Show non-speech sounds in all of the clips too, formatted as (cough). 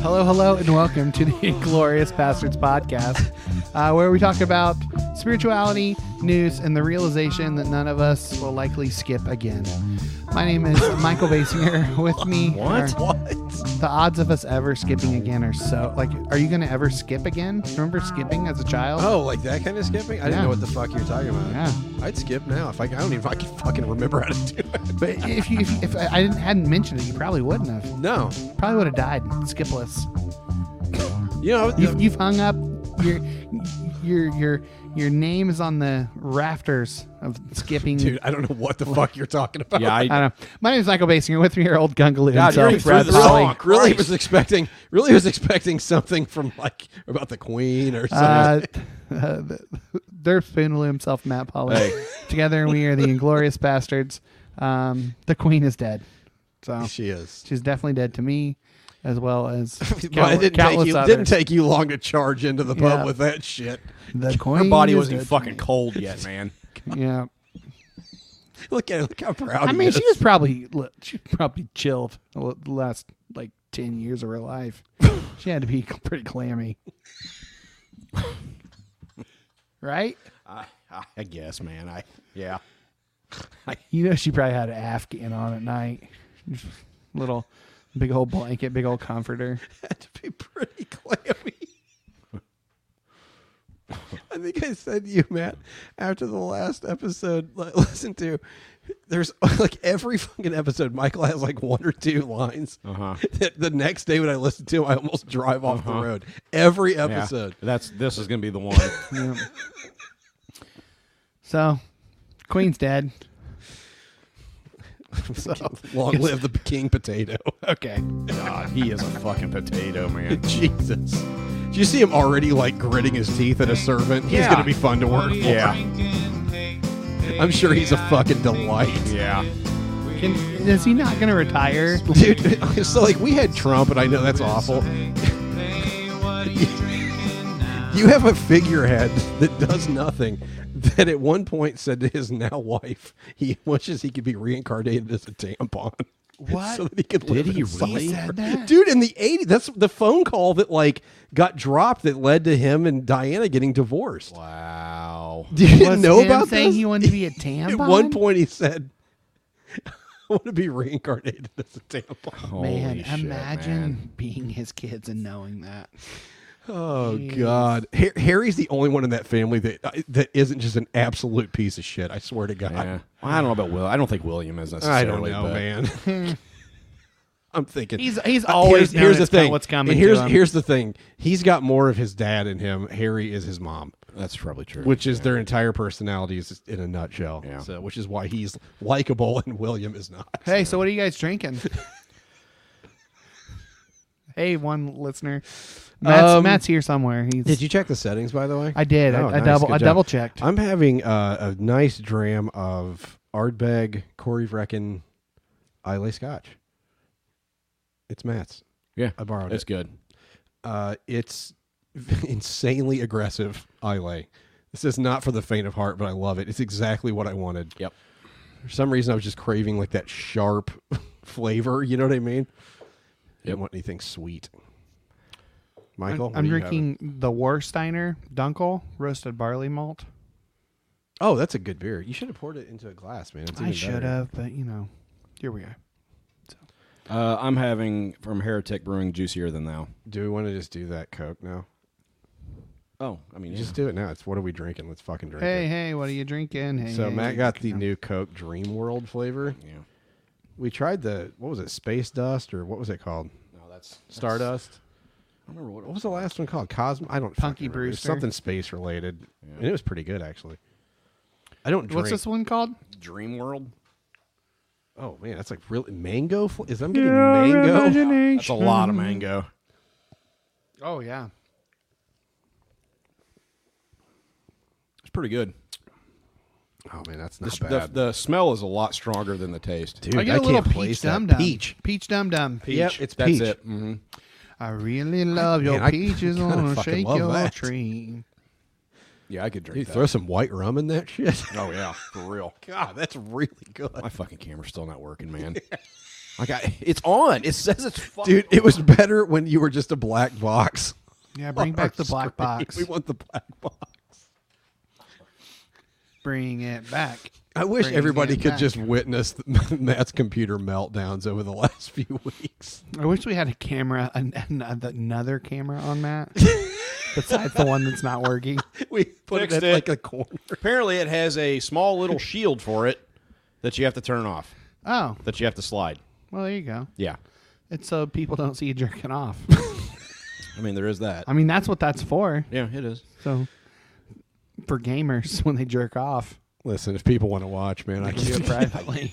Hello, hello, and welcome to the (laughs) Glorious Bastards podcast, uh, where we talk about spirituality, news, and the realization that none of us will likely skip again. My name (laughs) is Michael Basinger. With me, What? are- the odds of us ever skipping again are so like, are you going to ever skip again? Remember skipping as a child? Oh, like that kind of skipping? Yeah. I didn't know what the fuck you were talking about. Yeah. I'd skip now if I, I don't even I can fucking remember how to do it. (laughs) But if you, if, if I didn't hadn't mentioned it, you probably wouldn't have. No, Probably would have died. Skipless. you know uh, You've, you've hung up your your your your name is on the rafters of skipping. dude. I don't know what the fuck you're talking about. (laughs) (laughs) Yeah, I, I don't know. My name is Michael Basinger. With me, your old gungaloo God, you're himself, in for Brad the Polly. song. (laughs) really Christ. was expecting really was expecting something from like about the Queen or something. Uh, uh, (laughs) Derp Spoonaloo himself, Matt Polly. Hey. Together, we are the Inglorious Bastards. Um, the Queen is dead, so (laughs) she is. she's definitely dead to me, as well as (laughs) Well, it count- didn't take countless you others. didn't take you long to charge into the pub Yeah. with that shit. the Queen. her body is wasn't dead even to fucking me. (laughs) cold yet, man. Yeah. Look at it, look how proud. I he mean, is. she was probably li- she probably chilled the l- the last like ten years of her life. she had to be (laughs) c- pretty clammy, right? I, I guess, man. I yeah. You know, she probably had an Afghan on at night, little big old blanket, big old comforter. had to be pretty clammy. I think I said to you, Matt, after the last episode, li- listen to. There's like every fucking episode, Michael has like one or two lines. Uh-huh. That the next day when I listen to, 'em, I almost drive off the road. Every Yeah. (laughs) episode. That's this is gonna be the one. Yeah. so, Queen's dead. So, long live the king potato. (laughs) Oh, Okay. God, he is a fucking potato, (laughs) man. Jesus. Do you see him already like gritting his teeth at a servant? He's Yeah. gonna be fun to work for. Yeah, I'm sure he's a fucking delight. yeah. Can, is he not going to (laughs) retire? dude. So like we had Trump, and I know that's awful. (laughs) you have a figurehead that does nothing. That at one point said to his now wife, he wishes he could be reincarnated as a tampon. (laughs) What? So that he could Did live he in really? silence. Said that? Dude, in the 80s, that's the phone call that like got dropped that led to him and Diana getting divorced. Wow. Do you Was know him about saying this? he wanted to be a tampon? (laughs) At one point, he said, (laughs) "I want to be reincarnated as a tampon." Man, Holy shit, imagine man. being his kids and knowing that. Oh God, Har- Harry's the only one in that family that uh, that isn't just an absolute piece of shit. I swear to God, Yeah. Well, I don't know about Will. I don't think William is I don't necessarily. know, but- man. (laughs) I'm thinking He's he's Uh, always known here's, here's the it's got thing. What's coming? And here's to him. here's the thing. He's got more of his dad in him. Harry is his mom, That's probably true. which is their entire personalities in a nutshell. Yeah. So, which is why he's likable and William is not. Hey, so what are you guys drinking? (laughs) hey, one listener, Matt's, Um, Matt's here somewhere. He's, Did you check the settings by the way? Oh, I did. I- I double- I double checked. I'm having uh, a nice dram of Ardbeg, Corey Vrecken, Islay Scotch. It's Matt's. yeah, I borrowed it's it. good. Uh, it's (laughs) insanely aggressive Islay. This is not for the faint of heart, but I love it. It's exactly what I wanted. Yep. For some reason, I was just craving like that sharp (laughs) flavor. You know what I mean? Didn't want anything sweet. Michael, what I'm are you having? drinking the Warsteiner Dunkel roasted barley malt. Oh, that's a good beer. You should have poured it into a glass, man. It's I even should better. have, but you know, here we are. Uh, I'm having from Heretic Brewing juicier than thou. Do we want to just do that Coke now? Oh, I mean, Just do it now. It's what are we drinking? Let's fucking drink Hey, it. hey, what are you drinking? Hey, so hey, Matt hey. got the new Coke Dream World flavor. yeah. We tried the what was it? Space Dust or what was it called? No, that's Stardust. I don't remember what it What was. was the last one called? Cosmo. I don't. Punky fucking remember. It was Brewster. Something space related, and it was pretty good actually. I don't drink. What's this one called? Dream World. Oh man, that's like really mango. Fl- is I'm getting mango. That's a lot of mango. Oh yeah, It's pretty good. Oh man, that's The, not the- bad. the smell is a lot stronger than the taste. Dude, I get a little can't place peach that. dum dum. Peach. peach dum dum. Yep, Peach. it's That's peach. it. Mm-hmm. I really love your man, I peaches kinda on a fucking shake love your that. tree. Yeah, I could drink Dude, that. throw some white rum in that (laughs) shit. Oh yeah, for real. (laughs) God, that's really good. My fucking camera's still not working, man. Like I, it's on. It says it's fucking (laughs) Dude, it was better when you were just a black box. Yeah, (laughs) bring on back (laughs) the our black screen. box. We want the black box. Bring it back. I wish Bring everybody it could back. just witness the, (laughs) Matt's computer meltdowns over the last few (laughs) weeks. I wish we had a camera, an, an, uh, another camera on that, besides the one that's not working. We put Fixed it in it. like a corner. Apparently, it has a small little shield for it that you have to turn off, Oh, that you have to slide. well, there you go. Yeah. It's so people don't see you jerking off. I mean, there is that. I mean, that's what that's for. Yeah, it is. So, for gamers, (laughs) when they jerk off, Listen, if people want to watch, man, I they do can it privately.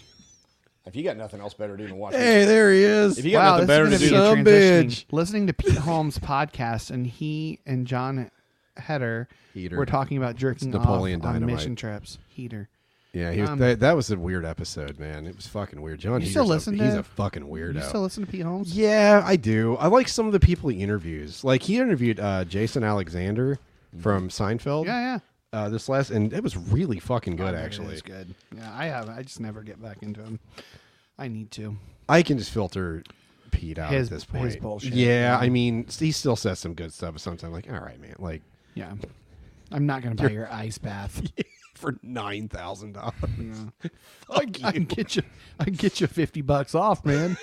If you got nothing else better to do than watch, (laughs) Hey, there he is. If you got nothing better to is do, gonna than- be a Son transitioning. Listening to Pete Holmes' podcast, and he and John Header Heater. were talking about jerking Napoleon off on Dynamite. mission trips. Heater. yeah, he was, um, that, that was a weird episode, man. It was fucking weird. John, You still Heater's listen a, to He's it? a fucking weirdo. You still listen to Pete Holmes? Yeah, I do. I like some of the people he interviews. Like he interviewed uh, Jason Alexander Mm-hmm. from Seinfeld. Yeah, yeah. Uh, this last, and it was really fucking good. actually, it's good. Yeah, I have. I just never get back into him. I need to. I can just filter Pete out His- at this his point. bullshit, Yeah, yeah. I mean, he still says some good stuff. But sometimes, I'm like, all right, man, like Yeah, I'm not gonna buy your ice bath. for nine thousand dollars. (laughs) (laughs) I, I can get you. I can get you fifty bucks off, man.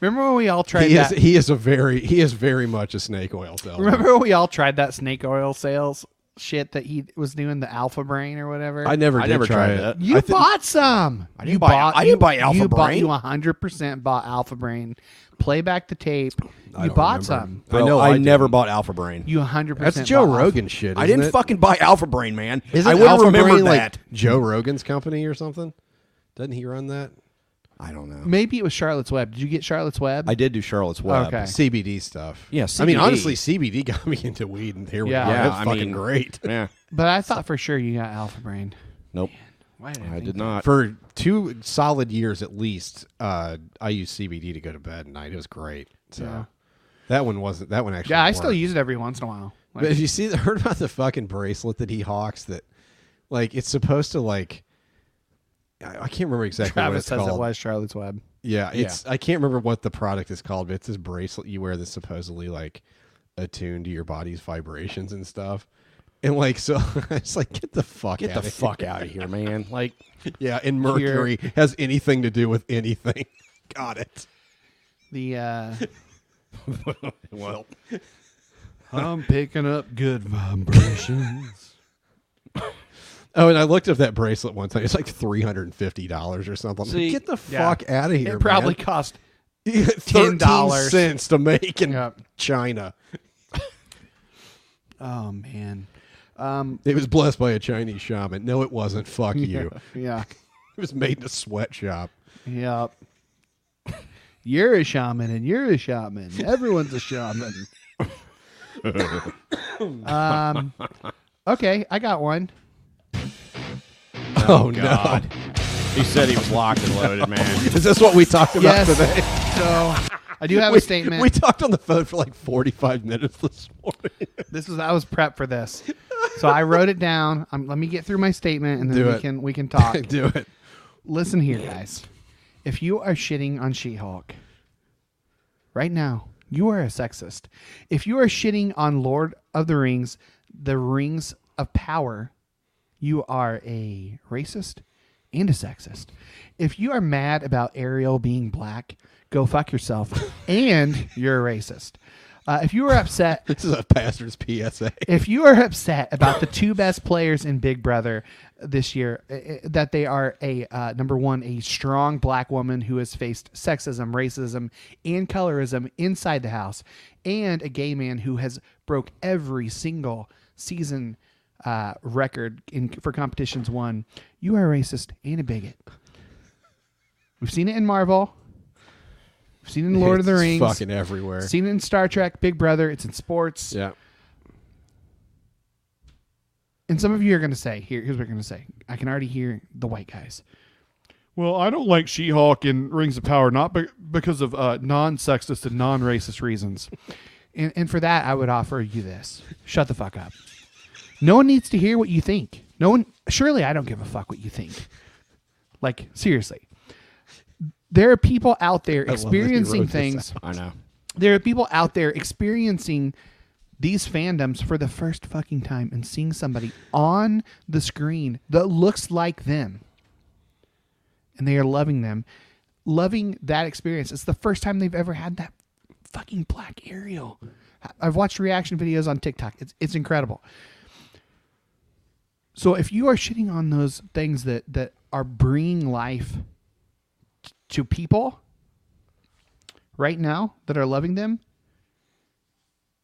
Remember when we all tried He is that? he is a very he is very much a snake oil salesman. Remember when we all tried that snake oil sales shit that he was doing the Alpha Brain or whatever. I never I did never try tried it. that. You bought some. I didn't you buy- bought. I didn't you- buy Alpha you Bought, Brain. you 100 percent bought Alpha Brain. Play back the tape. I You don't bought remember. some. I know. I, never bought Alpha Brain. You 100. percent That's Joe Rogan shit. I isn't didn't it? fucking buy Alpha Brain, man. Isn't I would have Alpha remembered Brain, that. Like Joe Rogan's company or something. Doesn't he run that I don't know. Maybe it was Charlotte's Web. Did you get Charlotte's Web? I did do Charlotte's Uh, Web. Okay. CBD stuff? Yeah, I mean, CBD. honestly, CBD (laughs) got me into weed, and here we Yeah. are. Yeah, That's I fucking mean- great. (laughs) Yeah. but I thought for sure you got Alpha Brain. Nope. Why did I, I think did that? not. For two solid years at least, uh, I used CBD to go to bed at night. It was great. So Yeah. that one wasn't. That one actually. Yeah, I still worked. use it every once in a while. Like, But (laughs) if you see, heard about the fucking bracelet that he hawks that, like, it's supposed to like. I I can't remember exactly what Travis it's says called. it was Charlotte's Web. Yeah, it's I can't remember what the product is called, but it's this bracelet you wear that's supposedly like attuned to your body's vibrations and stuff. And like so (laughs) it's like get the fuck Get out the of fuck out of here, man. Like, here. (laughs) Yeah, and mercury has anything to do with anything. (laughs) Got it. The uh, well, I'm picking up good vibrations. Oh, and I looked up that bracelet one time. It's like three hundred and fifty dollars or something. I'm like, See, get the yeah. fuck out of here. it probably man. (laughs) cost. $13 cents to make in Yep. China. Oh man. Um, It was blessed by a Chinese shaman. No, it wasn't. Fuck you. yeah. It was made in a sweatshop. Yep. You're a shaman and you're a shaman. Everyone's a shaman. um, okay, I got one. Oh, (laughs) no. God. (laughs) he said he was locked and loaded, man. Is this (laughs) what we talked Yes. about today? So I do have we, a statement. We talked on the phone for like 45 minutes this (laughs) morning. this was I was prepped for this. So I wrote it down. Um, let me get through my statement and then Do we it. can we can (laughs) talk. Do it. Listen here, guys. If you are shitting on She Hulk right now, you are a sexist. If you are shitting on Lord of the Rings, the Rings of Power, you are a racist and a sexist. If you are mad about Ariel being black, go fuck yourself and you're a racist. Uh, if you are upset This is a pastor's PSA. if you are upset about the two best players in Big Brother this year, eh, eh, that they are a uh, number one, a strong black woman who has faced sexism, racism, and colorism inside the house, and a gay man who has broke every single season uh, record in for competitions won, you are a racist and a bigot. We've seen it in Marvel. We've seen it in Lord of the It's Rings. fucking everywhere. Seen it in Star Trek, Big Brother. It's in sports. yeah. And some of you are going to say, here, here's what you're going to say. I can already hear the white guys. Well, I don't like She Hulk and Rings of Power, not be- because of uh, non sexist and non racist reasons. (laughs) And, and for that, I would offer you this shut the fuck up. No one needs to hear what you think. No one, surely I don't give a fuck what you think. Like seriously, there are people out there love that he experiencing wrote this things. I know. There are people out there experiencing these fandoms for the first fucking time and seeing somebody on the screen that looks like them, and they are loving them, loving that experience. It's the first time they've ever had that fucking black Ariel. I- I've watched reaction videos on TikTok. It's it's incredible. So if you are shitting on those things that that are bringing life t- to people right now that are loving them,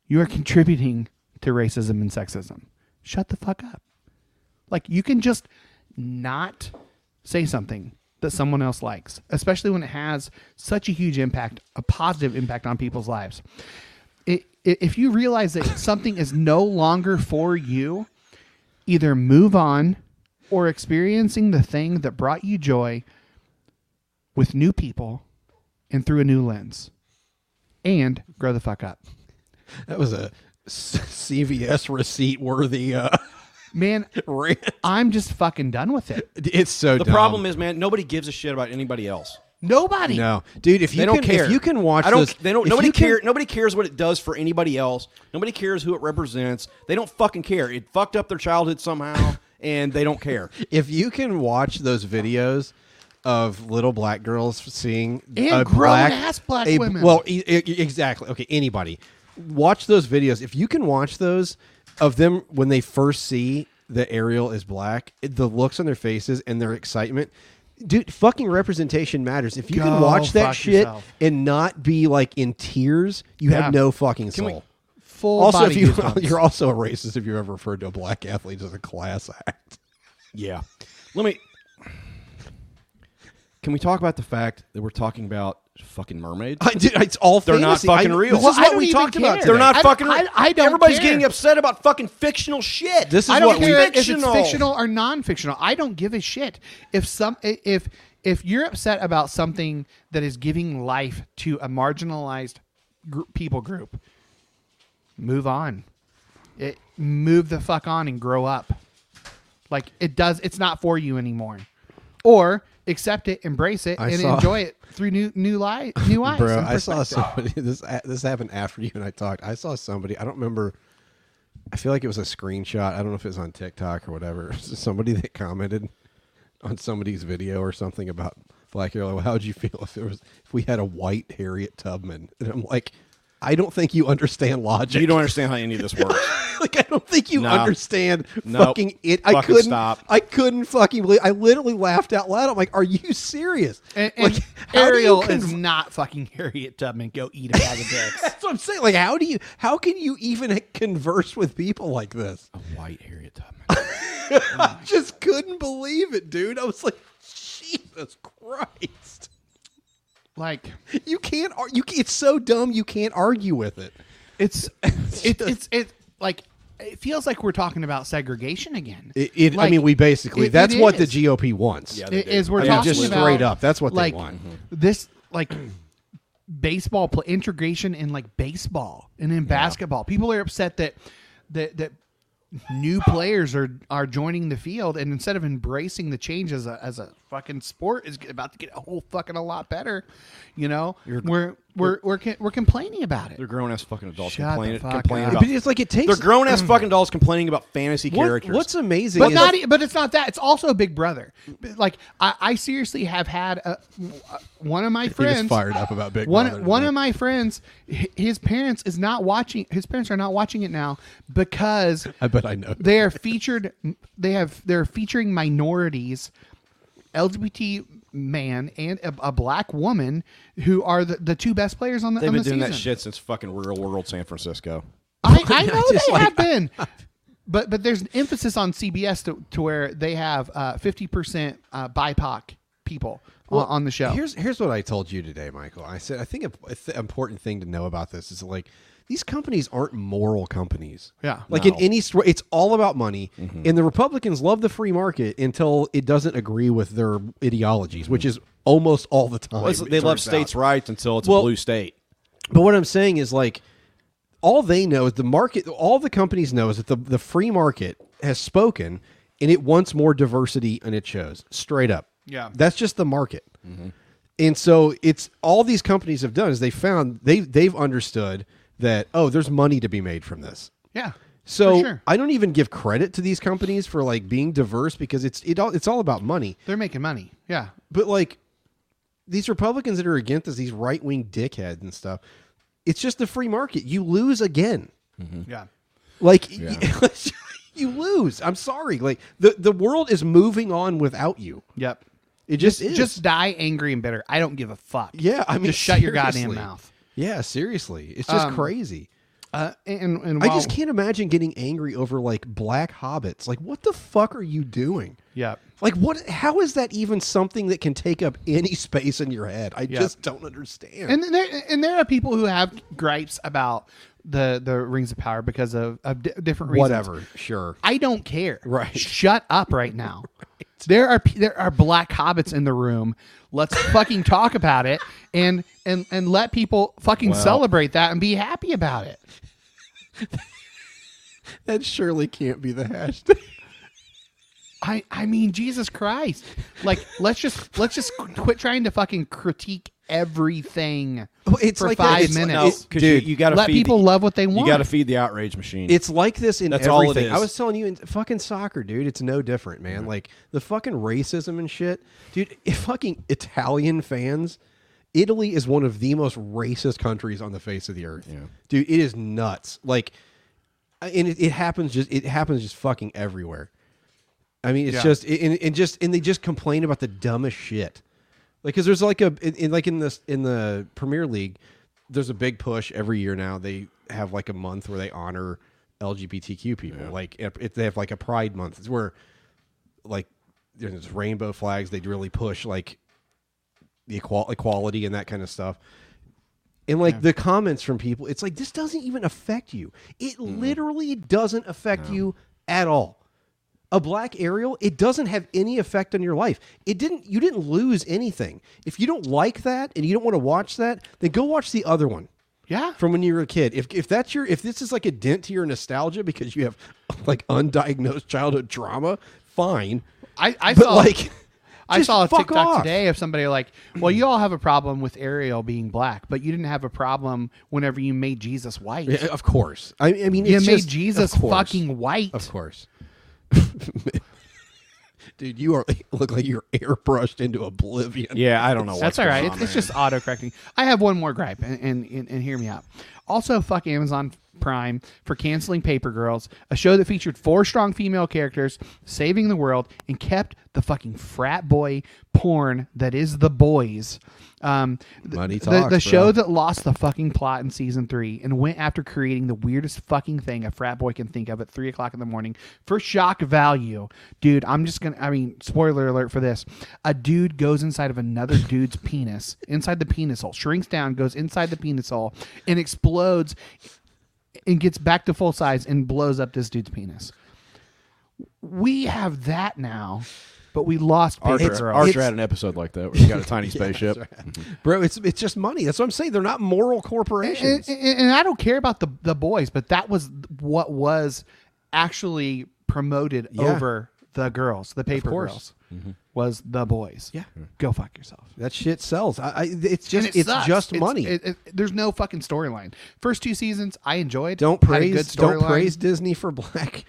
you are contributing to racism and sexism. Shut the fuck up. Like you can just not say something that someone else likes, especially when it has such a huge impact, a positive impact on people's lives. I- i- If you realize that something is no longer for you, either move on or experiencing the thing that brought you joy with new people and through a new lens and grow the fuck up. That was a s- CVS receipt worthy uh, (laughs) Man, rant. I'm just fucking done with it. It's so The problem is, man, nobody gives a shit about anybody else. Nobody. no, dude. If you They don't can, care. if you can watch, I don't. this- They don't. if Nobody you can- care. Nobody cares what it does for anybody else. Nobody cares who it represents. They don't fucking care. It fucked up their (laughs) childhood somehow, and they don't care. if you can watch those videos of little black girls seeing And a black, grown-ass black a- women. Well, e- e- exactly. Okay, anybody watch those videos. If you can watch those of them when they first see the Ariel is black, it- the looks on their faces and their excitement. Dude, fucking representation matters. If you can Go watch that fuck shit yourself. and not be like in tears, you Yeah. have no fucking soul. Full also, if body you (laughs) goosebumps. you're also a racist if you ever referred to a black athlete as a class act. Yeah. Let me. Can we talk about the fact that we're talking about fucking mermaids? I, dude, it's all They're not fantasy. fucking I- real. This Well, is I what don't we even talked about. care. Today. They're not I- fucking. I- I don't Everybody's care. getting upset about fucking fictional shit. This is I don't what we- care if Fictional. it's fictional or non-fictional. I don't give a shit if some i- if if you're upset about something that is giving life to a marginalized gr- people group. Move on. It move the fuck on and grow up. Like it does. It's not for you anymore. Or accept it, embrace it, I and saw- enjoy it through new new light, new eyes. Bro, and I saw perspective. somebody. (laughs) This this happened after you and I talked. I saw somebody. I don't remember. I feel like it was a screenshot. I don't know if it was on TikTok or whatever. (laughs) Somebody that commented on somebody's video or something about black hair. Like, how would you feel if there was if we had a white Harriet Tubman? And I'm like, I don't think you understand logic. You don't understand how any of this (laughs) works. like I don't think you No. understand Nope. fucking it. I Fucking couldn't stop. I couldn't fucking believe. I literally laughed out loud. I'm like, "Are you serious?" And, and like, how do you Ariel con- is not fucking Harriet Tubman. Go eat a bag of (laughs) dicks. That's what I'm saying. Like, how do you? How can you even converse with people like this? (laughs) White Harriet Tubman. I just couldn't believe it, dude. I was like, Jesus Christ! like You can't. ar- You it's so dumb. You can't argue with it. (laughs) it's it, it's it like it feels like we're talking about segregation again. It. it I Like, mean, we basically. it- that's it what the is. GOP wants. Yeah, I- they do. is we're I mean, talking just about straight up, that's what they like, want. This like (clears throat) baseball pl- integration in like baseball and in basketball. People are upset that that that new players are are joining the field and instead of embracing the change as a as a fucking sport is about to get a whole fucking a lot better. You know, we're we're we're co- we're complaining about it. They're grown ass fucking adults Shut the complaining, fuck complaining up. about. But it's like it takes. They're grown ass fucking adults complaining about fantasy What- characters. what's amazing? But is- not, e- but it's not that. It's also Big Brother. But, Like I, I seriously have had a, a- one of my He was friends. fired up about Big One Brother one today. of my friends, hi- his parents is not watching. His parents are not watching it now because I bet I know. they are featured. They have they're featuring minorities, LGBT man and a, a black woman who are the, the two best players on the. They've on been the doing that season. shit since fucking real world San Francisco. (laughs) I, I know just they like- have (laughs) been, but but there's an emphasis on CBS to, to where they have fifty percent uh, BIPOC people on, on the show. Here's here's what I told you today, Michael. I said I think a, a th- important thing to know about this is like these companies aren't moral companies. Yeah. Like in No. any story, it's all about money, and the Republicans love the free market until it doesn't agree with their ideologies, which is almost all the time. Well, it's- it they love turns out. states' rights until it's Well- a blue state. But what I'm saying is like all they know is the market all the companies know is that the, the free market has spoken and it wants more diversity and it shows straight up. Yeah. That's just the market. And so it's all these companies have done is they found they they've understood that oh there's money to be made from this. Yeah. So For sure. I don't even give credit to these companies for like being diverse because it's it all, it's all about money. They're making money. Yeah. But like these Republicans that are against us, these right wing dickheads and stuff, it's just the free market. You lose again. Mm. Yeah. Like (laughs) y- you lose. I'm sorry. Like the the world is moving on without you. Yep. It just is. Just die angry and bitter. I don't give a fuck. yeah. I mean, Just shut your goddamn seriously. mouth. Yeah, seriously, it's just Um, crazy. Uh, and and I while- just can't imagine getting angry over like black hobbits. Like, what the fuck are you doing? Yeah. Like what? How is that even something that can take up any (laughs) space in your head? I just don't understand. And there and there are people who have gripes about the the rings of power because of, of di- different reasons. Whatever, sure. I don't care. Right. Shut up right (laughs) now. There are pe- there are black hobbits in the room. Let's fucking talk about it and and and let people fucking celebrate that and be happy about it. That surely can't be the hashtag. I I mean Jesus Christ. Like let's just let's just qu- quit trying to fucking critique everything it's for like that. five It's like- minutes. No, 'cause you, dude, you gotta let feed people the, love what they want. You gotta feed the outrage machine. It's like this in That's all it everything. I is. Mm-hmm. was telling you in fucking soccer, dude. It's no different, man. Like the fucking racism and shit, dude. (laughs) If fucking Italian fans. Italy is one of the most racist countries on the face of the earth, dude. It is nuts. Like, and it, it happens just it happens just fucking everywhere. I mean, it's Yeah. just and, and just and they just complain about the dumbest shit. Like, cause there's like a in, in like in this in the Premier League, there's a big push every year now. They have like a month where they honor LGBTQ people. Like, if, if they have like a Pride Month, it's where like there's rainbow flags. They really push like the equal- equality and that kind of stuff. And like the comments from people, it's like this doesn't even affect you. It literally doesn't affect you at all. A black aerial, it doesn't have any effect on your life. It didn't you didn't lose anything. If you don't like that and you don't want to watch that, then go watch the other one yeah. from when you were a kid. If if that's your if this is like a dent to your nostalgia because you have (laughs) like undiagnosed childhood trauma, fine. I, I But saw like Oh, I just saw a fuck TikTok off. today of somebody like, well, you all have a problem with Ariel being black, but you didn't have a problem whenever you made Jesus white. Yeah, of course. I, I mean, you it's made just- Jesus of course. fucking white. Of course. (laughs) Dude, you are (laughs) look like you're airbrushed into oblivion. yeah, I don't know. That's what's all right. going It's, on, it's man. just auto correcting. I have one more gripe, and, and, and, and hear me out. Also, fuck Amazon Prime for canceling Paper Girls, a show that featured four strong female characters saving the world and kept the fucking frat boy porn that is the boys. Um, th- Money the, talks, the bro. show that lost the fucking plot in season three and went after creating the weirdest fucking thing a frat boy can think of at three o'clock in the morning for shock value. Dude, I'm just gonna I mean, spoiler alert for this. A dude goes inside of another dude's penis, inside the penis hole, shrinks down, goes inside the penis hole, and explodes and gets back to full size and blows up this dude's penis. We have that now, but we lost Archer, Paper Girls. Archer it's- had an episode like that where he got a tiny spaceship. Bro, it's it's just money. That's what I'm saying. They're not moral and, corporations. and- and I don't care about the the boys, but that was what was actually promoted Yeah. over the girls, the paper course. girls, was the boys. Yeah. go fuck yourself. that shit sells. I, I it's And just it it's sucks. just It's- money. it- it- there's no fucking storyline. First two seasons, I enjoyed. don't Had a praise good don't storyline. praise Disney for (laughs) Black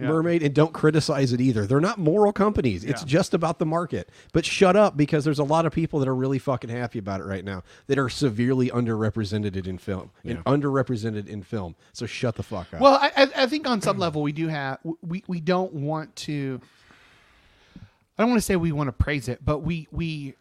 Mermaid and don't criticize it either. They're not moral companies. It's just about the market. But shut up because there's a lot of people that are really fucking happy about it right now that are severely underrepresented in film and underrepresented in film. So shut the fuck up. Well, I, I, I think on some level we do have we we don't want to. I don't want to say we want to praise it, but we we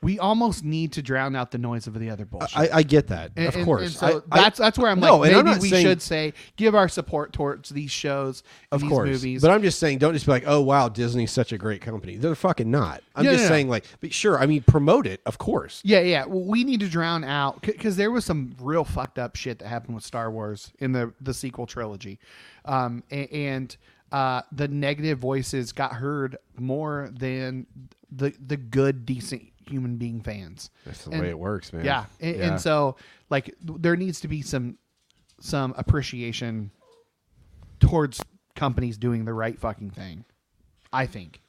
we almost need to drown out the noise of the other bullshit. I, I get that, And- of and- and course. so I- I- that's that's where I'm No, like, and I'm maybe not we saying- should say give our support towards these shows, and of these course. movies. But I'm just saying, don't just be like, oh wow, Disney's such a great company. They're fucking not. I'm Yeah, just yeah, yeah. saying, like, but sure, I mean, promote it, of course. yeah, yeah, well, we need to drown out because there was some real fucked up shit that happened with Star Wars in the the sequel trilogy, um, a- and uh, the negative voices got heard more than the the good decent human being fans. That's the And- way it works, man. Yeah. And, Yeah. and so like th- there needs to be some some appreciation towards companies doing the right fucking thing. I think.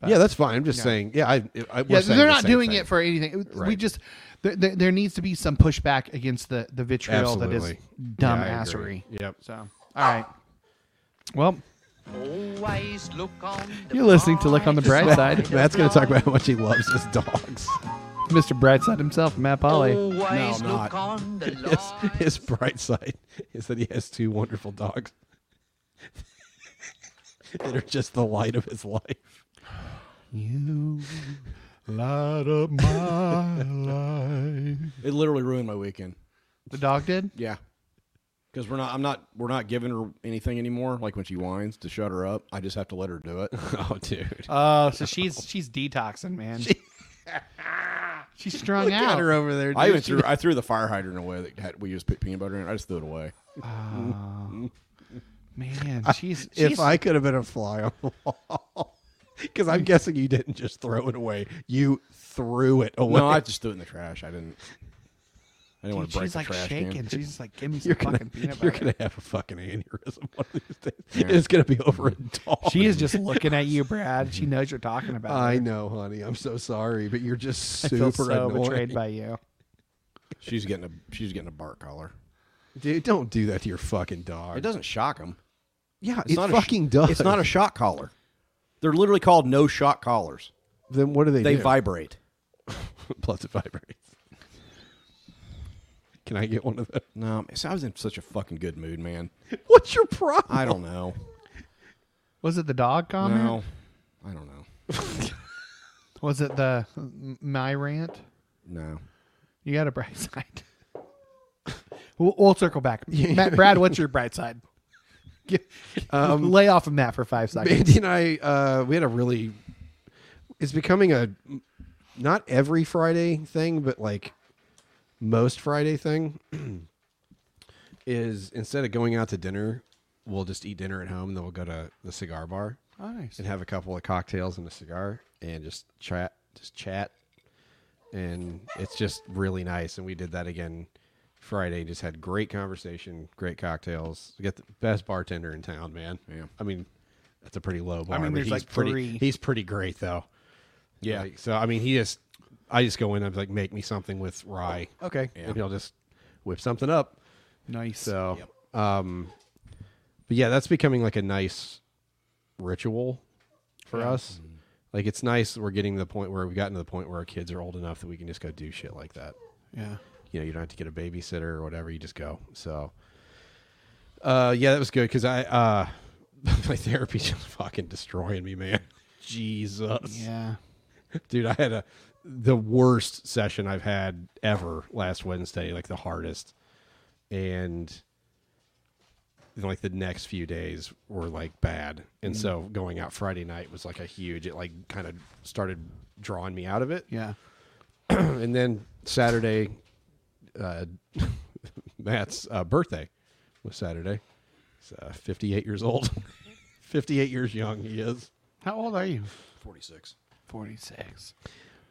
But- yeah, that's fine. I'm just saying. Yeah, I, I we're yeah, saying they're the not same doing thing. it for anything. It- We Right. just there, there, there needs to be some pushback against the the vitriol that Absolutely. is dumb Yeah, I assery. agree. Yep. So, all right. Well, Always look on (laughs) the You're listening to Look on the Bright (laughs) Side. Matt's going to talk about how much he loves his dogs. (laughs) Mr. Brightside himself, Matt Polly. Always No, look not. on the His, Lord. his bright side is that he has two wonderful dogs (laughs) that are just the light of his life. You light up my life. It literally ruined my weekend. (laughs) The dog did. Yeah, because we're not. I'm not. We're not giving her anything anymore. Like when she whines to shut her up, I just have to let her do it. (laughs) Uh, Oh, dude. Oh, so she's she's detoxing, man. she's strung out. Got her over there. I even dude. threw. I threw the fire hydrant away that had, we used to put peanut butter in. I just threw (laughs) it away. Oh, man, she's, she's if I could have been a fly on the wall. (laughs) Because I'm guessing you didn't just throw it away. You threw it away. (laughs) No, I just threw it in the trash. I didn't. I didn't want to break she's the like trash shaking. can. She's just like, give me some you're gonna, fucking peanut you're butter. gonna have a fucking aneurysm one of these days. It's gonna be over a (laughs) dog. She is just looking at you, Brad. She knows you're talking about. I her. know, honey. I'm so sorry, but you're just (laughs) I super feel so annoying. betrayed by you. She's getting a. She's getting a bark collar. (laughs) Dude, don't do that to your fucking dog. It doesn't shock them. yeah, It's it not fucking a, sh- does. It's not a shock collar. They're literally called no shock collars. Then what do they? They do? vibrate. (laughs) Plus it vibrates. Can I get one of those? No, so I was in such a fucking good mood, man. (laughs) What's your problem? I don't know. Was it the dog comment? No, I don't know. Was it the m- my rant? No. You got a bright (laughs) side. we'll, we'll circle back. Matt, Brad, what's your bright side? Gi- (laughs) Lay off of Matt for five seconds. Andy and I, uh, we had a really. It's becoming a not every Friday thing, but like most Friday thing is instead of going out to dinner, we'll just eat dinner at home, then we'll go to the cigar bar Oh, nice. and have a couple of cocktails and a cigar and just chat, just chat. And it's just really nice. And we did that again Friday. Just had great conversation, great cocktails. We got the best bartender in town, man. Yeah. I mean, that's a pretty low bar. mean, but there's he's like pretty, three. He's pretty great though. Yeah. so I mean, he just, I just go in and I'm like, make me something with rye. Okay. Yeah. And he'll just whip something up. Nice. So, um, but yeah, that's becoming like a nice ritual for us. Like it's nice. We're getting to the point where we've gotten to the point where our kids are old enough that we can just go do shit like that. yeah. You know, you don't have to get a babysitter or whatever. You just go. So, uh, yeah, that was good because I, uh, (laughs) my therapy's (laughs) just fucking destroying me, man. Jesus, Yeah. dude, I had a the worst session I've had ever last Wednesday, like the hardest, and like the next few days were like bad, and so going out Friday night was like a huge. It like kind of started drawing me out of it, Yeah. and then Saturday, uh, (laughs) Matt's uh, birthday was Saturday. He's uh, fifty-eight years old, (laughs) fifty-eight years young. He is. How old are you? 46. 46.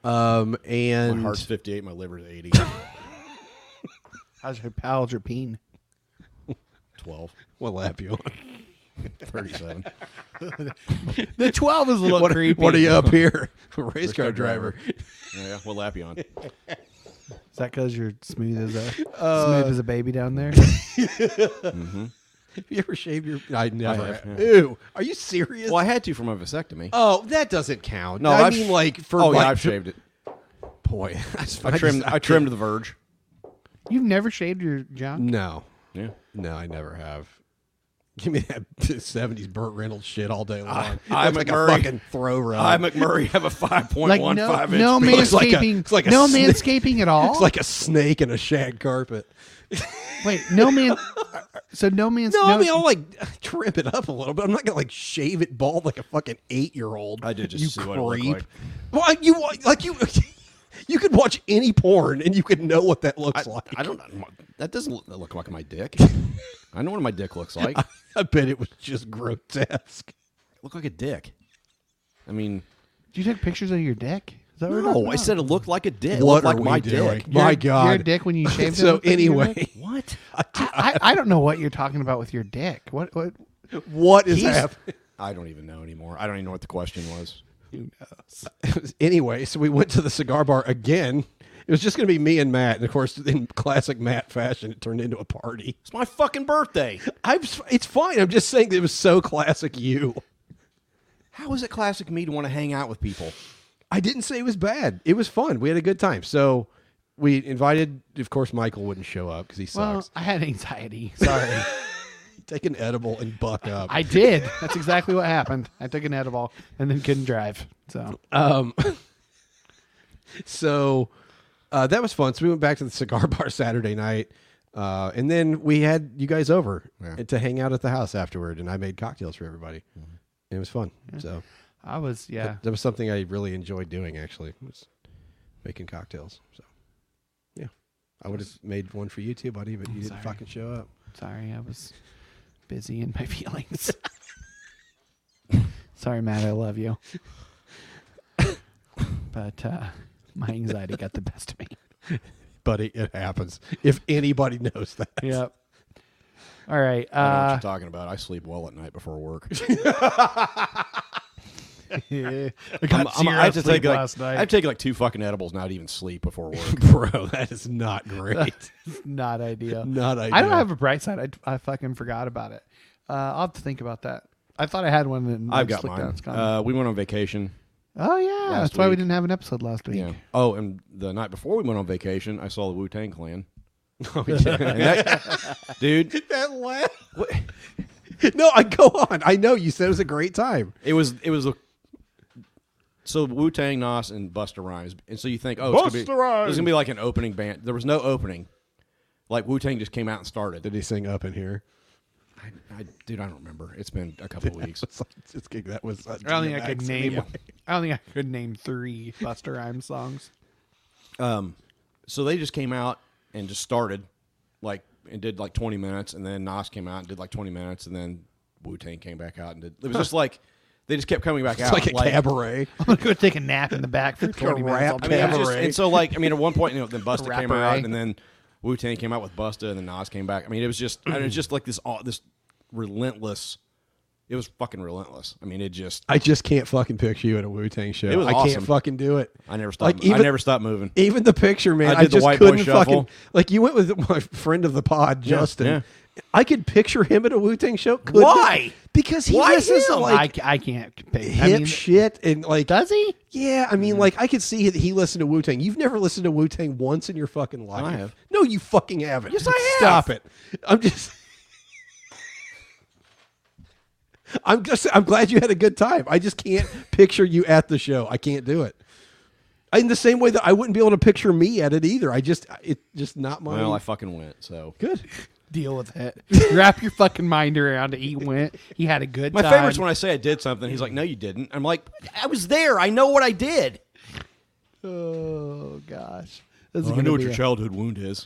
Um, My and heart's 58. My liver's (laughs) 80. How's your, how old's your peen? 12. what lap you on? 37. The 12 is a little what, creepy. what are you up (laughs) here? (laughs) Race car car driver. yeah, what lap you on? Is that because you're smooth as a smooth as a baby down there? Have (laughs) you ever shaved your? I never. have, Ew. Are you serious? Well, I had to for my vasectomy. Oh, that doesn't count. No, Uh, I I I've- mean mean, like for oh, yeah, I've shaved it. (laughs) boy. (laughs) I trimmed, I trimmed the verge. You've never shaved your junk? No, Yeah. no, I never have. Give me that (laughs) '70s Burt Reynolds shit all day long. It I looks like McMurray. a fucking throw rug. I, McMurray, have a 5.15 Like no, inch. no (laughs) man- manscaping. Looks like a- it's like a no snake. manscaping at all. it's like a snake in a shag carpet. Wait, no man. uh, So no man's No, I mean oh. I'll like (laughs) trim it up a little bit. I'm not gonna like shave it bald like a fucking eight year old. I did just you see creep. what it looked like. Well, I- you wa- like you (laughs) you could watch any porn and you could know what that I, looks like. I don't know. That doesn't look, look like my dick. I know what my dick looks like. (laughs) I bet it was just grotesque. (laughs) look like a dick. I mean, you take pictures of your dick? Is that what we're no, talking I (laughs) about? said it looked like a dick. It What looked like are we my doing? dick. Your- My God. your dick (laughs) when you shaved it. so looked like your dick? anyway, What? I, I I don't know what you're talking about with your dick. What what? what is He's- happening? I don't even know anymore. I don't even know what the question was. Who knows? (laughs) anyway, so we went to the cigar bar again. It was just going to be me and Matt, and of course, in classic Matt fashion, it turned into a party. It's my fucking birthday. I'm, s- it's fine. I'm just saying that it was so classic you. How is it classic me to want to hang out with people? I didn't say it was bad. It was fun. We had a good time. So we invited, of course, Michael wouldn't show up because he Well, sucks. I had anxiety. (laughs) Sorry. Take an edible and buck up. I did. That's exactly what happened. I took an edible and then couldn't drive. So Um, so uh, that was fun. So we went back to the cigar (laughs) bar Saturday night, uh, and then we had you guys over to hang out at the house afterward, and I made cocktails for everybody. And it was fun. So I was, yeah. that was something I really enjoyed doing. Actually, was making cocktails. So yeah, I would have made one for you too, buddy, but you didn't sorry. fucking show up. Sorry, I was busy in my (laughs) feelings. Sorry, Matt. I love you. But uh, my anxiety got the best of me. Buddy, it happens. If anybody knows that, (laughs) Yep. All right. I don't know what Uh, you're talking about. I sleep well at night (laughs) before work. I I'm- got I'm- zero I have to sleep take like, last night. I've taken like two fucking edibles now to even sleep before work. bro, that is (laughs) not great. (laughs) Not ideal. Not I don't ideal. have a bright side. I, I fucking forgot about it. Uh, I'll have to think about that. I thought I had one. And I I've got just looked down, mine. it's gone. Uh, we went on vacation. oh yeah, last that's why we week. didn't have an episode last week. Yeah. Oh, and the night before we went on vacation, I saw the Wu (laughs) Tang Clan. Oh, that (laughs) And that- dude, laugh. (laughs) No, I go on. I know you said it was a great time. it was it was a so Wu Tang Nas and Busta Rhymes, and so you think, oh, it's gonna be, Busta Rhymes! It's gonna be like an opening band. There was no opening. Like Wu Tang just came out and started. Did he sing up in here? I, I, dude, I don't remember. It's been a couple weeks. It's like, just kidding, that was. I don't think I could Max name. anyway. (laughs) I don't think I could name three Buster Rhymes songs. (laughs) So they just came out and just started, like, and did like 20 minutes, and then Nas came out and did like 20 minutes, and then Wu Tang came back out and did. It was just like they just kept coming (laughs) back It's out. like a cabaret. (laughs) I'm gonna go take a nap in the back for 20 minutes. rap I'll I be mean, it back. was just, Cabaret. and so like I mean, at one point, you know, then (laughs) Busta came out, Rapparay. and then Wu Tang came out with Busta, and then Nas came back. I mean, it was just and it was just like this all this relentless. It was fucking relentless. I mean, it just I just can't fucking picture you at a Wu Tang show. It was I awesome. can't fucking do it. I never Like, stopped. I even- never stopped moving. Even the picture, man. I I, did the just White Boy couldn't Shuffle. fucking. Like you went with (laughs) my friend of the pod, Justin. I could picture him at a Wu Tang show. Couldn't- Why? Because he Why listens to him? like I, I can't. pick- hip I mean, shit and like does he? Yeah, I mean, like I could see that he listened to Wu Tang. You've never listened to Wu Tang once in your fucking life. I have. No, you fucking haven't. Yes, I have. Stop it. I'm just. I'm just. I'm glad you had a good time. I just can't picture you at the show. I can't do it. In the same way that I wouldn't be able to picture me at it either. I just. It's just not my. Well, I fucking went. So good. Deal with it. (laughs) Wrap your fucking mind around it. He went. He had a good my time. favorite's when I say I did something. He's like, "No, you didn't." I'm like, "I was there. I know what I did." Oh gosh, this is I gonna know what be your a- childhood wound is.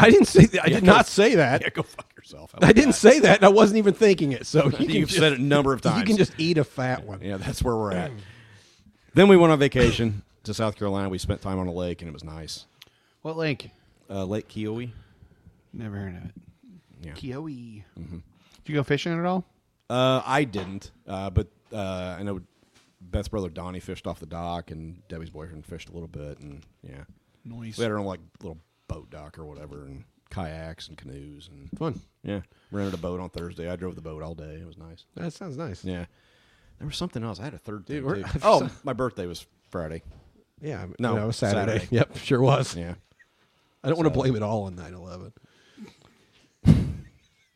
I didn't say that. I did go- not say that. (laughs) Yeah, go fuck yourself. (laughs) I didn't say that. And I wasn't even thinking it. So you can You've just, said it a number (laughs) of times. You can just eat a fat one. Yeah, that's where we're (laughs) at. then we went on vacation to South Carolina. We spent time on a lake, and it was nice. What link? Uh, lake Kiowee. Never heard of it. Yeah. Kiwi. Did you go fishing at all? Uh, I didn't, uh, but uh, I know Beth's brother Donnie fished off the dock, and Debbie's boyfriend fished a little bit, and yeah, Noise. we had our own like little boat dock or whatever, and kayaks and canoes and Fun. yeah. Rented a boat on Thursday. I drove the boat all day. It was nice. That sounds nice. Yeah, there was something else. I had a third thing. Dude, we're- (laughs) too. Oh, my birthday was Friday. Yeah, I mean, No, no, it was Saturday. Saturday. Yep, sure was. Yeah, I don't want to blame it all on 9/11.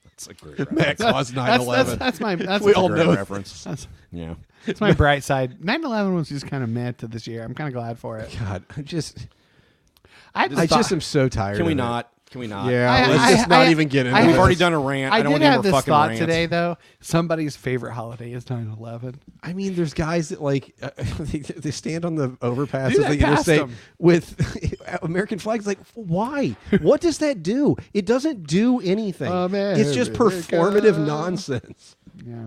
that's (laughs) a great. reference. Matt (laughs) caused 9/11. (laughs) That's, that's, that's my. That's We my- all Great know. reference. That's, (laughs) Yeah. that's my bright side. 9/11 was just kind of meant to this year. I'm kind of glad for it. God, I just, I I thought- just am so tired. Can we of it. not? Can we not? Yeah, I- (laughs) let's I- (laughs) just not I- even get into. I it. had We've already this- done a rant. I, I did don't want any more have this fucking thought rants. today, though. Somebody's favorite holiday is 9/11. I mean, there's guys that like (laughs) uh, they, they stand on the overpasses Dude, I of the passed interstate them. with (laughs) American flags. Like, why? what does that do? It doesn't do anything. it's just America. performative nonsense. Yeah.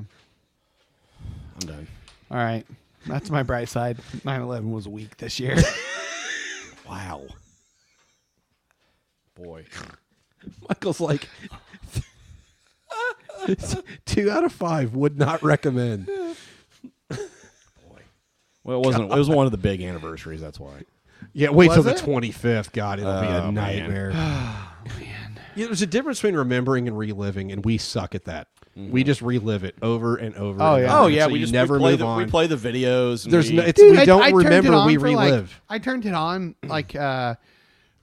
I'm done. All right. That's my bright side. 9/11 was weak this year. (laughs) Wow. Boy. Michael's like. (laughs) Two out of five would not recommend. Boy. Well, it wasn't. It was one of the big anniversaries. That's why. Yeah, wait till Was the it? 25th. God, it'll be a Oh, man. (sighs) nightmare. Yeah, there's a difference between remembering and reliving, and we suck at that. We Mm-hmm. just relive it over and over. Oh, and yeah. over, Oh, and so you never play move the, on. We play the videos. And There's we, no- (laughs) it's- Dude, we I- don't I turned it remember, on we for, like- relive. I turned it on like uh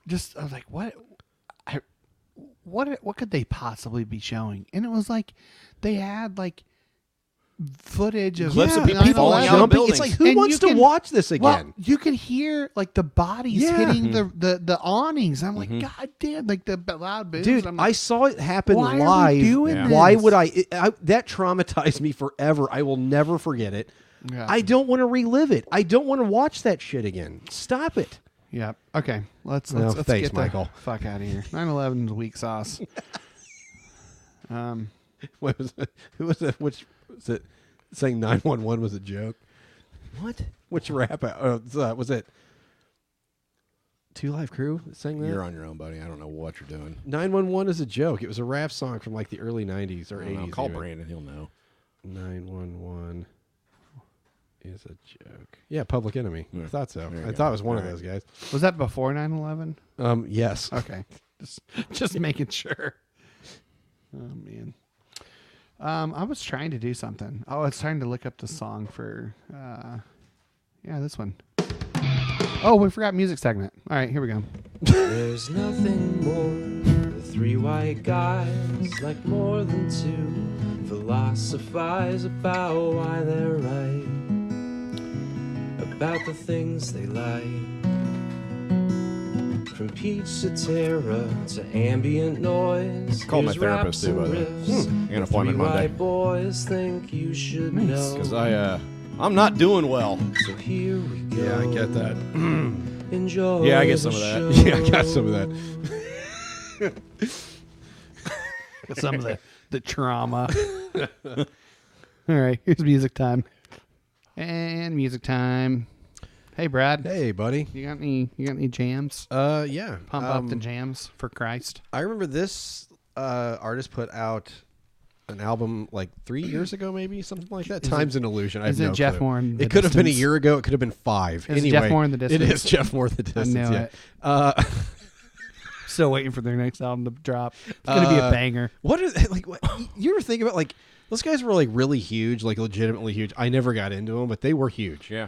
just I was like what I what what could they possibly be showing? And it was like they had like footage of Clips of Yeah, people falling 9/11. out of Jumping. It's buildings. like who And wants you to can- watch this again? Well, you could hear like the bodies Yeah. Mm-hmm. hitting the, the the awnings. I'm like, God damn! Like the b- loud booms. Dude, I'm I like, saw it happen why are we live. doing Yeah. Why this? would I, it- I? That traumatized me forever. I will never forget it. Yeah. I don't want to relive it. I don't want to watch that shit again. Stop it. yeah. Okay, let's No, let's, let's thanks, get the Michael. fuck out of (laughs) here. 9/11 is weak sauce. um, (laughs) What was it? Who was it? Which was it? Saying nine one one was a joke. What? Which rap? Uh, uh, was it? Two Live Crew that sang that. You're on your own, buddy. I don't know what you're doing. Nine one one is a joke. It was a rap song from like the early nineties or I don't know. eighties. Call Brandon. He'll know. Nine one one is a joke. Yeah, Public Enemy. I Yeah. thought so. There you I go. thought it was one of All those guys. was that before 9/11? Um, yes. Okay, (laughs) just just making sure. Oh man. Um, I was trying to do something. Oh, I was trying to look up the song for, uh, yeah, this one. Oh, we forgot music segment. All right, here we go. There's nothing more for three white guys like more than two philosophize about why they're right, about the things they like. From peach to terra to ambient noise. Called my here's raps therapist, too, and by the way. riffs Hmm. I got an that appointment three Monday. white boys think you should know. Because I, uh, I'm not doing well. So here we go. Yeah, I get that. Enjoy. Yeah, I get the some of that. show. (laughs) Yeah, I got some of that. some of the, the trauma. (laughs) All right, here's music time. And music time. Hey Brad, Hey, buddy. you got any you got any jams? Uh, yeah. Pump Um, up the jams for Christ. I remember this uh, artist put out an album like three years ago, maybe something like that. Time's an illusion. I have is it no Jeff clue. Moore in The It could have been a Distance? year ago. It could have been five. Is it anyway, Jeff Moore in The (laughs) It Distance? is Jeff Moore in the distance. know yeah. it. Uh, Still waiting for their next album to drop. It's gonna be a Uh, banger. what are they, (laughs) like? What, you ever think about like those guys were like really huge, like legitimately huge. I never got into them, but they were huge Yeah.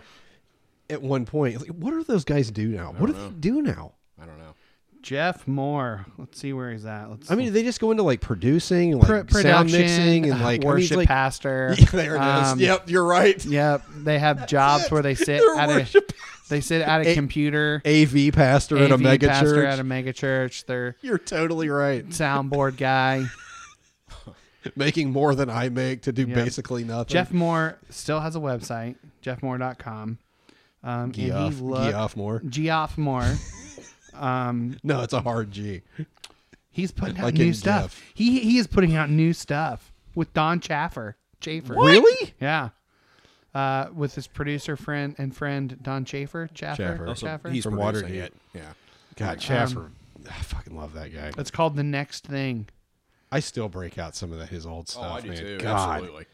at one point. Like, what do those guys do now? What do they do now? I don't know. Jeff Moore. Let's see where he's at. Let's I mean, do they just go into like producing, and, like Pr- sound production, mixing, and like I mean, worship like- pastor. (laughs) Yeah, there it is. Um, yep, you're right. Yep. They have jobs where they sit They're at a worship- they sit at a, A- computer. AV pastor in a AV mega pastor church. at a mega church. They're You're totally right. soundboard (laughs) guy. Making more than I make to do Yeah. basically nothing. Jeff Moore still has a website, jeffmoore.com. Um, and he Geoff, looked- Geoff Moore. Geoff Moore. um, No, it's a hard G. (laughs) he's putting out Like new in stuff. Jeff. He he is putting out new stuff with Don Chaffer. Chaffer. Really? Yeah. Uh, with his producer friend and friend Don Chaffer. Chaffer. Chaffer. Chaffer. Also, He's From producing Watergate. it. Yeah. God, Chaffer. Um, I fucking love that guy. it's called The Next Thing. I still break out some of the, his old stuff, oh, I do man. too. God. Absolutely.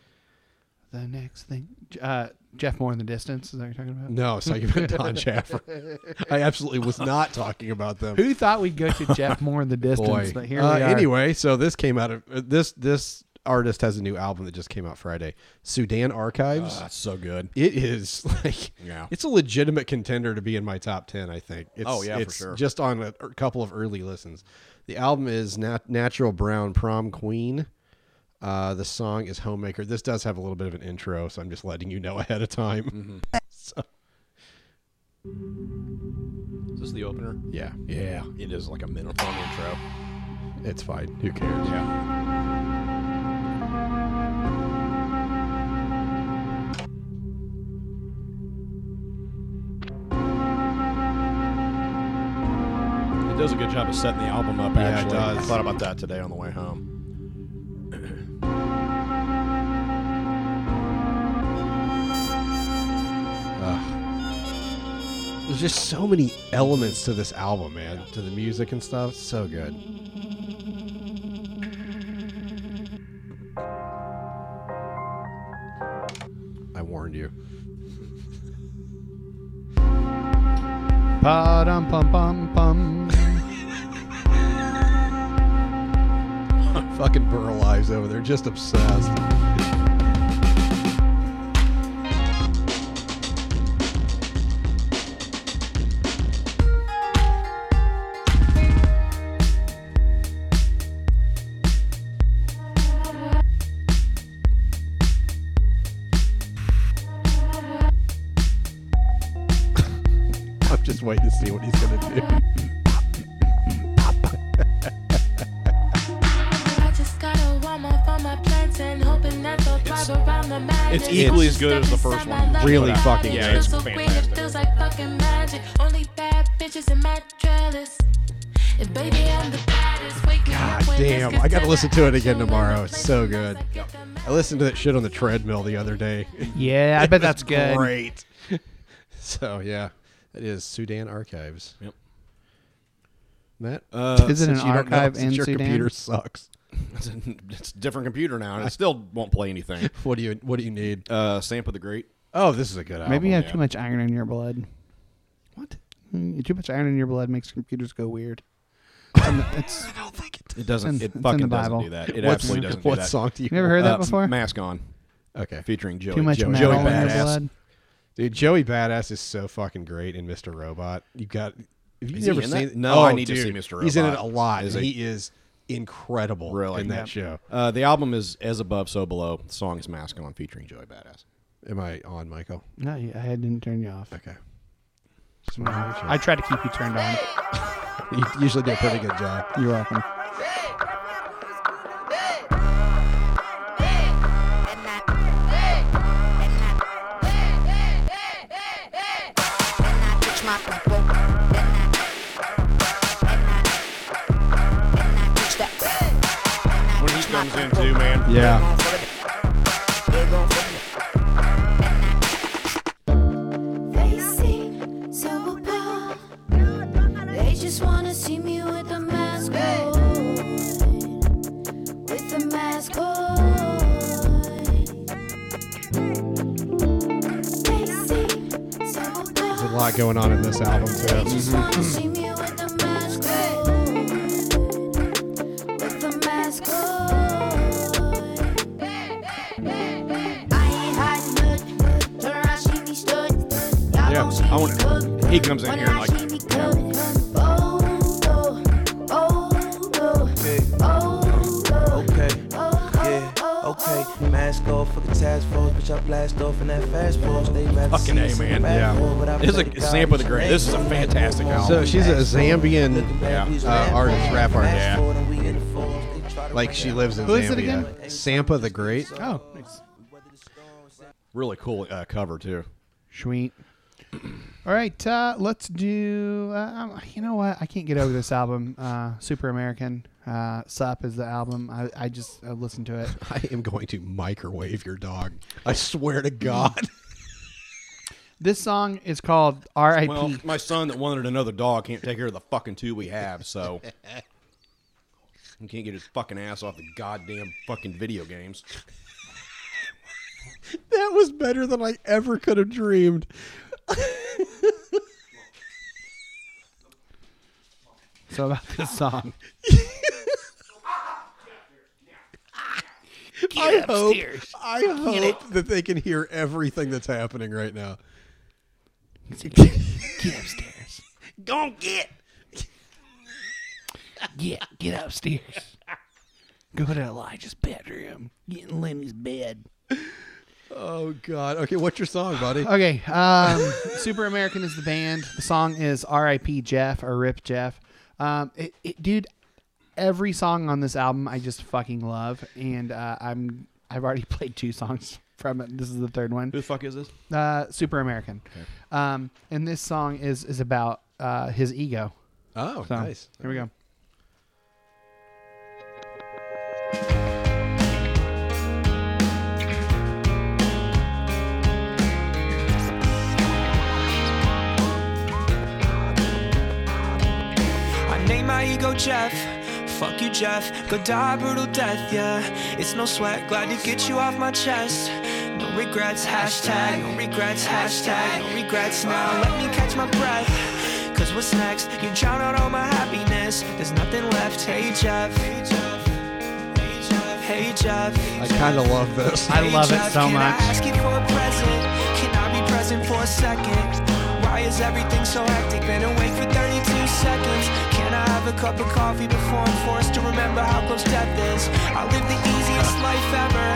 The Next Thing. Uh, Jeff Moore in the Distance. Is that what you're talking about? No, it's like about Don Chaffer. (laughs) I absolutely was not talking about them. Who thought we'd go to Jeff Moore in the Distance? Boy. But here Uh, we are. Anyway, so this came out of uh, this this artist has a new album that just came out Friday. Sudan Archives. Ah, That's so good. it is (laughs) like Yeah. it's a legitimate contender to be in my top 10 i think it's, Oh, yeah, for it's sure. just on a a couple of early listens the album is Nat- natural brown prom queen uh, the song is homemaker this does have a little bit of an intro so i'm just letting you know (laughs) ahead of time Mm-hmm. So, Is this the opener? yeah Yeah. It is like a minute long intro. it's fine who cares Yeah. It does a good job of setting the album up, Yeah, it actually. I does. thought about that today on the way home. there's just so many elements to this album man to the music and stuff so good i warned you Pa dum pum pum pum. Fucking Burl Lives over there, just obsessed. (laughs) I'm just waiting to see what he's gonna do. I just gotta warm up on my plants and hoping that they'll thrive around the madness. it's equally as good as the first one. Really fucking Yeah, it's Crystal green, fantastic. It feels like fucking magic. Only bad bitches in my trellis. And baby, I'm the baddest. Waking up God when this damn, gets I gotta to listen the to it again afternoon, tomorrow. I'm It's so breaking good. down like I a listened to that shit on the treadmill the other day. Yeah, I bet that's good. Great. (laughs) So Oh, yeah, it is Sudan Archives. Yep. Matt, Uh, Is it since an you don't know, archive since in your Sudan? computer sucks. it's, a, (laughs) it's a different computer now, and it still won't play (laughs) anything. What do you What do you need? Uh, Sampa the Great. Oh, this is a good album. Maybe you have yeah. too much iron in your blood. What? Mm, Too much iron in your blood makes computers go weird. And it's, It doesn't. It's in- it it's in the fucking doesn't Bible. do that. It What song- absolutely doesn't What do that. song do you You never heard that Uh, before? Mask on, Okay, featuring Joey. too much Joey, metal Joey in your Badass. blood. dude. Joey Badass is so fucking great in Mr. Robot. You got. Have you Is he never in seen? Oh, that? No, I need to see Mr. He's in it Robot. a lot. Is and he? he is incredible Really? in that Yep. show. Uh, the album is As Above, So Below. The song is Mask On featuring Joey Badass. Am I on, Michael? No, you- I didn't turn you off. Okay. I try to keep you turned on. You usually do a pretty good job. You're welcome. When he comes in too, man. Yeah. They seem so above. They just wanna see me with the mask on. With the mask on. They seem so above. There's a lot going on in this album They Mm-hmm. too. just wanna see me with the mask on. With the mask on. I ain't hiding nothing. Turn around, see me stood. Y'all Yeah, don't see I me wanna- cook. He comes in When here and I like see me coming, oh, oh, oh, oh, oh, oh, Okay, oh, yeah, oh, okay. Mask off, fucking task force, bitch. I blast off in that fast force. They rather Fucking see A, us in man. the back Yeah. door, but I This is pray to a God sample of we the great. should This is a make it. fantastic So album. she's a Zambian. Looking back, we was uh, laughing. artist, rap artist. Fast forward and we in the forest. They try to Like bring she out lives in Who Zambia. is it again? Sampa the Great. (laughs) Oh, nice. whether the storms and really cool uh, cover too. Sweet. All right, uh, let's do. Uh, um, you know what? I can't get over this album. Uh, Super American. Uh, Sup is the album. I, I just uh, listened to it. I am going to microwave your dog. I swear to Hmm. God. (laughs) This song is called R.I.P. Well, my son that wanted another dog can't take care of the fucking two we have, (laughs) so he can't get his fucking ass off the goddamn fucking video games. that was better than I ever could have dreamed. so about this song. I hope, I hope that they can hear everything that's happening right now. Get upstairs. Don't get. Get get upstairs. Go to Elijah's bedroom. Get in Lenny's bed. Oh God. Okay, what's your song, buddy? Okay. Um, Super American is the band. The song is R.I.P. Jeff or Rip Jeff. Um, it, it, dude, every song on this album I just fucking love, and uh, I'm I've already (laughs) played two songs from it. This is the third one. Who the fuck is this? Uh, Super American. Um, and this song is is about uh, his ego. Oh, So, nice. Here we go. I name my ego Jeff. Fuck you, Jeff. Go die a brutal death, yeah. It's no sweat. Glad to get you off my chest. No regrets, hashtag. No regrets, hashtag. No regrets now. Let me catch my breath. Cause what's next? You drown out all my happiness. There's nothing left. Hey Jeff. Hey Jeff. Hey Jeff. I kind of love this. I love it Jeff, so can I much. ask you for a present? Can I be present for a second? Why is everything so hectic? Been awake for 32 seconds. Can I have a cup of coffee before I'm forced to remember how close death is? I live the easiest life ever.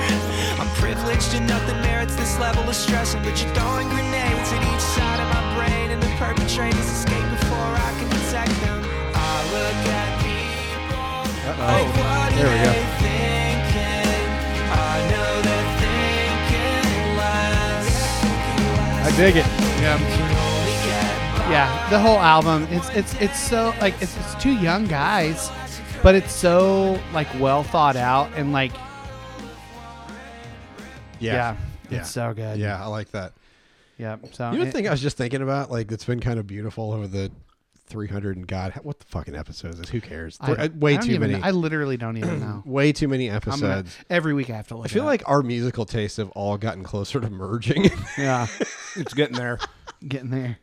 I'm privileged and nothing merits this level of stressing. But you're throwing grenades at each side of my brain, and the perpetrators escape before I can detect them. I look at people. Like, Oh, what There we are go. they thinking? I know they're thinking less. I dig it. Yeah, the whole album. It's it's it's so like it's, it's two young guys, but it's so like well thought out and like yeah, Yeah. it's so good. Yeah, I like that. yeah. So You know the it- thing I was just thinking about, like that's been kind of beautiful over the 300 and God, what the fucking episodes is? Who cares? I- Uh, way I don't too even many. know- I literally don't even (clears throat) know. way too many I'm gonna, episodes. every week I have to look. I feel it up. like our musical tastes have all gotten closer to merging. (laughs) yeah, (laughs) It's getting there. getting there.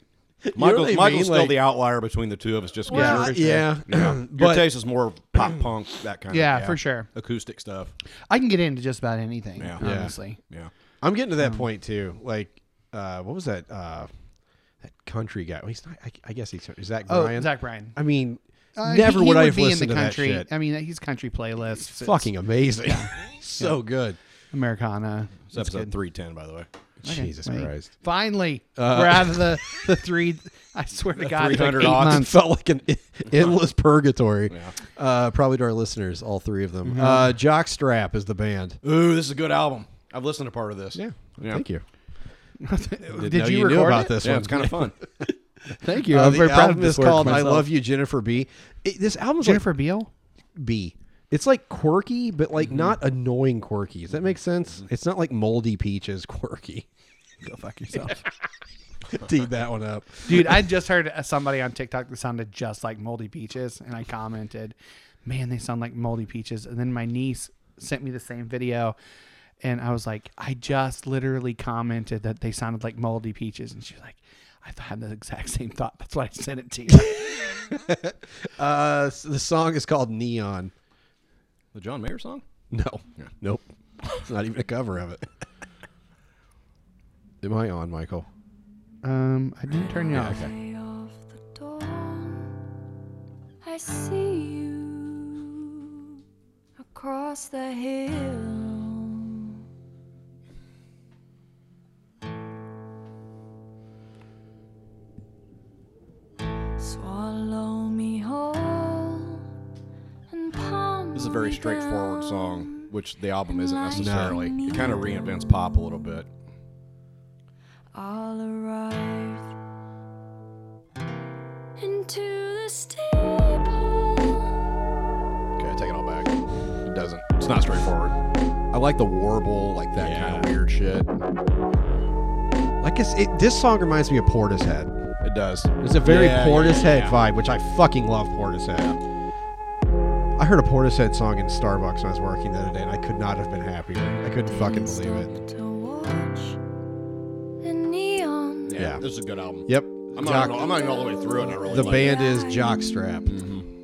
Michael, what I Michael's mean? still Like- the outlier between the two of us. Just 'cause Well, your- yeah. yeah. your (clears throat) But- taste is more pop (clears throat) punk, that kind Yeah, of for sure. acoustic stuff. I can get into just about anything. Yeah. Yeah. Honestly, Yeah, I'm getting to Mm. that point too. Like, uh, what was that? Uh, that country guy. Well, he's not. I, I guess he's is Zach Oh, Bryan. Zach Bryan. I mean, Uh, never he, would he I have be in listened the country. to that shit. I mean, he's country playlists. It's Fucking amazing. (laughs) so good. Americana. it's episode three ten, by the way. Jesus Wait. Christ. Uh, Finally, we're out of (laughs) the the three. I swear to God, it took 300 eight odds. It months. felt like an (laughs) e- (laughs) endless purgatory. Uh, probably to our listeners, all three of them. Mm-hmm. Uh, Jockstrap is the band. Ooh, this is a good album. I've listened to part of this. Thank you. Did, know you, you knew record about it? this Yeah, one. it's kind (laughs) of fun. Thank you. Uh, I'm the very proud of album this is work called "I myself. Love You, Jennifer B." It- this album's Jennifer Beal. like B. It's like quirky, but like Mm-hmm. not annoying quirky. Does that make sense? It's not like moldy peaches quirky. (laughs) Go fuck (laughs) yourself, Deed that one up. dude. I just heard uh, somebody on TikTok that sounded just like Moldy Peaches, and I commented, "Man, they sound like Moldy Peaches." And then my niece sent me the same video, and I was like, "I just literally commented that they sounded like Moldy Peaches," and she was like, "I th- had the exact same thought. That's why I sent it to you." Uh, s- the song is called "Neon." The John Mayer song. No, nope. It's not even a cover of it. (laughs) Am I on, Michael? um, I didn't turn you off. Way off the dawn, I see you across the hill. Swallow me whole and palm This is a very me straightforward down. song, which the album isn't necessarily. It kind of reinvents pop a little bit. I'll arrive into the steeple. Okay, I take it all back. It doesn't. It's not straightforward. I like the warble, like that kind of weird shit. Like it's, it, this song reminds me of Portishead. It does. It's a very Yeah, yeah, Portishead yeah. vibe, which I fucking love Portishead. I heard a Portishead song in Starbucks when I was working the other day, and I could not have been happier. I couldn't fucking believe it. To watch the neon Yeah, Yeah. this is a good album. Yep. I'm not, Jock- even, I'm not even all the way through it. and I really the like Mm-hmm. band is Jockstrap.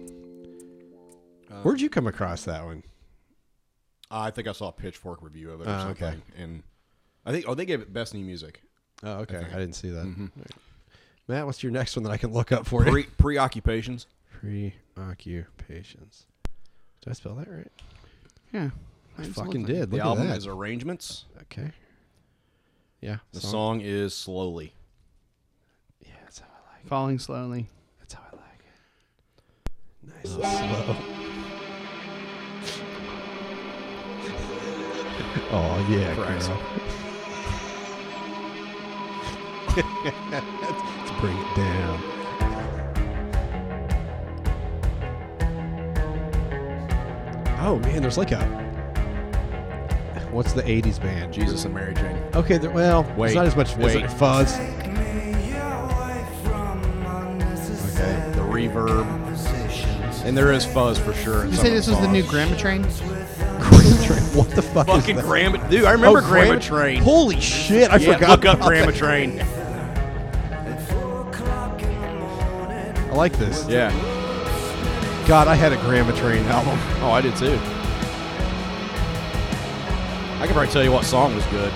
Where'd you come across that one? It. I think I saw a Pitchfork review of it or Ah, something. okay. And I think oh they gave it best new music. Oh, okay. I, didn't see that. Mm-hmm. Matt, what's your next one that I can look up for you? Pre preoccupations. Preoccupations. Did I spell that right? Yeah. I fucking did. The Look at album that. is arrangements. okay. Yeah. The song is slowly. Yeah, that's how I like. Falling slowly. That's how I like it. Nice (laughs) and slow. oh yeah, Christ. girl. (laughs) Let's bring it down. Oh man, there's like a what's the '80s band? Jeez. Jesus and Mary Jane. Okay, there, well, there's Wait, not as much wait. fuzz. Okay. The reverb. And there is fuzz for sure. You say this was the new Grandma Train? Graham Train. What the fuck fucking is that? Grandma. Dude, I remember Oh, Grandma Graham- Train. Holy shit, I yeah, forgot. Look up about Grandma that. Train. I like this. Yeah. God, I had a Grandma Train album. Oh, I did too. I can probably tell you what song was good.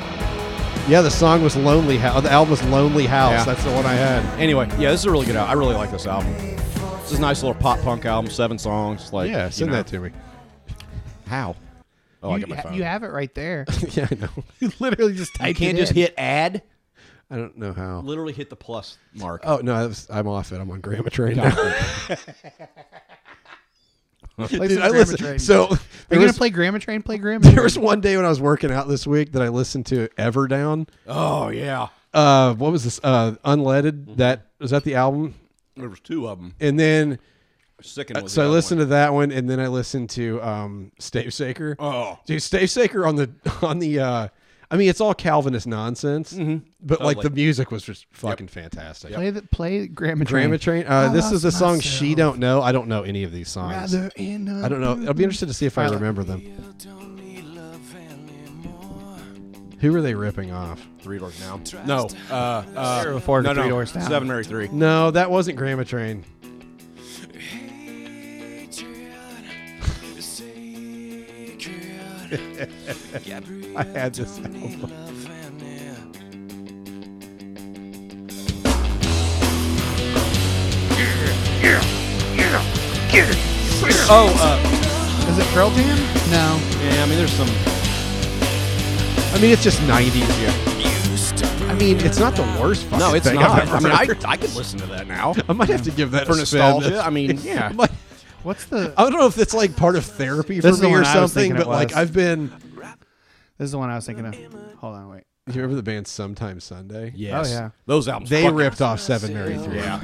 Yeah, the song was Lonely House. The album was Lonely House. Yeah. That's the one I had. Anyway, yeah, this is a really good album. I really like this album. This is a nice little pop punk album, seven songs. Like, yeah, you send know. that to me. How? Oh, I you, got my ha- phone. you have it right there. (laughs) yeah, I know. You literally just typed you can't it just in. hit add. I don't know how. Literally hit the plus mark. Oh no, that was, I'm off it. I'm on Grandma Train (laughs) now. Play Dude, some I Grandma listen. Train. So Are there you was, gonna play Grandma Train? Play Grandma. (laughs) there Train. was one day when I was working out this week that I listened to Everdown. Oh, yeah. Uh, what was this? Uh, Mm-hmm. Unleaded. That was that the album. There was two of Uh, them. And then Sickened was so the I other listened one. to that one, and then I listened to um, Stave Saker. Oh. dude, Stave Saker on the (laughs) on the. Uh, I mean, it's all Calvinist nonsense, but like Mm-hmm. Totally. the music was just fucking fantastic. play the play Grandma Train. Grandma Train. Uh, I this is lost the song myself. she don't know. I don't know any of these songs. Rather in a I don't know. I'll be interested to see if I Rather- remember them. Who were they ripping off? Three Doors Now. No. Uh, uh, Sarah Ford, no, Three no. Doors Down. Seven Mary Three. No, that wasn't Grandma Train. (laughs) I had this album. Oh, uh, Is it Pearl Jam? No. yeah, I mean, there's some. I mean, it's just '90s. Yeah. I mean, it's not the worst. Fucking No, it's thing not. I've I ever mean, I, heard. I could listen to that now. I might have to give that For a nostalgia, Spin. (laughs) I mean, yeah. I might- What's the? I don't know if it's like part of therapy for This is the me or one I was something, thinking it but like was. I've been. This is the one I was thinking of. Hold on, wait. You remember the band Sometime Sunday? Yes. yeah. Those albums. They fucking- ripped off Seven Mary Three. Yeah.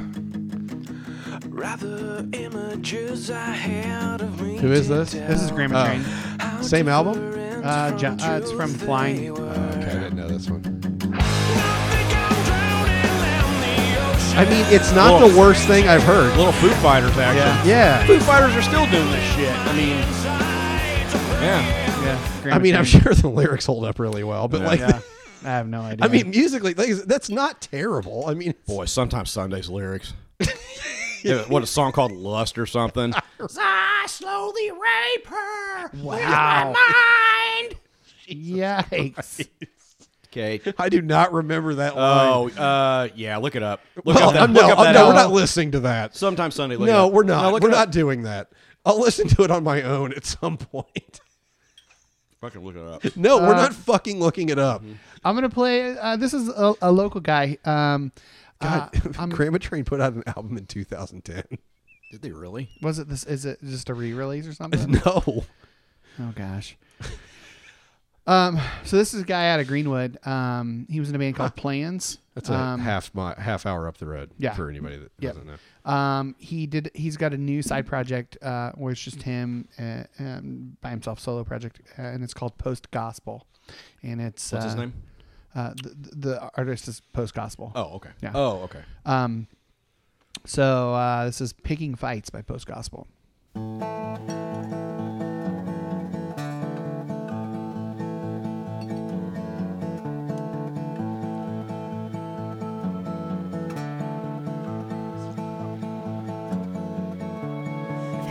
Rather images I had of me. Who is this? This is Grandma Oh. Train. Same album? Uh, Jo- uh, it's from Flying. Okay, I didn't know this one. I mean, it's not Well- the worst thing I've heard. Little Foo Fighters action. Yeah. Foo Fighters are still doing this shit. I mean, yeah. Yeah. Grandma I (laughs) mean, I'm Train. sure the lyrics hold up really well, but like, Yeah. I have no idea. (laughs) I mean, musically, like, that's not terrible. I mean, Boy, sometimes Sunday's (laughs) lyrics. Yeah, what a song called Lust or something. (laughs) I slowly rape her. wow. (laughs) Yikes. Okay. I do not remember that line. Oh, uh, yeah. Look it up. Look Well, up that. I'm- look no, up I'm- that no, we're album. not listening to that. Sometime Sunday. Look no, it up. we're not. look we're it up. not doing that. I'll listen to it on my own at some point. Fucking look it (laughs) up. No, we're Uh, not fucking looking it up. I'm gonna play. Uh, this is a, a local guy. Um, uh, (laughs) God, Grandma Train put out an album in 2010. Did they really? was it this? Is it just a re-release or something? (laughs) No. Oh gosh. Um, so this is a guy out of Greenwood. Um, he was in a band called Plans. That's a um, half mi- half hour up the road Yeah. for anybody that Yep. doesn't know. Um, he did. He's got a new side project uh, where it's just him uh, um, by himself, solo project, uh, and it's called Post Gospel. And it's What's his uh, name? Uh, the, the artist is Post Gospel. Oh, okay. Yeah. Oh, okay. Um, so uh, this is Picking Fights by Post Gospel.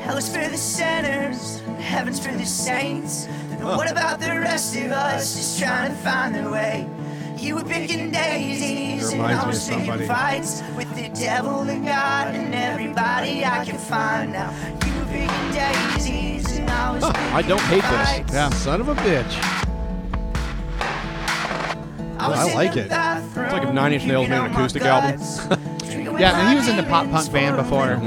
Hell's for the sinners, heaven's for the saints. And what about the rest of us just trying to find their way? You were picking daisies, and reminds I me was of picking somebody. fights with the devil and God and everybody I could find now. You were picking daisies, and I was picking I don't hate this. fights. Son of a bitch. I, was I in like the it. bathroom, It's like if Nine Inch Nails made an puking on my acoustic album. (laughs) guts. Yeah, and he was in the pop punk band before.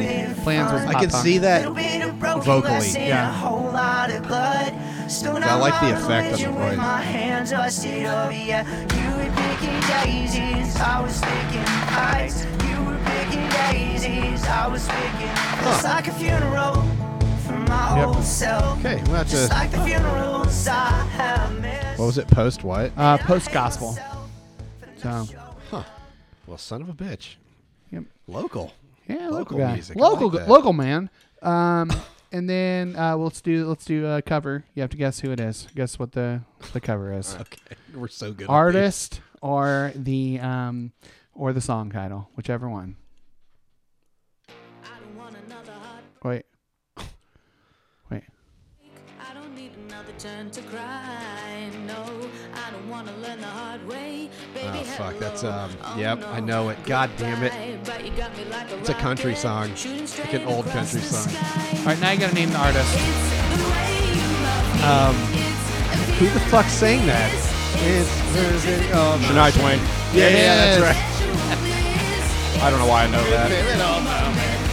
Plans was. I Pop punk. Little bit of broken vocally, glass and yeah. a whole lot of blood. Still not I like my the effect on the religion with voice. My hands rusted over ya. You were picking daisies, I was picking ice. You were picking daisies, I was picking. It's like a funeral for my Yep. old self. Okay, well, that's Just a- like the funerals I have missed. What was it? Post what? Uh, Post Gospel. So well, son of a bitch. Yep. Local. yeah, Local local, guy. music, I local, like that. local man. Um, (coughs) and then uh, let's do let's do a cover. You have to guess who it is. Guess what the the cover is. Okay, we're so good. at Artist or the um or the song title, whichever one. I Wait. (laughs) Wait. I don't need another turn to cry. No, I don't want to learn the hard Ah, way. Baby, Oh fuck, that's hello. um. Oh, Yep, no. I know it. God damn it. Goodbye, But you got me like a It's a country rocket, song, shooting like straight an old across country the song. sky. All right, now you got to name the artist. Um, who the fuck sang that? It's um, Shania Twain. Yeah, yeah, that's right. I don't know why I know that.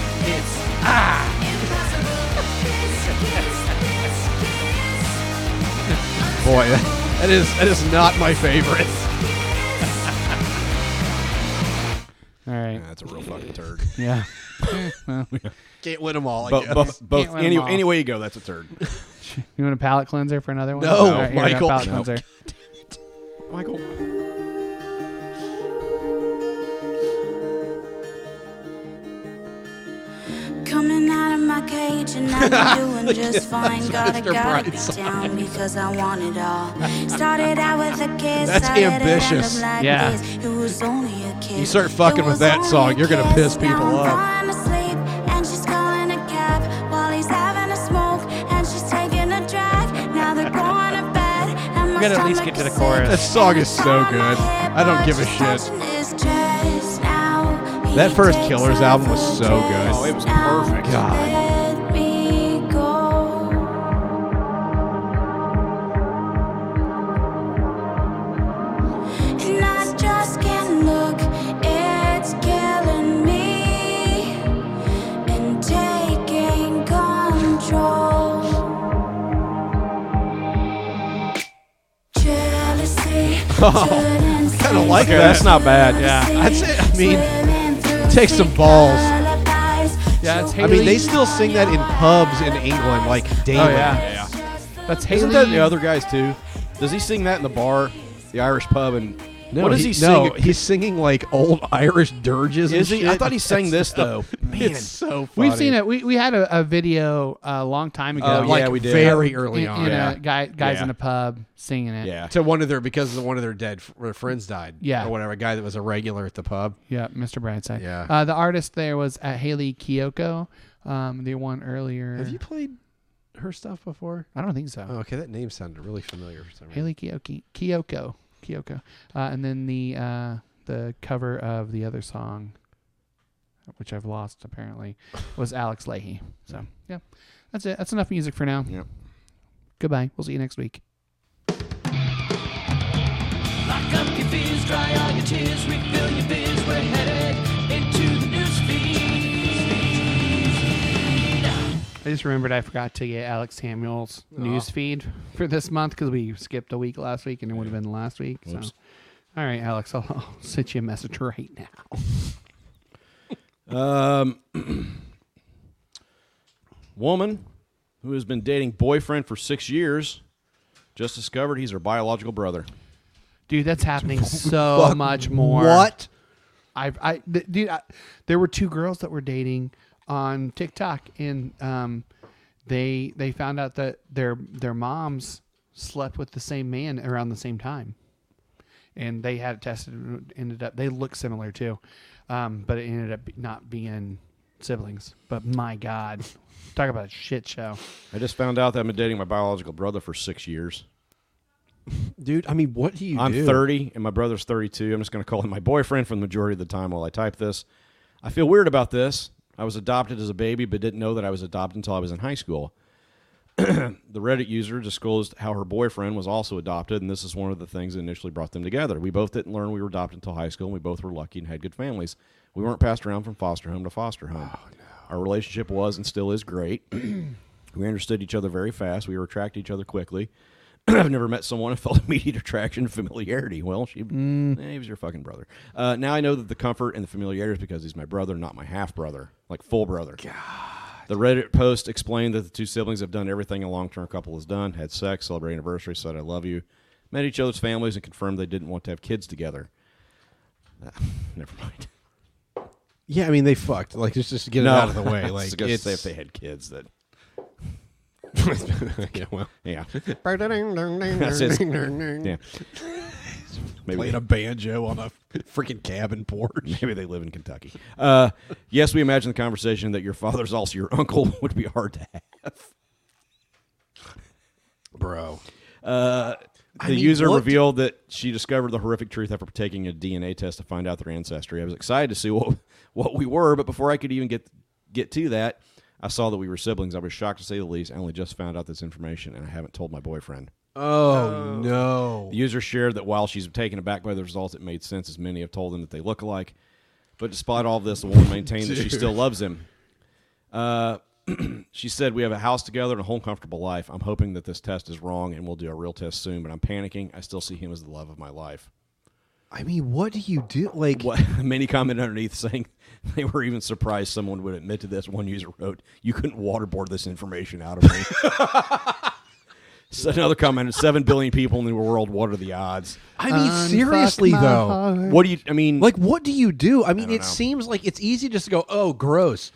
Boy, that is that is not my favorite. All right. That's a real fucking turd. Yeah. well, Can't win them all. I (laughs) But guess. both, both Can't win 'em any, all. any way you go, that's a turd. you want a palate cleanser for another one? No, All right, here, I got a Palate Michael. No. cleanser. Michael. Coming out of my cage and (laughs) I'm doing just fine. Gotta Mr. gotta be Brightside. down because I want it all. Started out with a kiss. That's I let it end ambitious. up Like Yeah. This. It was only a kiss. You start fucking It with was that only song, a you're gonna kiss. piss people Now off. I'm asleep and she's calling a cab while he's having a smoke and she's taking a drag. Now they're going to bed. and my We gotta at least stomach get to the is sick. chorus. That song is so good. I don't give a shit. That first Killers album was so good. Oh, it was perfect. God. And I just can't look, it's killing me and (laughs) taking control. Jealousy. kinda kind of like like Okay, it. that's not bad, yeah. I'd say- I mean, mean, takes some balls. Yeah, it's I mean, they still sing that in pubs in England, like daily. Oh yeah. That's Haley. Isn't that the other guys too? Does he sing that in the bar, the Irish pub? And what does he, sing? No, he's singing like old Irish dirges. and Is he? I shit. thought he sang this That's- though. (laughs) Man, It's so funny. We've seen it. uh, We, we had a, a video a long time ago. Oh, yeah, like we did. very early in, on. in Oh, Yeah. a guy, guys Yeah. in a pub singing it. yeah. To one of their because of one of their dead f- their friends died. Yeah. or whatever. A guy that was a regular at the pub. Yeah, Mr. Brightside. Yeah. Uh, the artist there was uh, Haley Kiyoko, um, the one earlier. Have you played her stuff before? I don't think so. Oh, okay, that name sounded really familiar for some reason. Haley Kiyoko. Kiyoko. Kiyoko. Uh, and then the uh, the cover of the other song, which I've lost (laughs) apparently, was Alex Leahy. So, yeah. That's it. That's enough music for now. Yep. Goodbye. We'll see you next week. Lock up your fears, dry all your tears, refill your beers. We're headed into the news I just remembered I forgot to get Alex Samuel's news feed for this month because we skipped a week last week and it would have been last week. So, all right, Alex, (laughs) I'll, I'll send you a message right now. Um, (clears throat) woman who has been dating boyfriend for six years just discovered he's her biological brother. Dude, that's happening so much more. What? I, I, th- dude, I, there were two girls that were dating on TikTok, and um, they they found out that their their moms slept with the same man around the same time, and they had it tested. and it Ended up they look similar too, um, but it ended up not being siblings. But my God, talk about a shit show. I just found out that I've been dating my biological brother for six years. Dude, I mean, what do you I'm do? 30 and my brother's 32. I'm just going to call him my boyfriend for the majority of the time while I type this. I feel weird about this. I was adopted as a baby, but didn't know that I was adopted until I was in high school. (clears throat) the Reddit user disclosed how her boyfriend was also adopted, and this is one of the things that initially brought them together. We both didn't learn we were adopted until high school, and we both were lucky and had good families. We weren't passed around from foster home to foster home. Oh, Our relationship was and still is great. we understood each other very fast. We were attracted to each other quickly. (clears throat) I've never met someone who (laughs) felt immediate attraction and familiarity. Well, she, Mm. eh, he was your fucking brother. Uh, now I know that the comfort and the familiarity is because he's my brother, not my half brother, like full brother. The Reddit post explained that the two siblings have done everything a long term couple has done had sex, celebrated anniversary, said, I love you, met each other's families, and confirmed they didn't want to have kids together. Ah, (laughs) never mind. Yeah, I mean, they fucked. Like, just just to get No. it out of the way. (laughs) I was Like, (laughs) gonna it's say if they had kids, that. yeah, well, Yeah. that's it. Yeah. (laughs) Maybe playing they- a banjo on a freaking cabin porch. (laughs) Maybe they live in Kentucky. Uh, yes, we imagine the conversation that your father's also your (laughs) uncle would be hard to have. Bro. Uh, the I mean, user what- revealed that she discovered the horrific truth after taking a DNA test to find out their ancestry. I was excited to see what what we were, but before I could even get get to that, I saw that we were siblings. I was shocked to say the least. I only just found out this information, and I haven't told my boyfriend. Oh, no. The user shared that while she's taken aback by the results, it made sense as many have told them that they look alike. But despite all this, the woman maintained that she Dude. still loves him. Uh, (clears throat) she said, We have a house together and a whole comfortable life. I'm hoping that this test is wrong and we'll do a real test soon, but I'm panicking. I still see him as the love of my life. I mean, what do you do? Like, What, (laughs) many commented underneath saying (laughs) they were even surprised someone would admit to this. One user wrote, You couldn't waterboard this information out of me. So Another commented, 7 billion people in the world, what are the odds? I mean, seriously, my though. heart. What do you? I mean, Like, what do you do? I mean, don't it know. seems like it's easy just to go, oh, gross.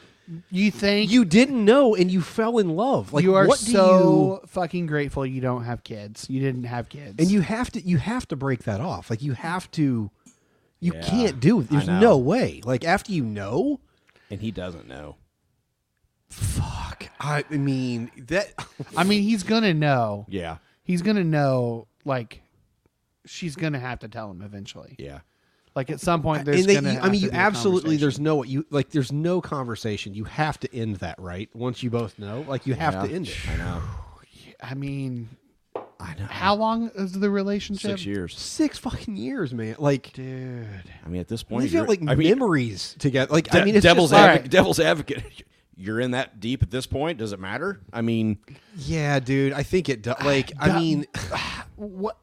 You think You didn't know and you fell in love. Like, you are what do you. so fucking grateful you don't have kids. You didn't have kids. And you have to you have to break that off. Like you have to you Yeah, can't do it. I There's know. no way. Like after you know, and he doesn't know. fuck. I I mean that I mean, he's gonna know. Yeah, He's gonna know. Like, she's gonna have to tell him eventually. yeah. Like at some point, there's. and they, gonna you- I have mean to you be a absolutely there's conversation. no you like there's no conversation. You have to end that, right? Once you both know, like you have to Yeah. end it. I know. I mean, I know. how long is the relationship? (sighs) Six years. Six fucking years, man. Like dude. I mean, at this point, we felt you're- like I mean, memories together. Like I de- mean, it's devil's just like- advocate, devil's advocate. (laughs) You're in that deep at this point. Does it matter? I mean, Yeah, dude. I think it. Do- like I mean, (laughs) What?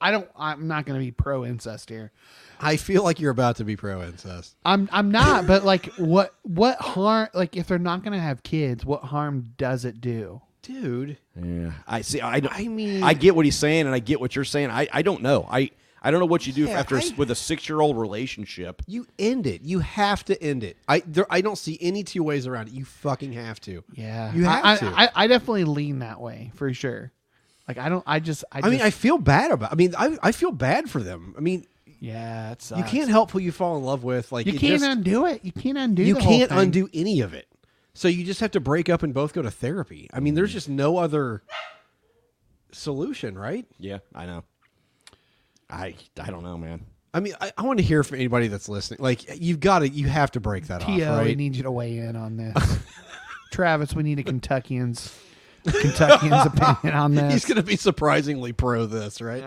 I don't. I'm not gonna be pro incest here. I feel like you're about to be pro incest. I'm I'm not, but like what what harm like if they're not gonna have kids, what harm does it do? dude. yeah. I see. I, don't- I mean- I get what he's saying, and I get what you're saying. I, I don't know. I, I don't know what you do Yeah, after I- with a six year old relationship. You end it. You have to end it. I there, I don't see any two ways around it. You fucking have to. Yeah, You I- have I, to. I, I definitely lean that way for sure. Like I don't. I just. I, I mean, just- I feel bad about. I mean, I I feel bad for them. I mean, yeah, it sucks. you can't help who you fall in love with. Like You it can't just- undo it. You can't undo. you the whole can't thing. undo any of it. So you just have to break up and both go to therapy. I mean, Mm. there's just no other solution, right? Yeah, I know. I, I don't know, man. I mean, I, I want to hear from anybody that's listening. Like, you've got to, you have to break that Tio, off, we right? need you to weigh in on this. (laughs) Travis, we need a Kentuckian's (laughs) Kentuckian's opinion on this. (laughs) He's going to be surprisingly pro this, right?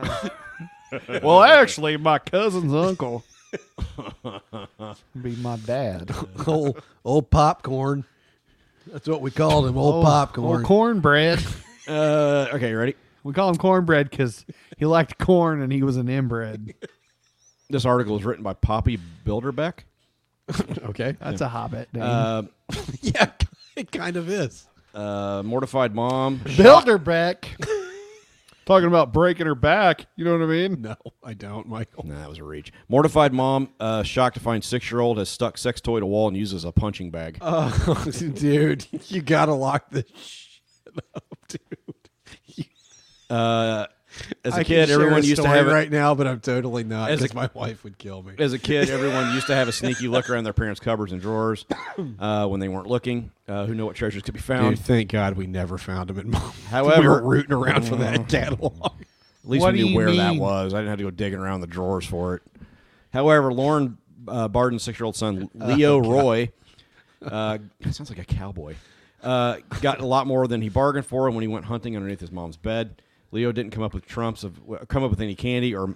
well, actually, my cousin's uncle be my dad. (laughs) old, old popcorn. That's what we called him, Oh, old, popcorn. or cornbread. Uh, okay, you ready? We call him cornbread because he liked corn and he was an inbred. This article is written by Poppy Bilderbeck. Okay. That's a hobbit name. Uh, (laughs) yeah, it kind of is. uh, mortified mom. Bilderbeck. Talking about breaking her back. You know what I mean? No, I don't, Michael. Nah, that was a reach. Mortified mom, uh, shocked to find six year old has stuck sex toy to wall and uses a punching bag. Oh, (laughs) dude, you gotta lock this shit up, dude. You- Uh, as a I can kid, share everyone a used to story have a- right now, but I'm totally not As a- because my wife would kill me. As a kid, everyone used to have a sneaky look around their parents' cupboards (coughs) and drawers uh, when they weren't looking. Uh, who knew what treasures could be found? Dude, thank God we never found him. And mom, (laughs) we However- Mm. were rooting around for that (laughs) catalog. At least What we do knew you where that mean? was. I didn't have to go digging around the drawers for it. However, Lauren uh, Barden's six year (laughs) old son, Oh, Leo Roy, uh, (laughs) that sounds like a cowboy, uh, got a lot more than he bargained for when he went hunting underneath his mom's bed. Leo didn't come up with trumps of come up with any candy or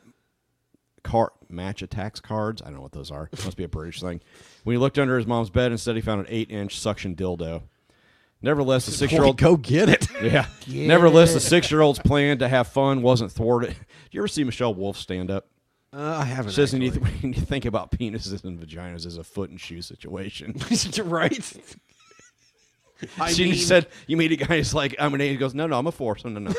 car match attacks cards. I don't know what those are. Must be a British thing. When he looked under his mom's bed, instead he found an eight inch suction dildo. (laughs) Nevertheless, the Oh, six year old go get it. yeah. Nevertheless, the six (laughs) year old's plan to have fun wasn't thwarted. Do you ever see Michelle Wolf stand up? Uh, I haven't. She says when you, actually. when (laughs) you think about penises and vaginas as a foot and (laughs) shoe situation. right? (laughs) she said, You meet a guy who's like, I'm an eight. He goes, No, no, I'm a four. So, no, no.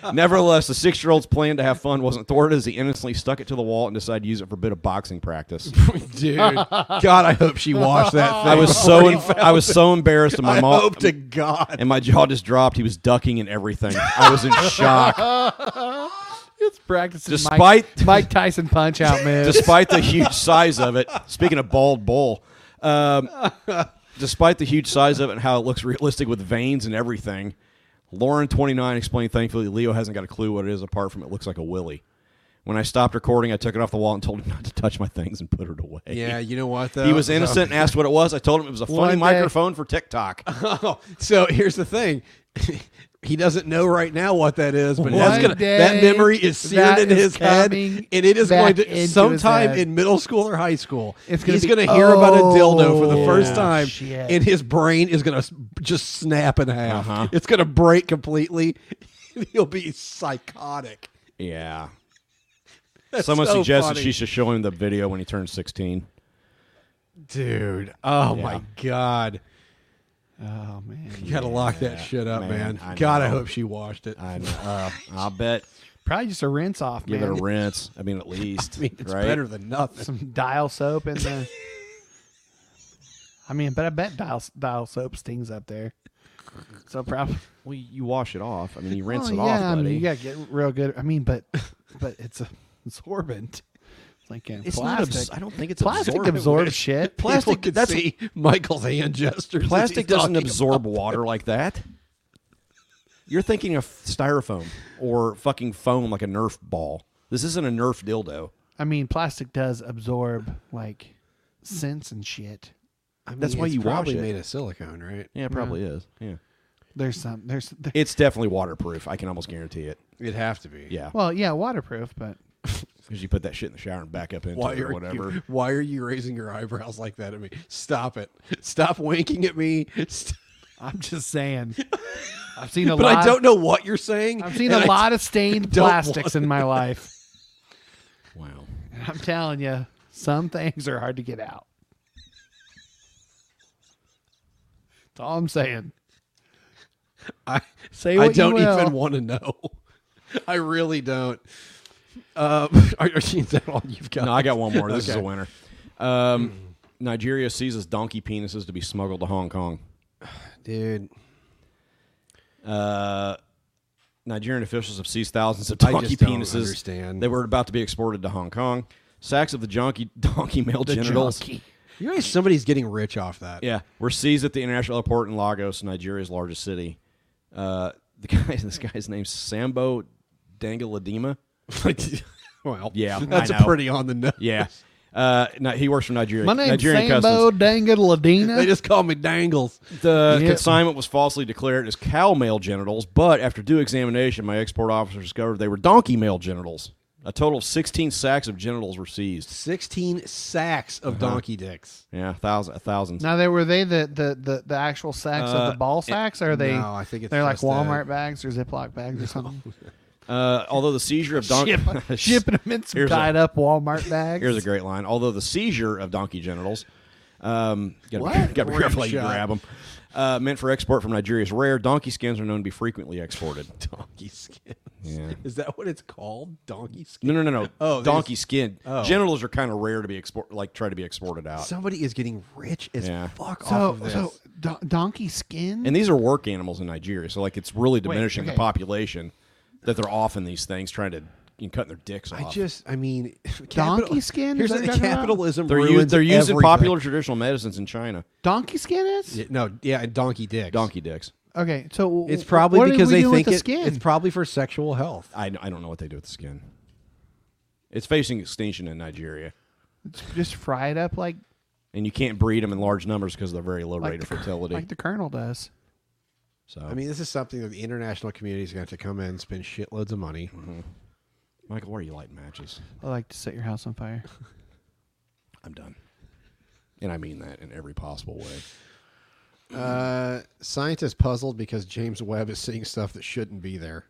(laughs) Nevertheless, the six year old's plan to have fun wasn't thwarted as he innocently stuck it to the wall and decided to use it for a bit of (laughs) boxing practice. dude. God, I hope she washed that. Thing I (laughs) was so before he en- I was so embarrassed, and my I mom hope to God. (laughs) and my jaw just dropped. He was ducking and everything. I was in shock. Just practicing Mike- Despite- Mike, Tyson punch (laughs) out moves. despite the huge size of it. Speaking of bald bull, um, despite the huge size of it and how it looks realistic with veins and everything, Lauren twenty nine explained. Thankfully, Leo hasn't got a clue what it is apart from it looks like a willy. When I stopped recording, I took it off the wall and told him not to touch my things and put it away. Yeah, you know what, though? (laughs) He was innocent and asked what it was. I told him it was a funny One day- microphone for TikTok. (laughs) Oh, so here's the thing. (laughs) He doesn't know right now what that is, but One that's gonna, day, that memory is seared that in is his head, and coming it is back going into to his sometime head. in middle school or high school. It's gonna he's be, going to hear about a dildo for the "Oh, first time, shit." and his brain is going to just snap in half. Uh-huh. It's going to break completely. (laughs) He'll be psychotic. Yeah. That's Someone so suggested funny. she should show him the video when he turns 16. Dude. Oh, my God. Oh man, You got to lock that shit up, man. I God, I know. hope she washed it. I know. Uh, I'll bet. Probably just a rinse off, Give man. it a rinse. (laughs) I mean, at least. it's right? better than nothing. Some (laughs) dial soap in the. I mean, but I bet dial dial soap stings up there. So probably Well, you wash it off. I mean, you rinse Oh, it yeah, off, I mean, buddy. you gotta get real good. I mean, but but it's a absorbent. It's like uh, It's not plastic. abs- I don't think it's plastic absorbent. absorbs (laughs) shit. Plastic- could that's- see Michael's hand gestures. as Plastic he's doesn't talking absorb about water like that. You're thinking of styrofoam or fucking foam like a Nerf ball. This isn't a Nerf dildo. I mean, plastic does absorb like scents and shit. it. I That's mean, why it's you wash probably it. made of silicone, right? Yeah, it probably is. Yeah. There's some. There's. There, It's definitely waterproof. I can almost guarantee it. It'd have to be. Yeah. well, yeah, waterproof, but Because you put that shit in the shower and back up into Why it are or whatever. (laughs) You, why are you raising your eyebrows like that at me? Stop it! Stop winking at me. St- I'm just (laughs) saying. I've seen a but lot. I don't know what you're saying. I've seen and a I- lot of (laughs) stained don't want- plastics in my life. Wow. And I'm telling you, some things are hard to get out. That's all I'm saying. I, Say what I you don't will. even want to know. I really don't. Um, (laughs) are, are, is that all you've got? No, I got one more. This is Okay. a winner. Um, Nigeria seizes donkey penises to be smuggled to Hong Kong. dude. Uh, Nigerian officials have seized thousands of I donkey just don't penises. understand. They were about to be exported to Hong Kong. Sacks of the donkey (laughs) donkey male genitals. You realize somebody's getting rich off that? Yeah, were seized at the international airport in Lagos, Nigeria's largest city. Uh, the (laughs) guy, this guy's name's Sambo (laughs) Dangaladima. well, Yeah, that's I a know. pretty on the nose. Yeah, uh, no, he works for Nigeria. My name's Nigerian Sambo customs. Danga Ladina. They just call me Dangles. The Yeah. uh, consignment was falsely declared as cow male genitals, but after due examination, my export officer discovered they were donkey male genitals. A total of 16 sacks of genitals were seized. 16 sacks of Uh-huh. donkey dicks. Yeah, thousands. thousands. now, they were they the the the, the actual sacks of the ball sacks? Or are they? Uh, no, I think it's they're like just uh, the- Walmart bags or Ziploc bags or something. (laughs) Uh, although the seizure of donkey... (laughs) Ship, shipping them in some Here's a- tied up (laughs) Walmart bags. Here's a great line. Although the seizure of donkey genitals, um, (laughs) gotta, What? Be, gotta be Random careful how you shot. grab them. Uh, meant for export from Nigeria is rare. Donkey skins are known to be frequently exported. Donkey skins. Yeah. Is that what it's called? Donkey skins? No, no, no, no. Oh, they donkey just- skin. Oh. Genitals are kind of rare to be export, like try to be exported out. Somebody is getting rich as Yeah. fuck off So of this. so don- donkey skin. And these are work animals in Nigeria, so like it's really diminishing okay. the population that they're off in these things, trying to you know, cutting their dicks off. I just, I mean, (laughs) Donkey skin? Is Here's that the what you're talking about? capitalism. they're, ruins us- they're using everything. popular traditional medicines in China. donkey skin is (laughs) Yeah, No, yeah, and donkey dicks. Donkey dicks. okay. So It's wh- probably what do because we they do with think the it- skin? it's probably for sexual health. I, I don't know what they do with the skin. It's facing extinction in Nigeria, just fry it up like and you can't breed them in large numbers because of the very low rate like of the, fertility. like the Colonel does. so I mean, this is something that the international community is going to have to come in and spend shitloads of money. Mm-hmm. Michael, why are you lighting matches? I like to set your house on fire. I'm done, and I mean that in every possible way. Uh, scientists puzzled because James Webb is seeing stuff that shouldn't be there.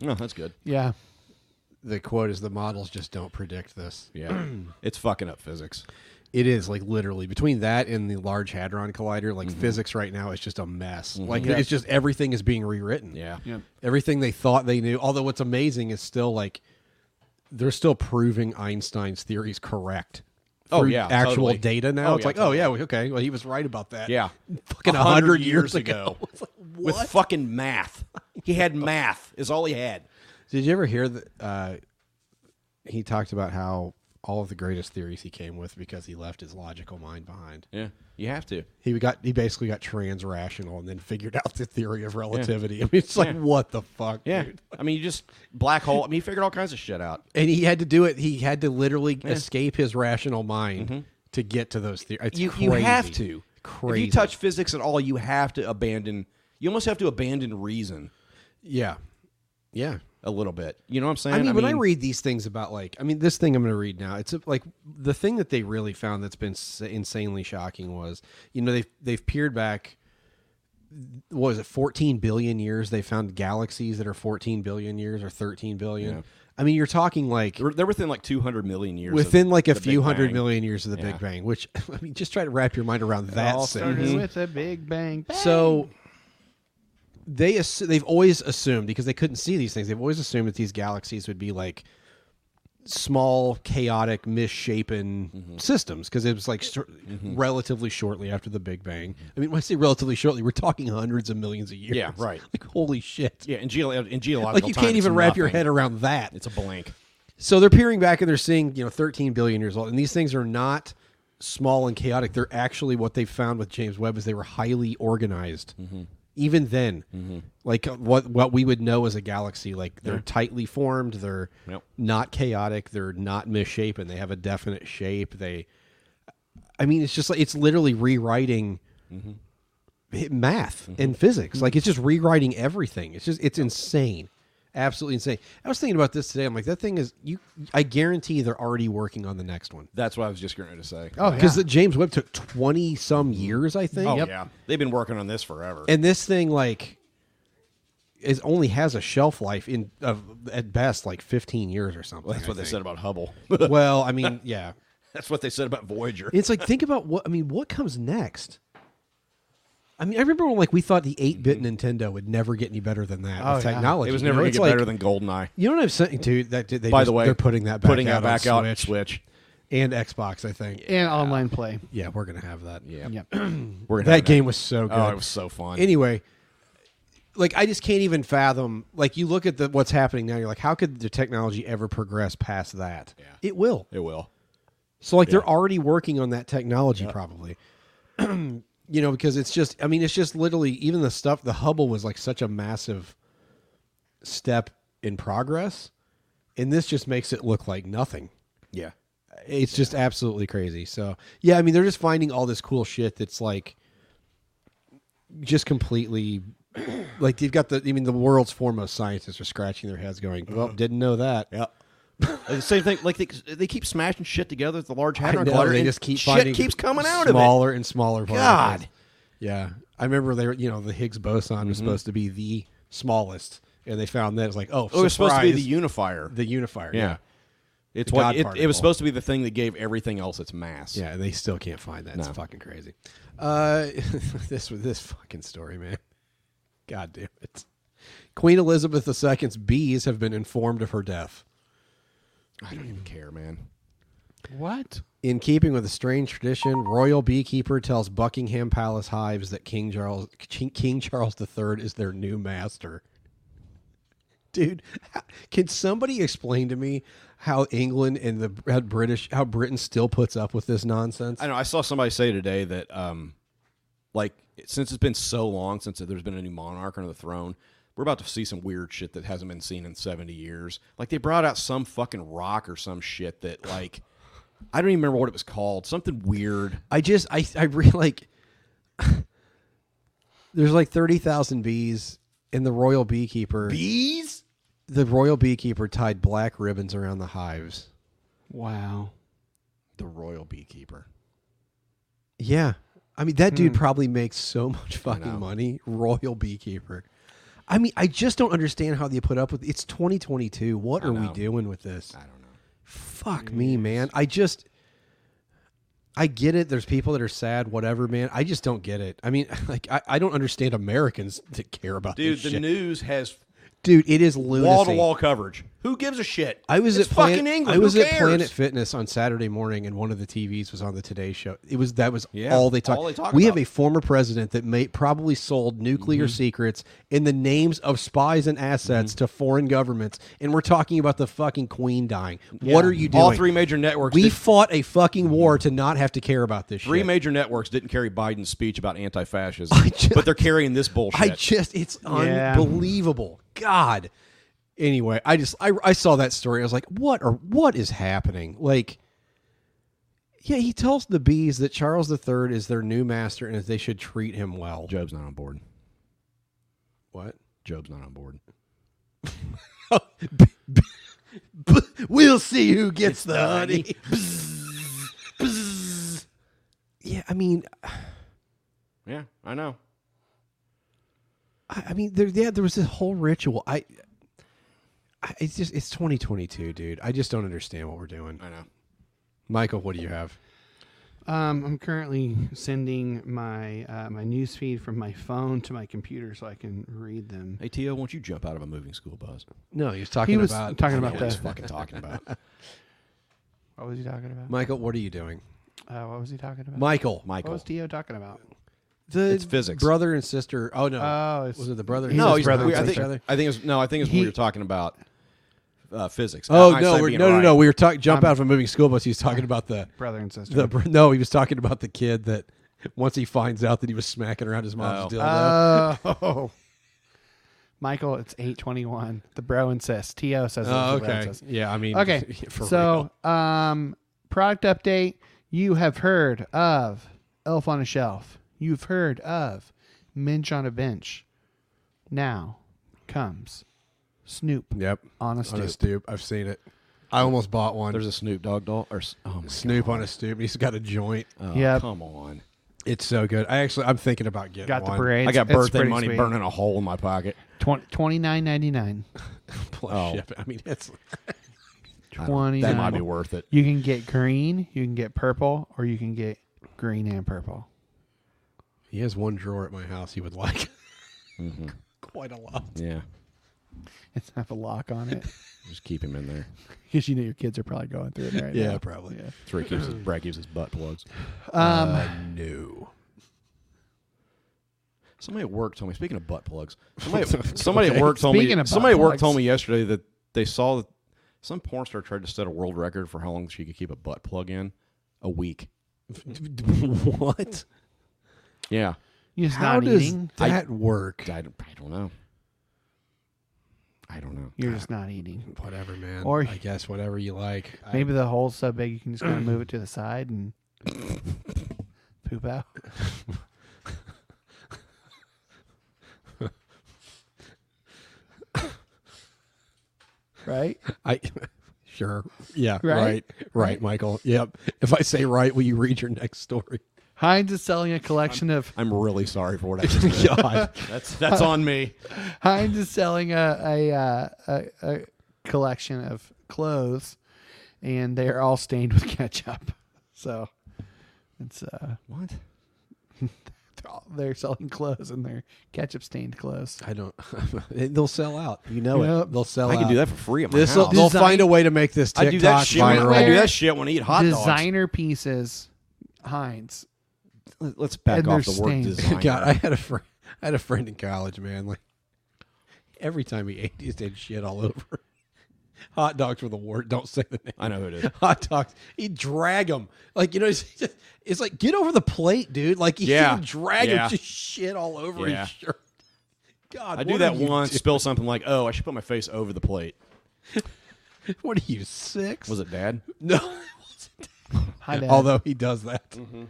No, that's good. (laughs) Yeah. The quote is the models just don't predict this. Yeah, it's fucking up physics. It is like literally between that and the Large Hadron Collider, like physics right now is just a mess. Like it's just everything is being rewritten. Yeah. Everything they thought they knew. Although what's amazing is still like they're still proving Einstein's theories correct. Oh, through yeah, Actual totally. data now. Oh, it's yeah, like, totally. oh yeah, okay. Well he was right about that. Yeah. Fucking a hundred (laughs) years ago. It's like, With what? (laughs) fucking math. He had math, is all he had. Did you ever hear that uh, he talked about how all of the greatest theories he came with because he left his logical mind behind? Yeah, you have to. He got he basically got trans rational and then figured out the theory of relativity. (laughs) I mean, it's like Yeah. what the fuck, Yeah, dude? I mean, you just black hole. I mean, he figured all kinds of shit out. And he had to do it. He had to literally Yeah. Mm-hmm. escape his rational mind to get to those theories. you you have to. Crazy. If you touch physics at all, you have to abandon. You almost have to abandon reason yeah, yeah. a little bit. You know what I'm saying? I mean, when I read these things about like, I mean, this thing I'm going to read now, it's like the thing that they really found that's been s- insanely shocking was, you know, they've they've peered back. What was it? 14 billion years. They found galaxies that are 14 billion years or 13 billion. Yeah. I mean, you're talking like they're, they're within like 200 million years. of within like a the few Big hundred Bang. million years of the Yeah. Big Bang. Which I mean, just try to wrap your mind around It that. all sentence. started with a big bang. bang. So they assu- they've always assumed because they couldn't see these things. They've always assumed that these galaxies would be like small, chaotic, misshapen Mm-hmm. systems because it was like sor- relatively shortly after the Big Bang. I mean, when I say relatively shortly, we're talking hundreds of millions of years. Yeah, right. (laughs) Like holy shit. Yeah, in, geolo- in geological Like you time, can't it's even wrap your nothing. head around that. It's a blank. So they're peering back and they're seeing, you know, 13 billion years old. And these things are not small and chaotic. They're actually what they found with James Webb is they were highly organized. Even then, like uh, what what we would know as a galaxy, like they're tightly formed, they're Yep. not chaotic, they're not misshapen, they have a definite shape. They, I mean, it's just like it's literally rewriting hi- math Mm-hmm. and physics. Like it's just rewriting everything. It's just it's insane, absolutely insane. I was thinking about this today. I'm like, that thing is you. I guarantee they're already working on the next one. That's what I was just going to say. oh yeah. Because the James Webb took twenty some years, I think. Oh, yeah. They've been working on this forever. And this thing like is only has a shelf life in of at best like fifteen years or something. That's I what they said think. (laughs) about Hubble. well, I mean, (laughs) yeah. That's what they said about Voyager. It's like think about what I mean. What comes next? I mean, I remember when like we thought the eight bit Nintendo would never get any better than that Oh, with yeah. technology. Mm-hmm. It was You know, never going it's to get like- better than GoldenEye. You know what I'm saying, dude? That did- they By just- the way, they're putting that back putting out that back on out on Switch Switch. and Xbox. I think. and online play. Yeah, we're gonna have that. Yeah, Yep. (clears throat) We're gonna that have game was so good. Oh, it was so fun. Anyway, like I just can't even fathom. Like you look at the what's happening now, you're like, how could the technology ever progress past that? Yeah. It will. it will. So like they're already working on that technology probably. (clears throat) you know, because it's just I mean, it's just literally even the stuff the Hubble was like such a massive step in progress. And this just makes it look like nothing. Yeah. It's just absolutely crazy. So yeah, I mean they're just finding all this cool shit that's like just completely (clears throat) like you've got the I mean the world's foremost scientists are scratching their heads going, Well, didn't know that. (laughs) Yeah. the same thing. Like they, they keep smashing shit together at the Large I Hadron know, Collider. They and just keep shit finding keeps coming out of it. smaller and smaller. Particles. God. yeah. I remember they were, you know, the Higgs boson was Mm-hmm. supposed to be the smallest, and they found that it's like, oh, It was supposed to be the surprise, unifier. the unifier. yeah. It's The God what it, it particle. was supposed to be the thing that gave everything else its mass. yeah, and they still can't find that. It's fucking crazy. Uh, (laughs) this was this fucking story, man. God damn it. Queen Elizabeth II's bees have been informed of her death. I don't even care, man. What? In keeping with a strange tradition, royal beekeeper tells Buckingham Palace hives that King Charles King King Charles III is their new master. Dude, how- can somebody explain to me how England and the how British how Britain still puts up with this nonsense? I know. I saw somebody say today that, um, like, since it's been so long since there's been a new monarch under the throne, we're about to see some weird shit that hasn't been seen in 70 years. Like, they brought out some fucking rock or some shit that, like, I don't even remember what it was called. Something weird. I just I I really like (laughs) there's like 30,000 bees and the royal beekeeper Bees? the royal beekeeper tied black ribbons around the hives. Wow. The royal beekeeper. Yeah. I mean, that dude probably makes so much fucking Hmm. know. money. Royal beekeeper. I mean, I just don't understand how they put up with it's 2022. What are we know. doing with this? I don't know. Fuck me, man. I just I get it. There's people that are sad, whatever, man. I just don't get it. I mean, (laughs) like I, I don't understand Americans that care about Dude, this the shit. news has dude, it is lunacy. wall to wall coverage. Who gives a shit? I was it's at fucking Planet, England. I was Who at cares? Planet Fitness on Saturday morning, and one of the TVs was on the Today Show. It was that was Yeah, all they talked. all they talk we about. have Mm-hmm. a former president that may probably sold nuclear secrets in the names of spies and assets to foreign governments, and we're talking about the fucking Queen dying. What Yeah. are you doing? All three major networks We did- fought a fucking war to not have to care about this. Three shit. major networks didn't carry Biden's speech about (laughs) anti-fascism, but they're carrying this bullshit. I just it's Yeah. unbelievable. God. Anyway, I just I, I saw that story. I was like, what or what is happening? Like yeah, he tells the bees that Charles III is their new master and that they should treat him well. Job's not on board. What? Job's not on board. (laughs) we'll see who gets the honey. (laughs) yeah, I mean, Yeah, I know. I, I mean, there, yeah, there was this whole ritual. I, I, it's just, it's 2022, dude. I just don't understand what we're doing. I know. Michael, what do you have? Um, I'm currently sending my uh, my news feed from my phone to my computer so I can read them. Hey, T.O., won't you jump out of a moving school bus? No, he was talking He was about talking I know about what he's that. fucking (laughs) talking about. What was he talking about? Michael, what are you doing? Uh, what was he talking about? Michael, What Michael. was Dio talking about? the It's physics. Brother and sister. Oh no, Oh, it's- was it the brother? No, and he's- sister? we- I and think, Brother? I think it's no. I think it's when we He- were talking about uh, physics. Oh Einstein no, we're, being no, no, right. no. We were talking. Jump I'm- out of a moving school bus. He was talking about the Brother and sister. the. br- No, he was talking about the kid that once he finds out that he was smacking around his mom's Oh. dildo. oh. (laughs) Michael, it's 821. The bro insists. T.O. says it Oh, was the bro okay. insist. Yeah, I mean, Okay. (laughs) for so, um, product update. You have heard of Elf on a Shelf. You've heard of Minch on a Bench. Now comes Snoop real. yep, on a on a Stoop. stoop. I've seen it. I almost bought one. There's a Snoop Dogg doll or s- oh my Snoop on a stoop. He's got a joint. God, Yep. Come on. It's so good. I actually, I'm thinking about getting Got the one. parade. I got birthday money burning a hole in my pocket. Twenty nine ninety nine. Plus Oh. shipping. I mean, it's (laughs) I don't- That might be worth it. You can get green, you can get purple, or you can get green and purple. (laughs) he has one drawer at my house. He would like Mm-hmm. (laughs) quite a lot. Yeah. It's have a lock on (laughs) it Just keep him in there. because you know your kids are probably going through it right Yeah, now. probably. Yeah. Three keeps his, Brad keeps his butt plugs. (laughs) No. Somebody at work told me. Speaking of butt (laughs) plugs, somebody, somebody at work told Speaking me. of butt Somebody at work plugs. told me yesterday that they saw that some porn star tried to set a world record for how long she could keep a butt plug in a week. what? Yeah, You just How not does eating. that work? I don't, I don't know. I don't know. You're just not eating. Whatever, man. Or- I guess whatever you like. I- Maybe the hole's so big you can just kind of move it to the side and poop out. right? I, (laughs) sure. Yeah. Right? Right. right. Michael. Yep. If I say right, will you read your next story? Heinz is selling a collection of I'm really sorry for what (laughs) I just did. God. That's that's on me. Heinz is selling a a, uh, a a collection of clothes, and they are all stained with ketchup. So it's uh, (laughs) What? they're, all, they're selling clothes and they're ketchup stained clothes. I don't. (laughs) They'll sell out. You know Yep. it. They'll sell I out. can do that for free at my This. house. They'll Design- find a way to make this I TikTok do that shit. When, viral. I do that shit when I eat hot Designer pieces, Heinz. dogs. Let's back and off they're the word stained. (laughs) designer. God, I had a friend. I had a friend in college, man. Like every time he ate, he just had shit all over. (laughs) Hot dogs were the word. Don't say the name. (laughs) I know who (laughs) it is. Hot dogs. He'd drag them. Like you know, (laughs) it's, just- it's like get over the plate, dude. Like he Yeah. would drag him, Yeah. just shit all over Yeah. his shirt. God, I do what that are you once. doing? Spill something like, "Oh, I should put my face over the plate." (laughs) What are you six? Was it Dad? no? (laughs) Hi, Dad. Although he does that. Mm-hmm.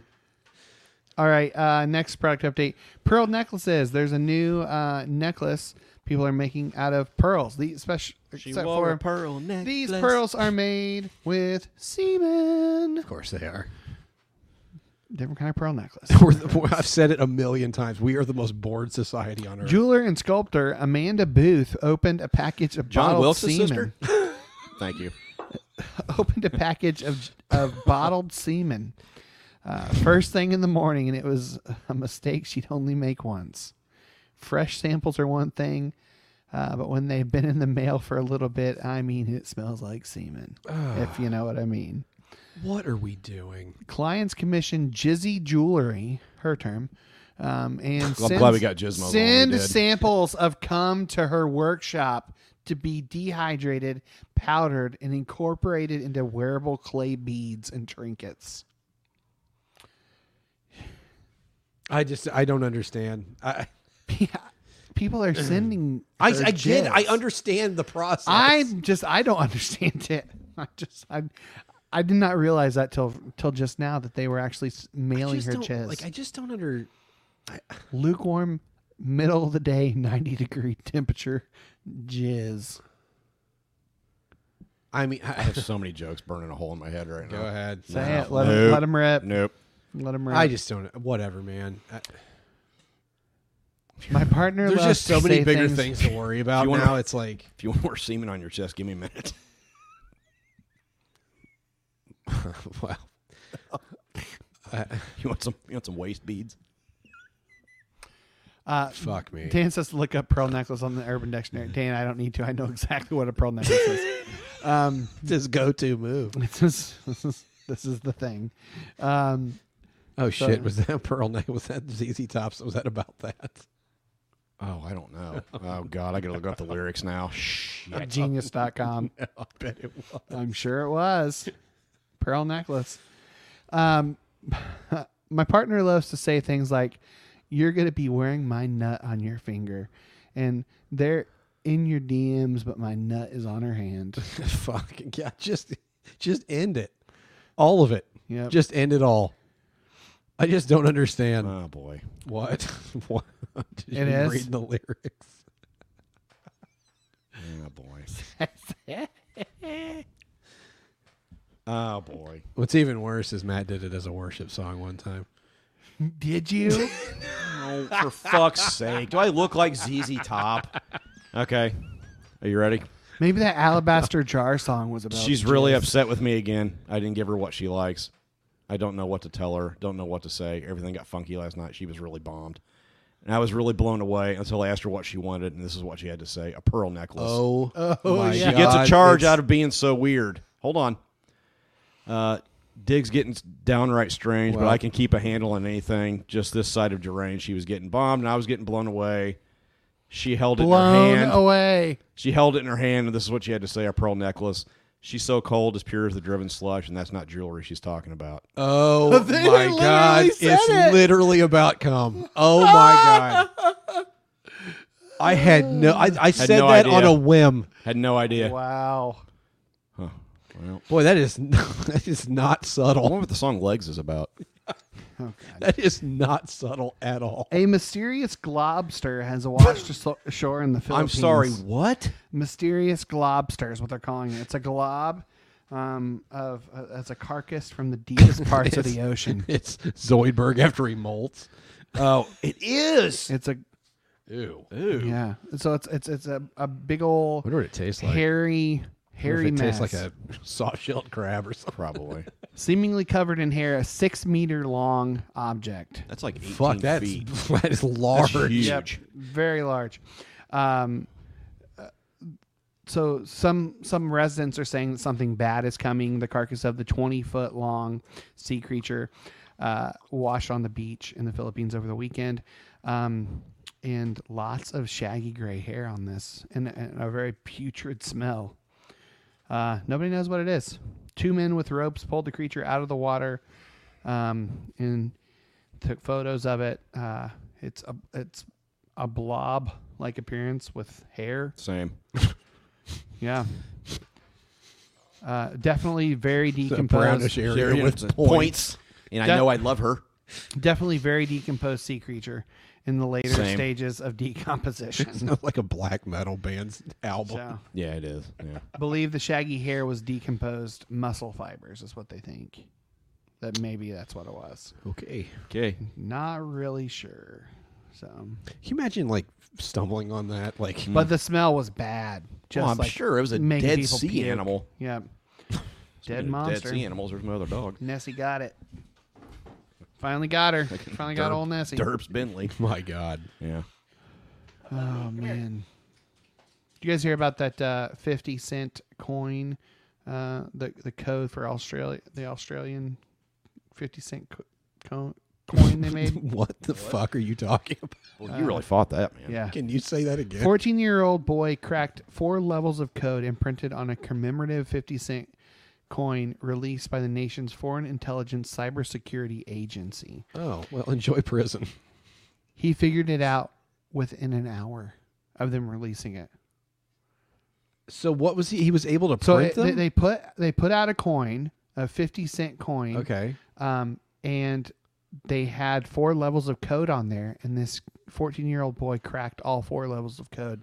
All right. Uh, next product update: pearl necklaces. There's a new uh, necklace people are making out of pearls. These special, except for pearl these pearls are made with semen. Of course they are. Different kind of pearl (laughs) necklace. We're the, I've said it a million times. We are the most bored society on earth. Jeweler and sculptor Amanda Booth opened a package of John bottled Wilkes' semen. sister. Thank you. (laughs) Opened a package of of bottled semen. Uh, first thing in the morning, and it was a mistake she'd only make once. Fresh samples are one thing. Uh, but when they've been in the mail for a little bit, I mean, it smells like semen, if you know what I mean. What are we doing? Clients commission jizzy jewelry, her term, um, (laughs) and glad sends- we got Gizmo along, we Send did. samples of cum to her workshop to be dehydrated, powdered, and incorporated into wearable clay beads and trinkets. (laughs) I just I don't understand. I People are sending. I, her I get. it. I jizz. understand the process. I'm just I don't (laughs) understand it. I just I I did not realize that till till just now that they were actually s- mailing Just her don't- chest. Like I just don't under. lukewarm, middle of the day, (laughs) ninety degree temperature, jizz. I mean, I I, have so many jokes burning a hole in my head right now. go ahead. Say No. it. Let him Nope. let him rip. Nope. Let him rip. I just don't. Whatever, man. I, my partner. there's loves just so to many say bigger things. to (laughs) worry about you wanna- now. It's like If you want more semen on your chest, give me a minute. (laughs) wow. (laughs) You want some? You want some waist beads? Uh, Fuck me. (laughs) Dan says to look up pearl necklace on the Urban Dictionary. Mm. Dan, I don't need to. I know exactly what a pearl necklace (laughs) is. Um, This go-to move. this is this is this is the thing. Um, Oh shit! Was that Pearl Night? Was that ZZ Tops? Was that about that? (laughs) Oh, I don't know. (laughs) oh God, I gotta look up the lyrics (laughs) now. Shit. at genius.com. Oh, I bet it was. I'm sure it was. Pearl necklace. Um, (laughs) my partner loves to say things like, You're going to be wearing my nut on your finger. And they're in your DMs, but my nut is on her hand. (laughs) Fuck yeah! Just, just end it. All of it. Yep. Just end it all. I just don't understand Oh boy. what. (laughs) what? Did It you is. read the lyrics? Oh boy. Oh boy. What's even worse is Matt did it as a worship song one time. Did you? Oh, for fuck's sake! Do I look like ZZ Top? Okay. Are you ready? Maybe that alabaster jar song was about. She's really jizz. upset with me again. I didn't give her what she likes. I don't know what to tell her. Don't know what to say. Everything got funky last night. She was really bombed. And I was really blown away until I asked her what she wanted, and this is what she had to say a pearl necklace. Oh, my she gets a charge out of being so weird. Hold on. Uh, Dig's getting downright strange, but Well- I can keep a handle on anything. Just this side of Durant, she was getting bombed, and I was getting blown away. She held it in her blown hand. away. She held it in her hand, and this is what she had to say: a pearl necklace. She's so cold, as pure as the driven slush, and that's not jewelry she's talking about. Oh They my literally god! said It's it. literally about cum. Oh my god! I had no. I, I said no that idea. on a whim. Had no idea. Wow. Well, Boy, that is (laughs) that is not I subtle. wonder what the song "Legs" is about. That is not subtle at all. A mysterious globster has washed aso- ashore in the I'm Philippines. sorry, what? mysterious globster is what they're calling it. It's a glob um, of uh, as a carcass from the (laughs) deepest parts of the ocean. (laughs) It's Zoidberg after he molts. Oh, it is. It's a Ew. yeah. So it's it's it's a, a big old Wonder what it tastes like. hairy Wonder hairy if it mass, tastes like a (laughs) soft-shelled crab or something. Probably. seemingly covered in hair, a six meter long object. That's like 18 Fuck, that's (laughs) feet. that is large. huge. Yep, very large. Um, uh, so some some residents are saying that something bad is coming. The carcass of the 20 foot long sea creature uh, washed on the beach in the Philippines over the weekend, um, and lots of shaggy gray hair on this, and, and a very putrid smell. Uh, nobody knows what it is. Two men with ropes pulled the creature out of the water, um, and took photos of it. Uh, it's a it's a blob like appearance with hair. Same. Yeah. Uh, definitely very A decomposed. brownish area with (laughs) Points. points. And I That- know I love her. Definitely very decomposed sea creature in the later Same. stages of (laughs) decomposition. Not like a black metal band's album. so, Yeah, it is. Yeah. believe the shaggy hair was decomposed muscle fibers is what they think. That maybe that's what it was. Okay. Okay. Not really sure. So, Can you imagine like stumbling on that? Like but the smell was bad. Just Well, Oh, I'm like sure it was a making dead people sea puke. animal. Yeah. Dead Dead monster. sea animals. There's my other dog. Nessie got it. Finally got her. Finally got Derp- old Nessie. Derbs Bentley. my God. Yeah. Oh man. Do you guys hear about that uh, fifty cent coin? Uh, the the code for Australia, the Australian fifty cent co- co- coin they (laughs) made. (laughs) What the fuck are you talking about? Well, you really fought that, man. Yeah. Can you say that again? 14 year old boy cracked four levels of code imprinted on a commemorative 50 cent coin released by the nation's Foreign Intelligence Cybersecurity Agency. Oh, well, enjoy prison. He figured it out within an hour of them releasing it. So what was he? He was able to So print it- they, them? they put they put out a coin, a 50 cent coin. okay. Um, and they had four levels of code on there, and this 14 year old boy cracked all four levels of code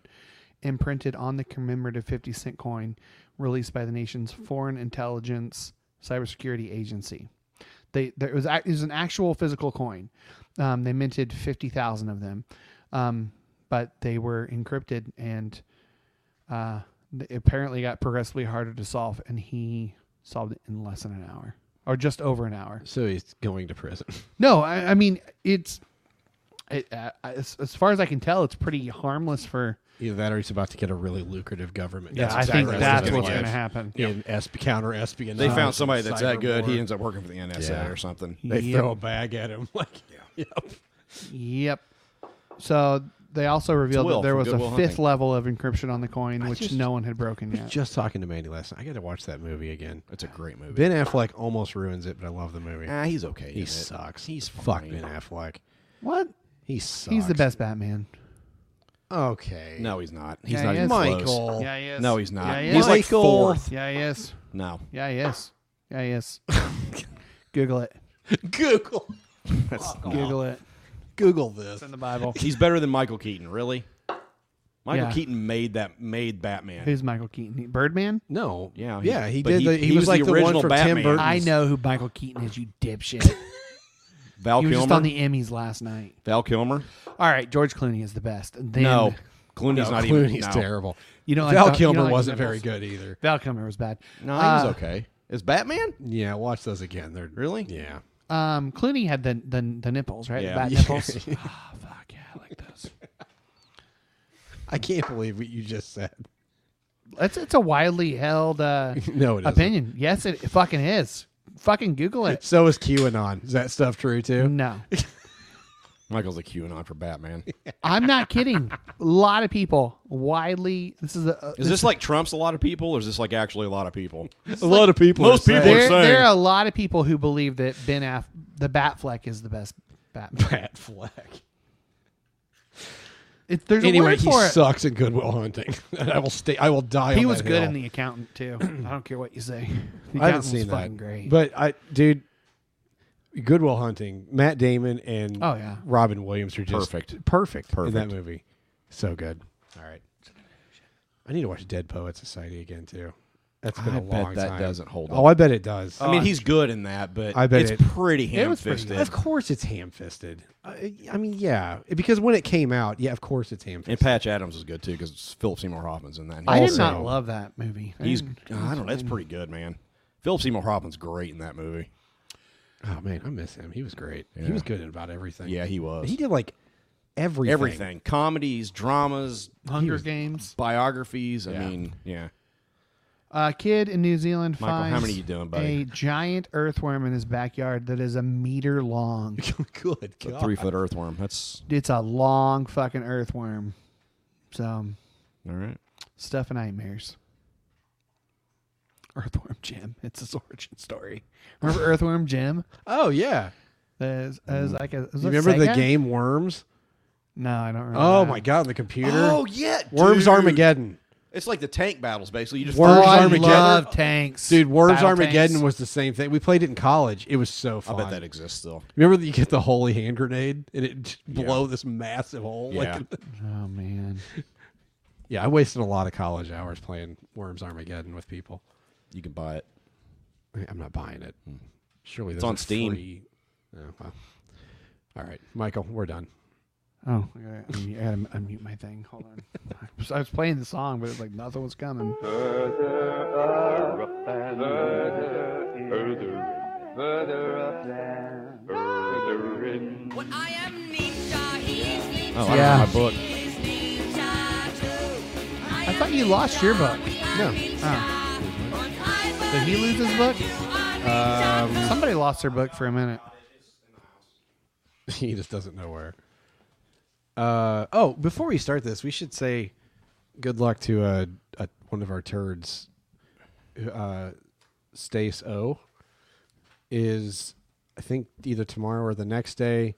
imprinted on the commemorative 50 cent coin released by the nation's Foreign Intelligence Cybersecurity Agency. They there it was ac- it was an actual physical coin. Um, they minted 50,000 of them, um, but they were encrypted and uh, th- apparently got progressively harder to solve. And he solved it in less than an hour, or just over an hour. So he's going to prison. No, I, I mean it's it, uh, as, as far as I can tell, it's pretty harmless for. Either that or he's about to get a really lucrative government. Yeah, I think that's what's going to happen. In esp- counter espionage. They found somebody that's that cyber good. He war. ends up working for the NSA Yeah. or something. They Yep. throw a bag at him. (laughs) Like, yeah. Yep. So they also revealed Will that there from was Good a Will fifth Hunting. level of encryption on the coin, which just- no one had broken yet. Just talking to Mandy last night. I got to watch that movie again. It's a great movie. Ben Affleck almost ruins it, but I love the movie. ah, he's okay. he in it. sucks. He's fuck fine. Ben Affleck. what? He sucks. He's the best Batman. Okay. No, he's not. He's Yeah, not he even is. close. Michael. Yeah, he is. No, he's not. Yeah, he he's is. like Michael. fourth. Yeah, yes. No, Yeah, yes. Yeah, (laughs) yes. Google it. (laughs) Google. Google it. Google this. It's in the Bible. he's better than Michael Keaton. Really? Michael Yeah. Keaton made that made Batman. Who's Michael Keaton? Birdman? No. Yeah, he- yeah. He but did. he- the, he he, was, was the like the one original from Tim Batman. Burton. I know who Michael Keaton is, you dipshit. Val He was Kilmer. just on the Emmys last night. Val Kilmer. All right, George Clooney is the best. Then no, No, (laughs) Clooney's not even. Clooney's no. terrible. You don't like Val Val- you Kilmer don't like wasn't Nichols. very good either. Val Kilmer was bad. No, he Uh, was okay. Is Batman? Yeah, watch those again. They're Really? Yeah. Um, Clooney had the the, the nipples, right? Yeah. The (laughs) bat Yeah. nipples. Ah, fuck yeah, I like those. I can't believe what you just said. It's it's a widely held (laughs) uh, (laughs) No, it isn't. opinion. Yes, it fucking is. Fucking Google it. So is QAnon. Is that stuff true too? No, Michael's a QAnon for Batman. I'm not kidding. A lot of people widely. This is a. (laughs) uh, Is this like Trump's a lot of people, or is this like actually a lot of people? A lot of people. Most are people saying- (laughs) there, saying- there are a lot of people who believe that Ben Aff, the Batfleck, is the best Batman. (laughs) Pat Fleck. It, there's a Anyway, word he for it. sucks in Goodwill Hunting. (laughs) I will stay. I will die. He on was that good hill. in the accountant too. I don't care what you (clears throat) say. The I haven't accountant was seen fucking that. great. But I, dude, Goodwill Hunting. Matt Damon and Oh, yeah. Robin Williams are just Perfect. perfect, in that Perfect. movie. So good. All right. I need to watch Dead Poet Society again too. That's been I a bet long that time. doesn't hold Oh, I bet it does. I mean, he's good in that, but I bet it's it- pretty It was pretty ham-fisted. good. (laughs) Of course it's ham fisted. I, I mean, yeah. Because when it came out, yeah, of course it's ham And fisted. Patch Adams is good too because Philip Seymour Hoffman's in that. And I did he's- not love that movie. I He's Mm. didn't- I don't know. That's pretty good, man. Philip Seymour Hoffman's great in that movie. Oh, man, I miss him. He was great. He Yeah. was good at about everything. Yeah, he was. He did like everything. Everything, comedies, dramas, Hunger Games. biographies. I Yeah. mean, yeah. A kid in New Zealand Michael, how finds many you doing, buddy? a giant earthworm in his backyard that is a meter long. (laughs) good It's a God. three foot earthworm. That's It's a long fucking earthworm. So all right. stuff and nightmares. Earthworm Jim. It's his origin story. Remember Earthworm Jim? Oh, yeah. There's, there's like a, was Mm. You that remember the Sega? game Worms? No, I don't remember. Oh, that. my God, on the computer. Oh yeah, Worms dude. Armageddon. It's like the tank battles, basically. You just Worms Oh, I Armageddon. love tanks. Dude, Worms Battle Armageddon tanks. was the same thing. We played it in college. It was so I fun. bet that exists still. Remember that you get the holy hand grenade and it just blow this massive hole? Yeah. Like, (laughs) Oh, man. yeah, I wasted a lot of college hours playing Worms Armageddon with people. You can buy it. I'm not buying it. Surely on Steam. Free... Oh, well. All right, Michael, we're done. Oh, I gotta, unmute, I gotta unmute my thing. Hold on. (laughs) I was, I was playing the song, but it's like nothing was coming. Oh, Well, I am Ninja, he's Ninja. Oh, I Yeah. don't have my book. He's Ninja too. I thought thought you lost your book. No. Did he lose his book? Somebody lost their book for a minute. (laughs) he just doesn't know where. Uh, oh, before we start this, we should say good luck to uh, uh, one of our turds. Uh, Stace O is, I think, either tomorrow or the next day,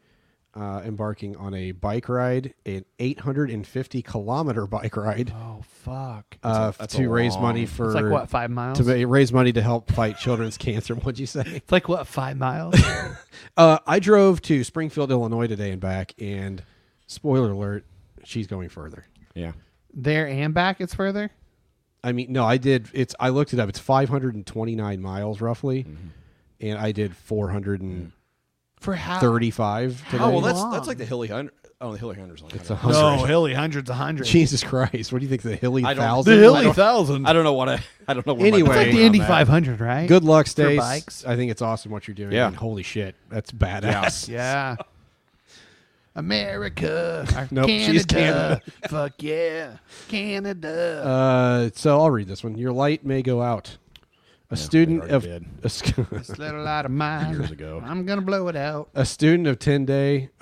uh, embarking on a bike ride, an 850 kilometer bike ride. Oh fuck! Uh, It's a- it's a to raise long- money for It's like, what, five miles? to ma- raise money to help fight children's (laughs) cancer. What'd you say? It's like what five (laughs) miles? Uh, I drove to Springfield, Illinois today and back, and spoiler alert, she's going further. Yeah. there and back. It's further. I mean, no, I did. It's I looked it up. It's 529 miles roughly, Mm-hmm. and I did 435 For how? today. Oh (laughs) well, that's that's like the hilly hundred. Oh, the hilly hundreds. Like It's a hundred. No, hilly hundreds, a hundred. (laughs) Jesus Christ! What do you think the hilly I don't- thousand? The hilly I don't- thousand. I don't know what I. (laughs) I don't know. Where my Anyway. It's like brain the on Indy that. 500, right? Good luck, For Stace. bikes. I think it's awesome what you're doing. Yeah. and holy shit, that's badass. Yeah. America. or Nope, Canada. she's Canada. (laughs) Fuck yeah. Canada. Uh, so I'll read this one. Your light may go out. A student already of did. (laughs) a sc- this little light of mine. Years ago. I'm going to blow it out. A student of Tende,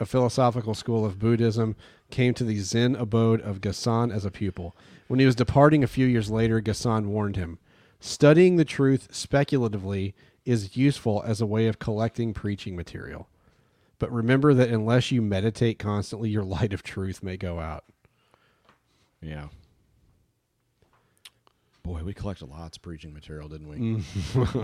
a philosophical school of Buddhism, came to the Zen abode of Gassan as a pupil. When he was departing a few years later, Gassan warned him studying the truth speculatively is useful as a way of collecting preaching material. But remember that unless you meditate constantly, your (laughs) light of truth may go out. Yeah. Boy, we collected lots of preaching material, didn't we?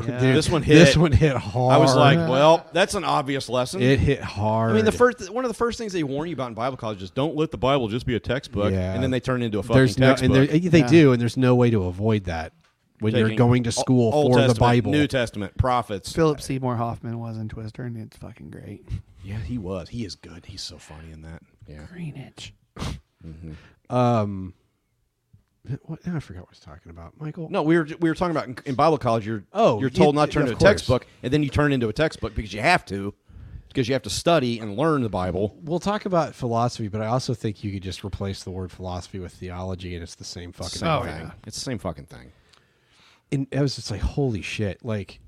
Yeah. This one hit. Mm. This one hit hard. I was like, well, that's an obvious lesson. it hit hard. I mean, the first one of the first things they warn you about in Bible college is don't let the Bible just be a textbook, Yeah. and then they turn it into a fucking There's no, textbook. and there, they Yeah. do, and there's no way to avoid that when you're Taking going to school Old for the Testament, Bible. New Testament, prophets. Philip Seymour Hoffman was in Twister, and it's fucking great. Yeah, he was. He is good. He's so funny in that. Yeah. Greenwich. Um, what, now I forgot what I was talking about, Michael. No, we were we were talking about in, in Bible college. You're Oh, you're told you- not to turn of into course. a textbook, and then you turn into a textbook because you have to, because you have to study and learn the Bible. we'll talk about philosophy, but I also think you could just replace the word philosophy with theology, and it's the same fucking Oh, Same thing. thing. It's the same fucking thing. And I was just like, holy shit! Like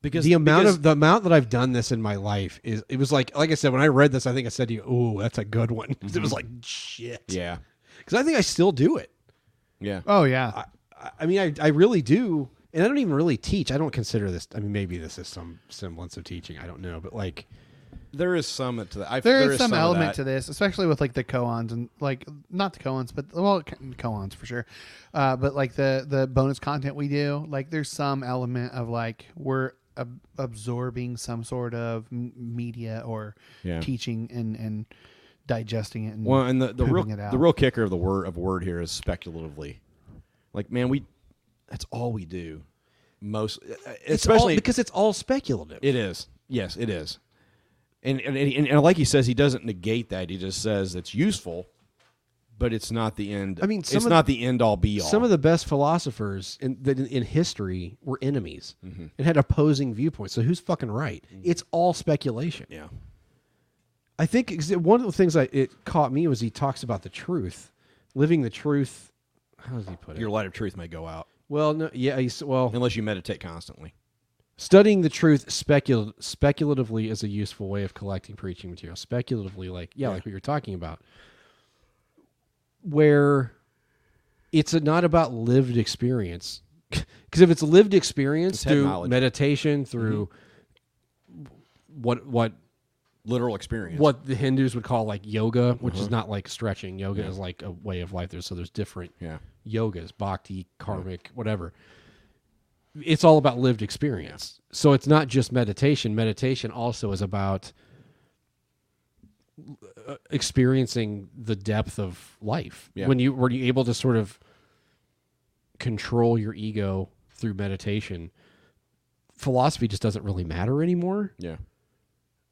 Because the amount because of the amount that I've done this in my life is it was like like I said when I read this, I think I said to you, "Ooh, that's a good one." (laughs) 'Cause It was like shit. Mm-hmm. yeah because I think I still do it. yeah. Oh, yeah. I, I mean, I, I really do, and I don't even really teach. I don't consider this. I mean, maybe this is some semblance of teaching. I don't know, but like, There is some to that. I, there is some, of element that. to this, especially with like the koans and like not the koans, but well, k- koans for sure. Uh, but like the the bonus content we do, like there's some element of like we're ab- absorbing some sort of m- media or Yeah. teaching and and digesting it. And Well, and the, the real pooping it out. the real kicker of the word of word here is speculatively. Like man, we that's all we do. Most uh, it's especially all, because it's all speculative. it is. Yes, it is. And and, and and like he says, he doesn't negate that. He just says it's useful, but it's not the end. I mean, some it's of- not the end all be all. Some of the best philosophers in, that in, in history were enemies and had opposing viewpoints. So who's fucking right? It's all speculation. yeah, I think ex- one of the things I, it caught me was he talks about the truth, living the truth. How does he put it? your light of truth may go out well, no, yeah, he's, well, unless you meditate constantly. studying the truth specul- speculatively is a useful way of collecting preaching material. Speculatively, like yeah, like what you're talking about, where it's not about lived experience. (laughs) Because if it's lived experience It's head through knowledge. meditation, through what what Literal experience. what the Hindus would call like yoga, which is not like stretching. Yoga is like a way of life. There's so there's different Yeah. yogas, bhakti, karmic, whatever. It's all about lived experience. So it's not just meditation. Meditation also is about uh, experiencing the depth of life. Yeah. When you were you able to sort of control your ego through meditation, philosophy just doesn't really matter anymore. Yeah.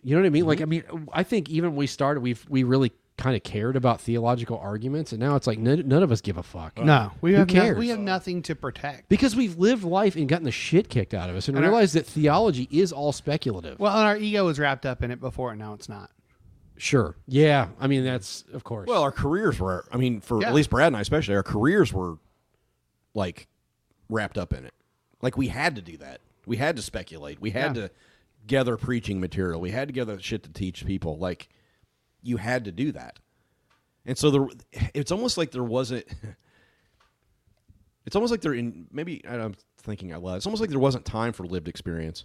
You know what I mean? Like, I mean, I think even when we started, we have we really kind of cared about theological arguments, and now it's like none, none of us give a fuck. no, we Who have no- cares? we have nothing to protect. because we've lived life and gotten the shit kicked out of us, and, And our- realized that theology is all speculative. well, and our ego was wrapped up in it before, and now it's not. sure, yeah, I mean that's of course. Well, our careers were. I mean, for Yeah. at least Brad and I, especially, our careers were like wrapped up in it. Like we had to do that. We had to speculate. We had Yeah. to gather preaching material. We had to gather shit to teach people. Like you had to do that. And so there, it's almost like there wasn't. It's almost like there in maybe I'm thinking out loud. It's almost like there wasn't time for lived experience.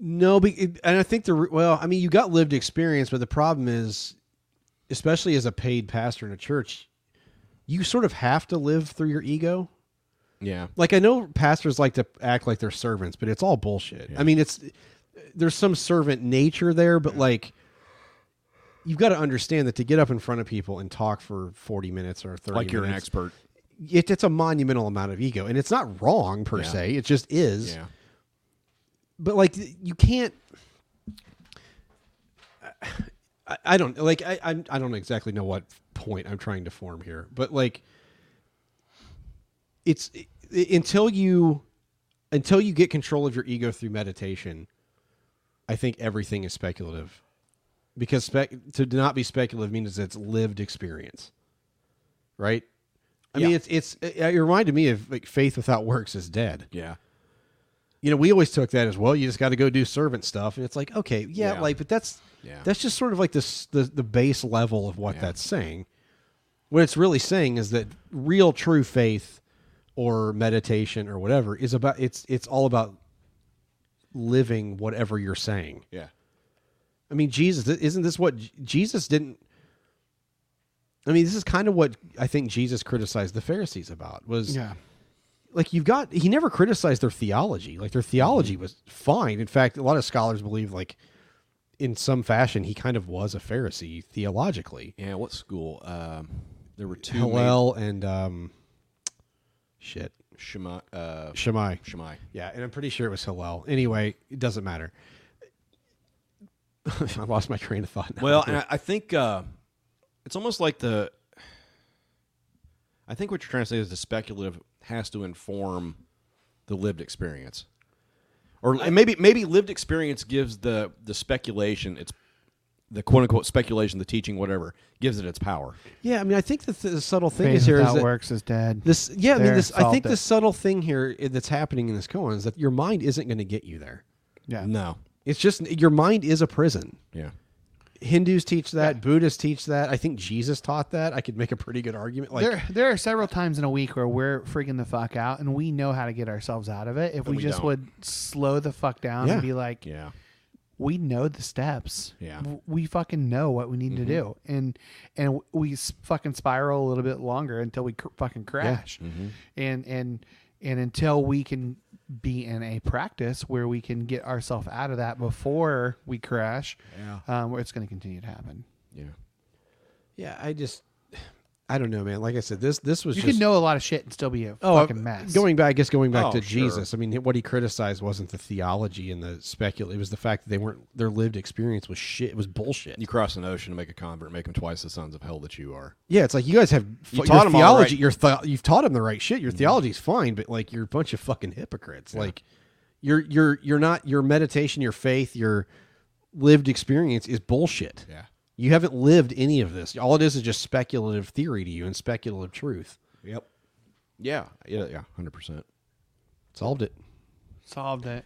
No, but it, and I think the re- well, I mean, you got lived experience, but the problem is, especially as a paid pastor in a church, you sort of have to live through your ego. Yeah. Like I know pastors like to act like they're servants, but it's all bullshit. I mean, it's there's some servant nature there, but like you've got to understand that to get up in front of people and talk for 40 minutes or 30 Like you're an minutes, expert. It, it's a monumental amount of ego, and it's not wrong per Yeah. se. It just is Yeah. but like you can't I, I don't like I, I I don't exactly know what point I'm trying to form here but like it's i- i- until you until you get control of your ego through meditation I think everything is speculative because spec to not be speculative means it's lived experience right I mean Yeah. it's it's it reminded me of like faith without works is dead Yeah. you know, we always took that as well. You just got to go do servant stuff, and it's like, okay, yeah, Yeah. like, but that's Yeah. that's just sort of like this the the base level of what that's saying. What it's really saying is that real, true faith or meditation or whatever is about it's it's all about living whatever you're saying. Yeah. I mean, Jesus, th- isn't this what J- Jesus didn't? I mean, this is kind of what I think Jesus criticized the Pharisees about was Yeah. like you've got he never criticized their theology. Like their theology was fine. In fact, a lot of scholars believe like in some fashion he kind of was a Pharisee theologically. Yeah. What school? Um, there were two. Hillel and um shit. Shema, uh, Shammai. Shemai. Yeah, and I'm pretty sure it was Hillel. Anyway, it doesn't matter. (laughs) I lost my train of thought. Now. Well, and I, I think uh, it's almost like the. I think what you're trying to say is the speculative has to inform the lived experience, or and maybe maybe lived experience gives the the speculation its the quote unquote speculation, the teaching, whatever gives it its power. yeah, I mean, I think the, th- the subtle thing Faith is here is without that works is dead. this. Yeah, I mean, There, this. I solved think it. the subtle thing here i- that's happening in this koan is that your mind isn't going to get you there. Yeah. No. It's just your mind is a prison. Yeah. Hindus teach that. Buddhists teach that. I think Jesus taught that. I could make a pretty good argument. Like, there, there are several times in a week where we're freaking the fuck out, and we know how to get ourselves out of it if we, we just don't. would slow the fuck down Yeah. and be like, Yeah. we know the steps. Yeah. W- we fucking know what we need to do, and and we s- fucking spiral a little bit longer until we cr- fucking crash, and and and until we can be in a practice where we can get ourselves out of that before we crash. Yeah, um, where it's going to continue to happen. Yeah. yeah, I just, I don't know, man. Like I said, this this was You just can know a lot of shit and still be a oh, fucking mess. Going back, I guess going back Oh, to sure. Jesus. I mean, what he criticized wasn't the theology and the specul. It was the fact that they weren't their lived experience was shit. It was bullshit. You cross an ocean to make a convert, make them twice the sons of hell that you are. yeah, it's like you guys have You fu- taught your 'em all theology. right. Mm-hmm. Your th- you've taught him the right shit. Your theology's fine, but like you're a bunch of fucking hypocrites. Like your your you're not your meditation, your faith, your lived experience is bullshit. Yeah. You haven't lived any of this. All it is is just speculative theory to you and speculative truth. Yep. Yeah. Yeah. Yeah. Hundred percent. Solved it. Solved it.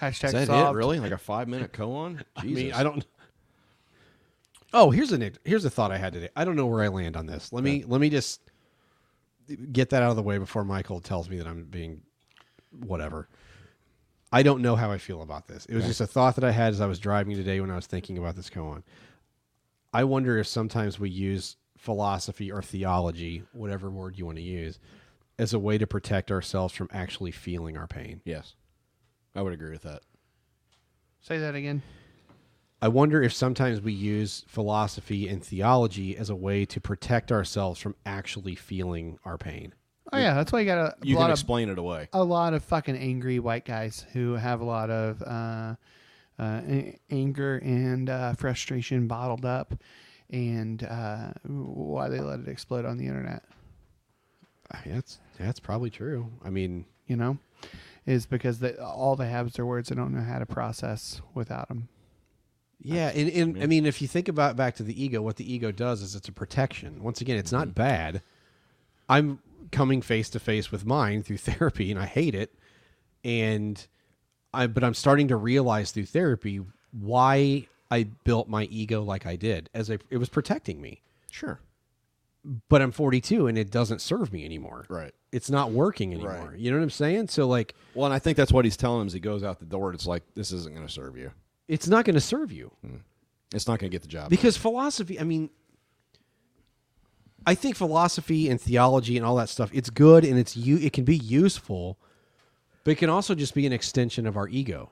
Hashtag Is that solved. it? Really? Like a five minute koan? Jesus. I mean, I don't. (laughs) Oh, here's an here's a thought I had today. I don't know where I land on this. Let me let me just get that out of the way before Michael tells me that I'm being whatever. I don't know how I feel about this. It was just a thought that I had as I was driving today when I was thinking about this koan. I wonder if sometimes we use philosophy or theology, whatever word you want to use, as a way to protect ourselves from actually feeling our pain. Yes. I would agree with that. Say that again. I wonder if sometimes we use philosophy and theology as a way to protect ourselves from actually feeling our pain. Oh yeah, that's why you got a, You lot can of explain it away. a lot of fucking angry white guys who have a lot of uh, uh, a- anger and uh, frustration bottled up, and uh, why they let it explode on the internet. I mean, that's that's probably true. I mean, You know, is because they, all they have is their words. They don't know how to process without them. yeah, and, and I mean, if you think Mm-hmm. about back to the ego, what the ego does is it's a protection. Once again, it's not bad. I'm coming face to face with mine through (laughs) therapy, and I hate it. And I, but I'm starting to realize through therapy why I built my ego like I did, as I, it was protecting me. Sure. But I'm 42, and it doesn't serve me anymore. Right. It's not working anymore. You know what I'm saying? So like, Well, and I think that's what he's telling him as he goes out the door. It's like this isn't going to serve you. it's not going to serve you. It's not going to get the job. Because philosophy, I mean, I think philosophy and theology and all that stuff, it's good and it's you it can be useful, but it can also just be an extension of our ego.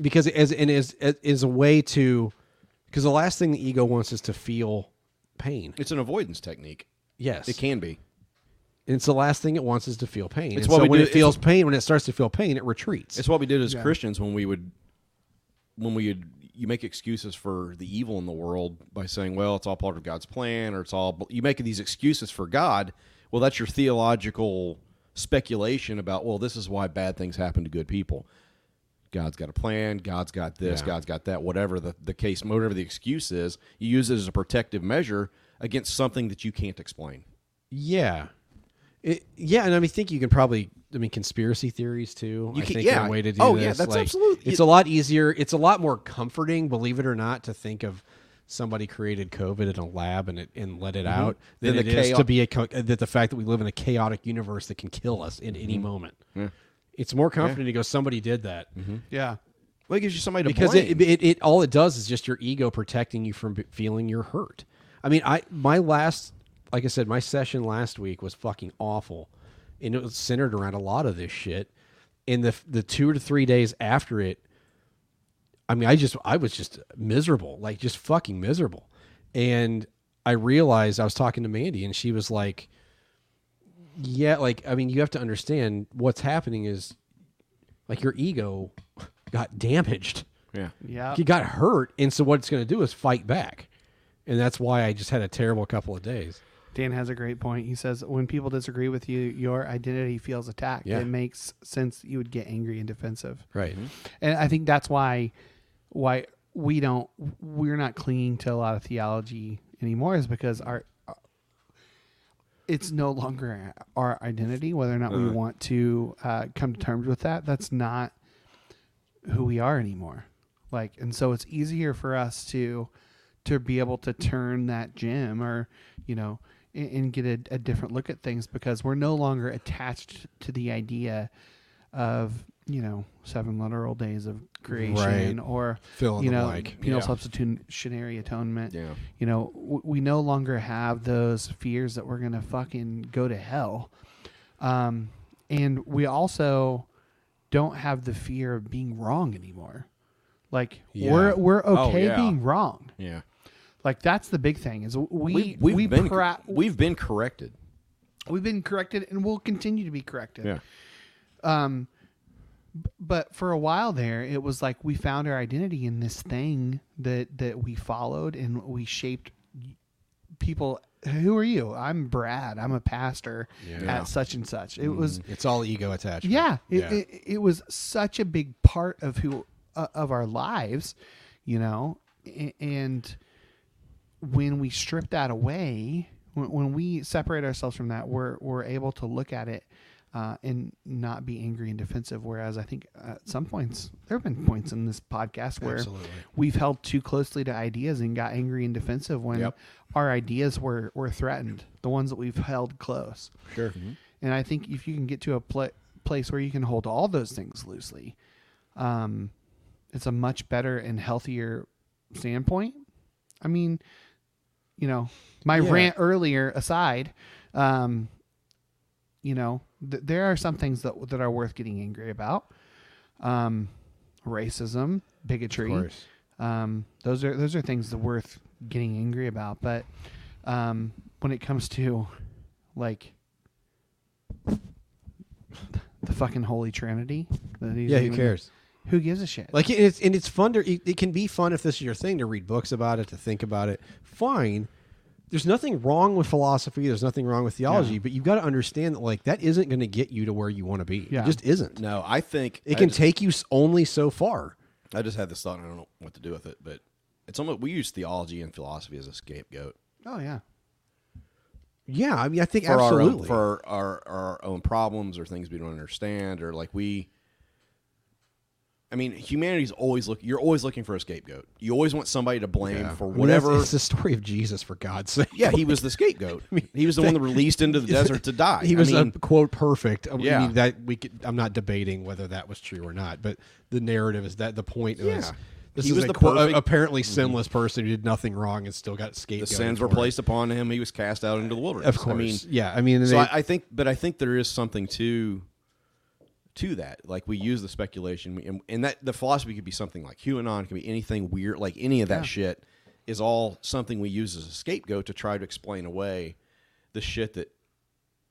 Because as and as as- is a way to because the last thing the ego wants is to feel pain. it's an avoidance technique. Yes. It can be. And it's the last thing it wants is to feel pain. It's And what so we when do- it feels pain, when it starts to feel pain, it retreats. It's what we did as Yeah. Christians when we would, when we would, you make excuses for the evil in the world by saying, well, it's all part of God's plan, or it's all, you make these excuses for God. Well, that's your theological speculation about, well, this is why bad things happen to good people. God's got a plan. God's got this. Yeah. God's got that. Whatever the, the case, whatever the excuse is, you use it as a protective measure against something that you can't explain. Yeah. It, yeah, and I mean, think you can probably. I mean, conspiracy theories too. You I can- think yeah. are a way to do Oh, this. yeah, that's like, absolute- It's a you- lot easier. It's a lot more comforting, believe it or not, to think of somebody created COVID in a lab and it and let it out than Mm-hmm. Than it the is chao- to be a co- uh, that the fact that we live in a chaotic universe that can kill us at Mm-hmm. any moment. It's more comforting to go. Somebody did that Mm-hmm. Yeah. Well, it gives you somebody to because blame. it, it, it all it does is just your ego protecting you from b- feeling you're hurt. I mean, I my last like I said, my session last week was fucking awful, and it was centered around a lot of this shit. And the the two to three days after it, I mean, I just I was just miserable, like just fucking miserable. And I realized I was talking to Mandy, and she was like, "Yeah, like I mean, you have to understand what's happening is like your ego got damaged." yeah. Yeah. Uh, he got hurt, and so what it's going to do is fight back, and that's why I just had a terrible couple of days. Dan has a great point. He says when people disagree with you, your identity feels attacked. Yeah. It makes sense you would get angry and defensive. Right. Mm-hmm. And I think that's why why we don't we're not clinging to a lot of theology anymore is because our it's no longer our identity whether or not Uh-huh. we want to uh, come to terms with that that's not who we are anymore like and so it's easier for us to to be able to turn that gym or you know and, and get a, a different look at things because we're no longer attached to the idea of you know seven literal days of creation Right. or Fill in you the know blank. penal Yeah. substitutionary atonement Yeah. you know w- we no longer have those fears that we're gonna fucking go to hell um, and we also don't have the fear of being wrong anymore like Yeah. we're we're Oh, okay yeah. being wrong Yeah. like that's the big thing is we We've, we we've we been pra- we've been corrected. we've been corrected and we'll continue to be corrected Yeah. but for a while there it was like we found our identity in this thing that that we followed and we shaped people who are you i'm brad i'm a pastor Yeah. at such and such it was It's all ego attachment. yeah it, Yeah. It, it was such a big part of who uh, of our lives you know A- and when we strip that away when, when we separate ourselves from that we're we're able to look at it uh, and not be angry and defensive whereas i think uh, at some points there have been points in this podcast where Absolutely. we've held too closely to ideas and got angry and defensive when Yep. our ideas were were threatened the ones that we've held close Sure. Mm-hmm. and I think if you can get to a pla place where you can hold all those things loosely, um, it's a much better and healthier standpoint. I mean, you know, my Yeah. rant earlier aside, um, you know, th- there are some things that that are worth getting angry about. Um, racism, bigotry, course. um, those are those are things that worth getting angry about. But um, when it comes to like the fucking Holy Trinity, that he's Yeah. Who even- cares? Who gives a shit? Like it- it's and it's fun to it, it can be fun if this is your thing to read books about it to think about it. Fine. There's nothing wrong with philosophy. There's nothing wrong with theology, but you've got to understand that like that isn't going to get you to where you want to be. Yeah. It just isn't. No, I think It I can just- take you s- only so far. I just had this thought, and I don't know what to do with it, but it's almost we use theology and philosophy as a scapegoat. oh yeah, Yeah, I mean, I think for our own- absolutely. for our, our own problems or things we don't understand or like we. I mean, humanity's always look. You're always looking for a scapegoat. You always want somebody to blame Yeah. for I mean, whatever. that's- it's the story of Jesus, for God's sake. yeah, he was (laughs) the scapegoat. he was the one that released into the desert to die. He I was mean, a quote perfect. I mean, Yeah. that we. Could, I'm not debating whether that was true or not, but the narrative is that the point Yeah. is this He is was a the quote- a- perfect- Mm-hmm. apparently sinless person who did nothing wrong and still got scapegoated. the sins were for it. placed upon him. He was cast out into the wilderness. Of I mean, course. Yeah, I mean, so they- I, I think, but I think there is something to to that. Like we use the speculation, we- and, and that the philosophy could be something like QAnon, it could be anything weird, like any of that Yeah. shit is all something we use as a scapegoat to try to explain away the shit that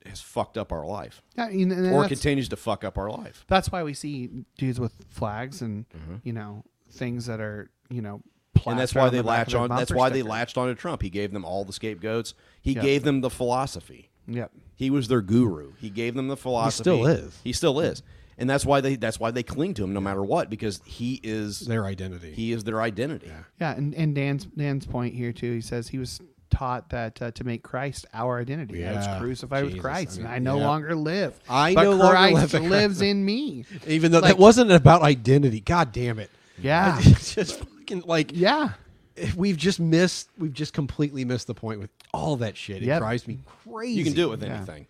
has fucked up our life Yeah, and- and or that's- continues to fuck up our life. That's why we see dudes with flags and you know things that are you know. Mm-hmm. and that's plastered why on they the back of latch their on. That's bumper why they sticker. latched onto Trump. He gave them all the scapegoats. He Yeah. gave them the philosophy. Yep. He was their guru. He gave them the philosophy. still is. He still is. And that's why they that's why they cling to him no matter what because he is their identity. He is their identity. Yeah, and, and Dan's Dan's point here too. He says he was taught that uh, to make Christ our identity. I Yeah, was crucified with Jesus, Christ, I mean, and I no yeah. longer live. I but no longer Christ live. (laughs) lives in me. Even though Like- that wasn't about identity. God damn it. Yeah. It's (laughs) just fucking like yeah. We've just missed. We've just completely missed the point with all that shit. It Yep. drives me crazy. You can do it with Yeah. anything.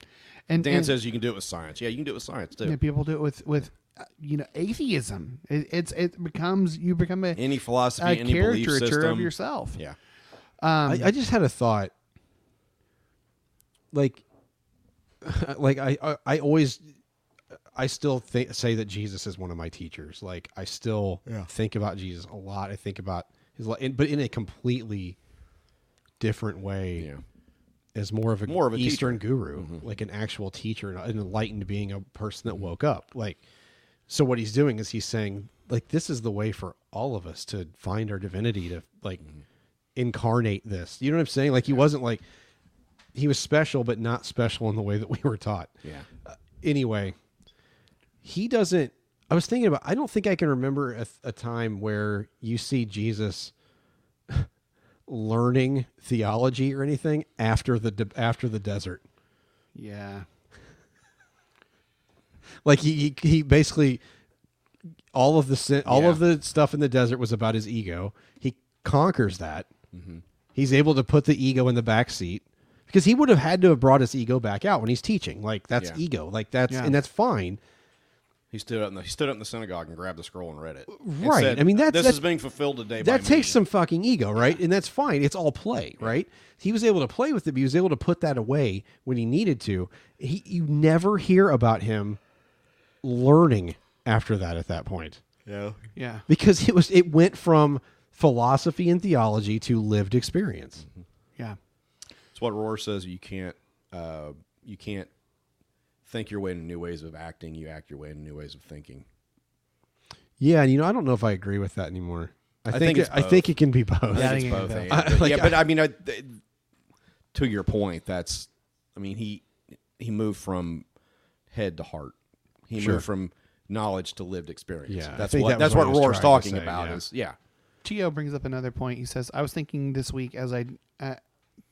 And- Dan and- says you can do it with science. Yeah, you can do it with science too. Yeah, people do it with with uh, you know atheism. It, it's it becomes you become a Any philosophy, a any belief caricature of system. yourself. Yeah. I, I just had a thought. Like, (laughs) like I, I, I always, I still think say that Jesus is one of my teachers. Like I still think about Jesus a lot. I think about his life, but in a completely different way. Yeah. As more of a More of a Mm-hmm. Eastern guru, like an actual teacher, an enlightened being, a person that woke up. Like, so what he's doing is he's saying like this is the way for all of us to find our divinity to like Mm-hmm. incarnate this you know what i'm saying like he wasn't like he was special but not special in the way that we were taught Yeah. Uh, anyway he doesn't i was thinking about i don't think i can remember a, a time where you see jesus (laughs) learning theology or anything after the de- after the desert Yeah. like he he, he basically all of the sin, all of the stuff in the desert was about his ego. He conquers that. He's able to put the ego in the back seat because he would have had to have brought his ego back out when he's teaching. Like that's Yeah. ego. Like that's Yeah. and that's fine. He stood up in the he stood up in the synagogue and grabbed the scroll and read it. and Right. said, I mean, that's- this that's- is being fulfilled today. by That takes me." some fucking ego, right? And that's fine. It's all play, right? He was able to play with it. But he was able to put that away when he needed to. He you never hear about him learning after that at that point. Yeah. because it was it went from philosophy and theology to lived experience. Mm-hmm. Yeah. It's what Rohr says. You can't, uh, you can't think your way into new ways of acting. You act your way into new ways of thinking. Yeah, and you know I don't know if I agree with that anymore. I, think think, it's it, I think both. it can be both. I think think it's both. it and. does. But Like, yeah, but I mean, I, th- to your point, that's. I mean, he he moved from head to heart. He Sure. moved from knowledge to lived experience. Yeah, I that's think what that was that's what what I was Rohr's trying to talking say, about. yeah. Is yeah, Tio brings up another point. He says, "I was thinking this week as I uh,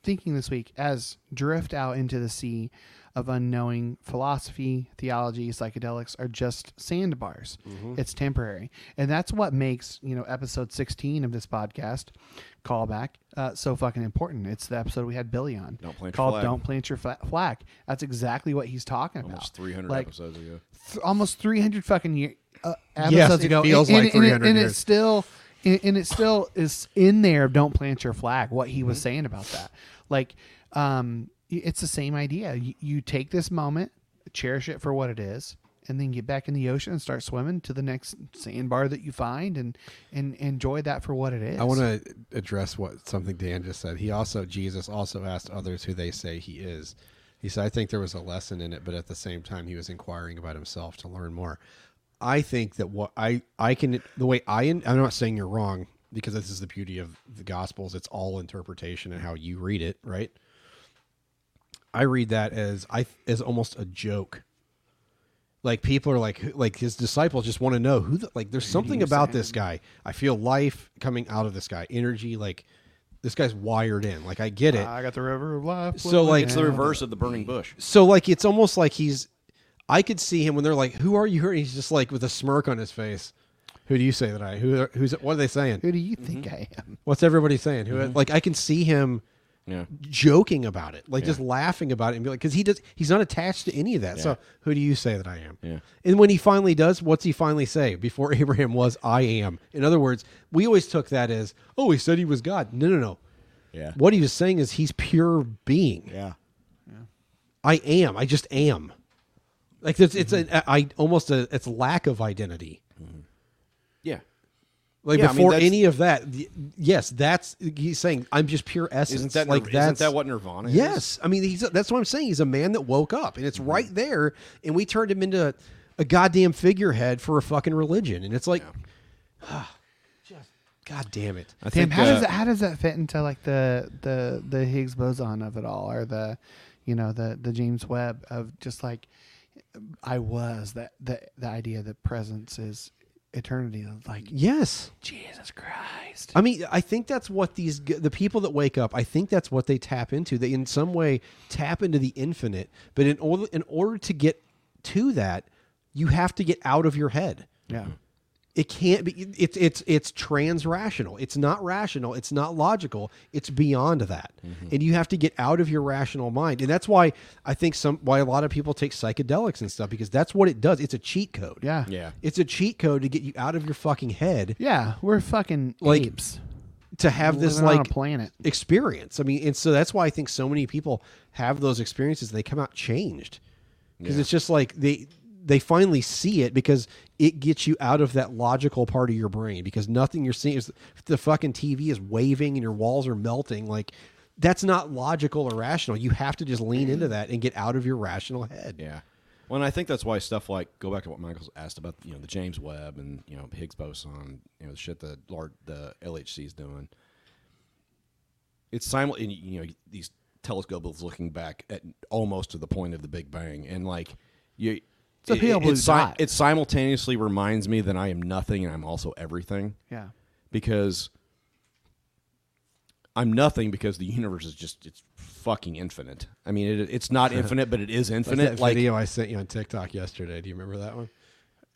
thinking this week as drift out into the sea of unknowing. Philosophy, theology, psychedelics are just sandbars. Mm-hmm. It's temporary, and that's what makes you know episode sixteen of this podcast callback uh, so fucking important. It's the episode we had Billy on. Don't plant your called flag. Don't Plant Your Fla- Flag. That's exactly what he's talking about. almost three hundred Like, episodes ago. th- almost 300 fucking year, uh, episodes Yes, it ago. feels and, and- like and 300 it, and years. It still, and, and it still is in there. Don't plant your flag. What he Mm-hmm. was saying about that, like, um, y- it's the same idea. You, you take this moment, cherish it for what it is, and then get back in the ocean and start swimming to the next sandbar that you find, and and enjoy that for what it is. I want to address what something Dan just said. He also Jesus also asked others who they say he is. He said, "I think there was a lesson in it, but at the same time, he was inquiring about himself to learn more." I think that what I I can the way I I'm not saying you're wrong because this is the beauty of the Gospels. It's all interpretation and how you read it, right? I read that as I as almost a joke. Like people are like like his disciples just want to know who the, like there's something about this guy. I feel life coming out of this guy, energy like this guy's wired in. Like I get it. I got the river of life. So, like- it's the reverse of the burning bush. So like it's almost like he's I could see him when they're like, "Who are you?" And he's just like with a smirk on his face. Who do you say that I? Who are- who's what are they saying? Who Mm-hmm. do you think I am? What's everybody saying? Who like I can see him Yeah. joking about it, like Yeah. just laughing about it and be like cuz he does he's not attached to any of that. So, who do you say that I am? Yeah. And when he finally does, what's he finally say? Before (laughs) Abraham was, I am. In other words, we always took that as, "Oh, he said he was God." No, no, no. Yeah. What he was saying is he's pure being. Yeah. I am. I just am. Like it's it's Mm-hmm. a, I almost a it's lack of identity. Yeah. Like Yeah, I mean, before that's- any of that, the- yes, that's he's saying I'm just pure essence. Isn't that like nir- isn't that's, that what Nirvana is? Yes, I mean he's that's what I'm saying. He's a man that woke up, and it's right there. And we turned him into a goddamn figurehead for a fucking religion, and it's like, (sighs) just god damn it. I Damn, think, how does uh, that, how does that fit into like the the the Higgs boson of it all, or the you know the the James Webb of just like I was that the the idea that presence is eternity, like Yes, Jesus Christ. I mean, I think that's what these g- the people that wake up. I think that's what they tap into. They in some way tap into the infinite, but in order in order to get to that, you have to get out of your head. Yeah. It can't be. It's it's it's trans rational. It's not rational. It's not logical. It's beyond that, and you have to get out of your rational mind. And that's why I think some why a lot of people take psychedelics and stuff because that's what it does. It's a cheat code. Yeah. Yeah. It's a cheat code to get you out of your fucking head Yeah, we're fucking Like, apes. to have this living on like a planet. experience. I mean, and so that's why I think so many people have those experiences. They come out changed because it's just like they they finally see it because it gets you out of that logical part of your brain because nothing you're seeing is the fucking TV is waving and your walls are melting like. That's not logical or rational. You have to just lean into that and get out of your rational head. Yeah. Well, and I think that's why stuff like go back to what Michael's asked about, you know, the James Webb and you know Higgs boson, you know, the shit that lar- the LHC is doing. It's simul, and, you know, these telescopes looking back at almost to the point of the Big Bang, and like you, It's a pale blue it, si- dot. it simultaneously reminds me that I am nothing and I'm also everything Yeah. because I'm nothing because the universe is just it's fucking infinite. I mean, it, it's not infinite, but it is That's infinite. that Like video I sent you on TikTok yesterday. Do you remember that one?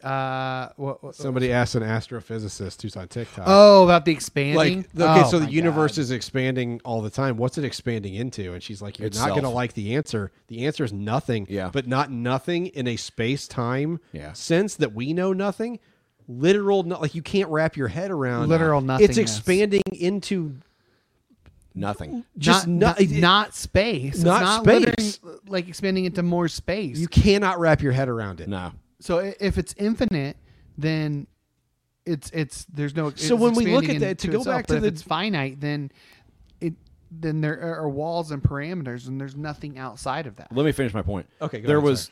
Uh, what, what- Somebody asked an astrophysicist who's on TikTok. oh, about the expanding. like the- okay Oh so the my universe God. is expanding all the time what's it expanding into and she's like you're not Itself. going to like the answer the answer is nothing Yeah. but not nothing in a space-time Yeah. sense that we know nothing literal no- like you can't wrap your head around Literal it's nothingness. expanding into nothing. just not not, not, not space. It's not literally, space. Like expanding into more space. you cannot wrap your head around it No. so i- if it's infinite, then it's it's there's no. So it's when we look expanding at that, into to go itself, back but to if the- it's finite, then it then there are walls and parameters, and there's nothing outside of that. Let me finish my point. Okay, go there ahead, was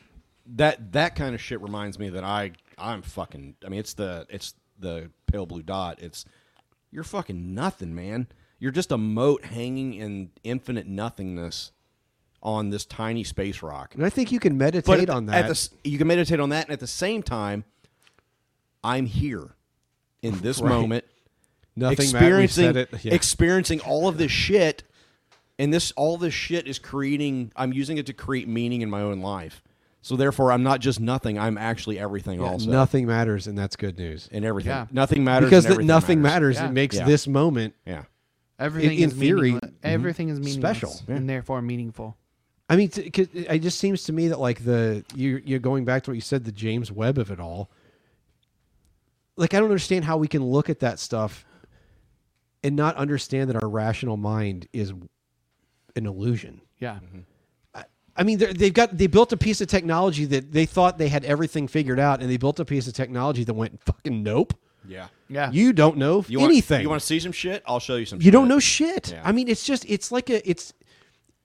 that that kind of shit reminds me that I I'm fucking. I mean, it's the it's the pale blue dot. It's you're fucking nothing, man. You're just a moat hanging in infinite nothingness on this tiny space rock. and i think you can meditate But at the- on at that the s- you can meditate on that, and at the same time, I'm here in this (laughs) Right. moment, nothing Matt, we experiencing said it. Yeah. experiencing all of this shit, and this all this shit is creating. I'm using it to create meaning in my own life. So therefore, I'm not just nothing. I'm actually everything. Yeah, also, nothing matters and that's good news and everything. Yeah. Nothing matters because and that everything nothing matters, matters. Yeah. it makes Yeah. this moment Yeah. Everything in is theory, meaningless- everything is meaningless mm-hmm. special. and therefore meaningful. I mean, t- 'cause it it just seems to me that like the you you're going back to what you said, the James Webb of it all. Like I don't understand how we can look at that stuff and not understand that our rational mind is an illusion. Yeah. Mm-hmm. I mean, they're- they've got they built a piece of technology that they thought they had everything figured out, and they built a piece of technology that went fucking nope. Yeah. Yeah. You don't know You want, anything. You want to see some shit? I'll show you some. You don't know shit. Yeah. I mean, it's just it's like a it's.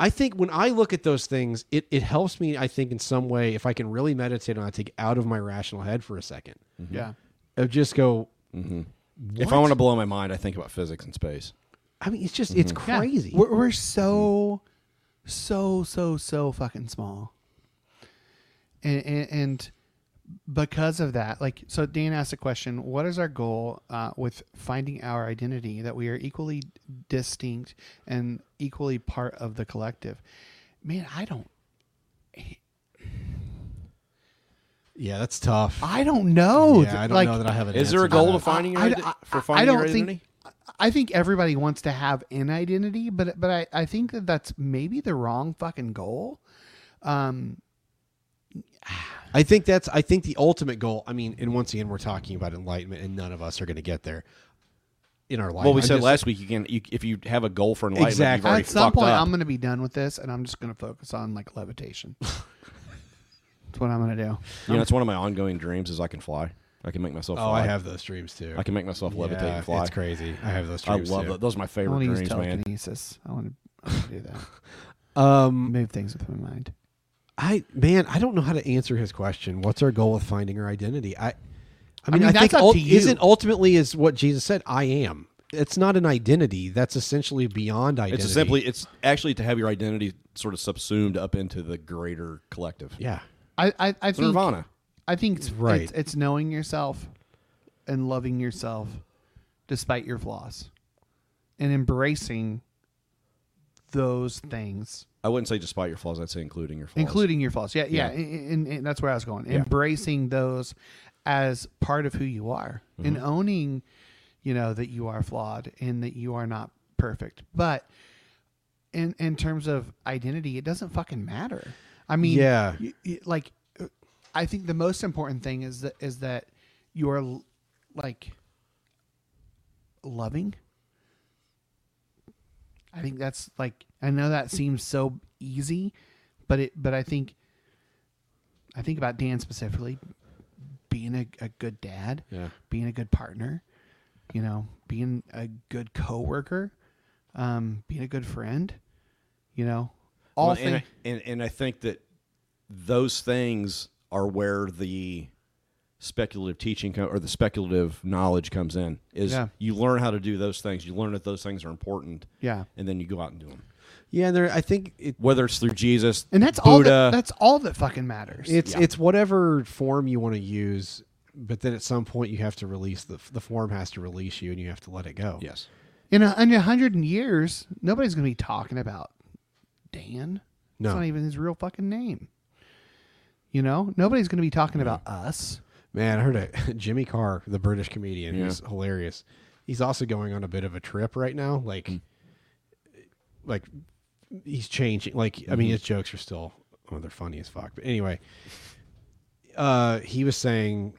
I think when I look at those things, it it helps me. I think in some way, if I can really meditate on, it, take out of my rational head for a second, yeah. of just go. If I want to blow my mind, I think about physics and space. I mean, it's just it's Mm-hmm. Yeah. crazy. We're, we're so, so, so, so fucking small. And, and, and because of that, like, so Dan asked a question What is our goal uh, with finding our identity that we are equally distinct and equally part of the collective? Man, I don't, Yeah, that's tough. I don't know. Yeah, I don't know that I have an Is there a answer goal that. to finding your I- ide- I- for I finding don't your think- identity? I think everybody wants to have an identity, but but I, I think that that's maybe the wrong fucking goal. Um, I think that's I think the ultimate goal. I mean, and once again, we're talking about enlightenment, and none of us are going to get there in our life. Well, we I'm said just- last week you can you, if you have a goal for enlightenment, Exactly. you've already at some fucked point, up. I'm going to be done with this, and I'm just going to focus on like (laughs) levitation. that's what I'm going to do. you know, it's one of my ongoing dreams is I can fly. I can make myself. Oh, fly. I have those dreams too. I can make myself levitate Yeah, and fly. It's crazy. I have those I dreams. love too. that. Those are my I favorite want to use dreams, man. telekinesis. I want to do that. (laughs) Um, Move things with my mind. I man, I don't know how to answer his question. What's our goal with finding our identity? I, I mean, I, mean, that's think up ul- to you. isn't ultimately is what Jesus said. I am. It's not an identity. That's essentially beyond identity. It's a simply it's actually to have your identity sort of subsumed up into the greater collective. yeah. I I, I It's think Nirvana. I think it's, Right. it's it's knowing yourself and loving yourself despite your flaws and embracing those things I wouldn't say despite your flaws. I'd say including your flaws. including your flaws. Yeah, yeah, And, and- and that's where I was going. Embracing those as part of who you are and owning, you know, that you are flawed and that you are not perfect. But in in terms of identity, it doesn't fucking matter. I mean, Yeah. y- y- like uh, I think the most important thing is that is that you are l- like loving. I think that's like I know that seems so easy, but it but I think I think about Dan specifically being a, a good dad, Yeah. being a good partner, you know, being a good coworker, um, being a good friend, you know. All Well, things and, I, and and I think that those things are where the speculative teaching co- or the speculative knowledge comes in. Is Yeah. you learn how to do those things. You learn that those things are important. Yeah. and then you go out and do them. Yeah, and there. I think it, Whether it's through Jesus and that's all Buddha, that, that's all that fucking matters. It's it's whatever form you want to use, but then at some point you have to release the the form has to release you, and you have to let it go. yes. in a, in a hundred years, nobody's gonna be talking about Dan. No. It's not even his real fucking name. You know, nobody's gonna be talking about us. Man, I heard a (laughs) Jimmy Carr, the British comedian, who's hilarious. He's also going on a bit of a trip right now. Like, like he's changing. Like, I mean, his jokes are still, oh, they're funny as fuck. But anyway, uh, he was saying,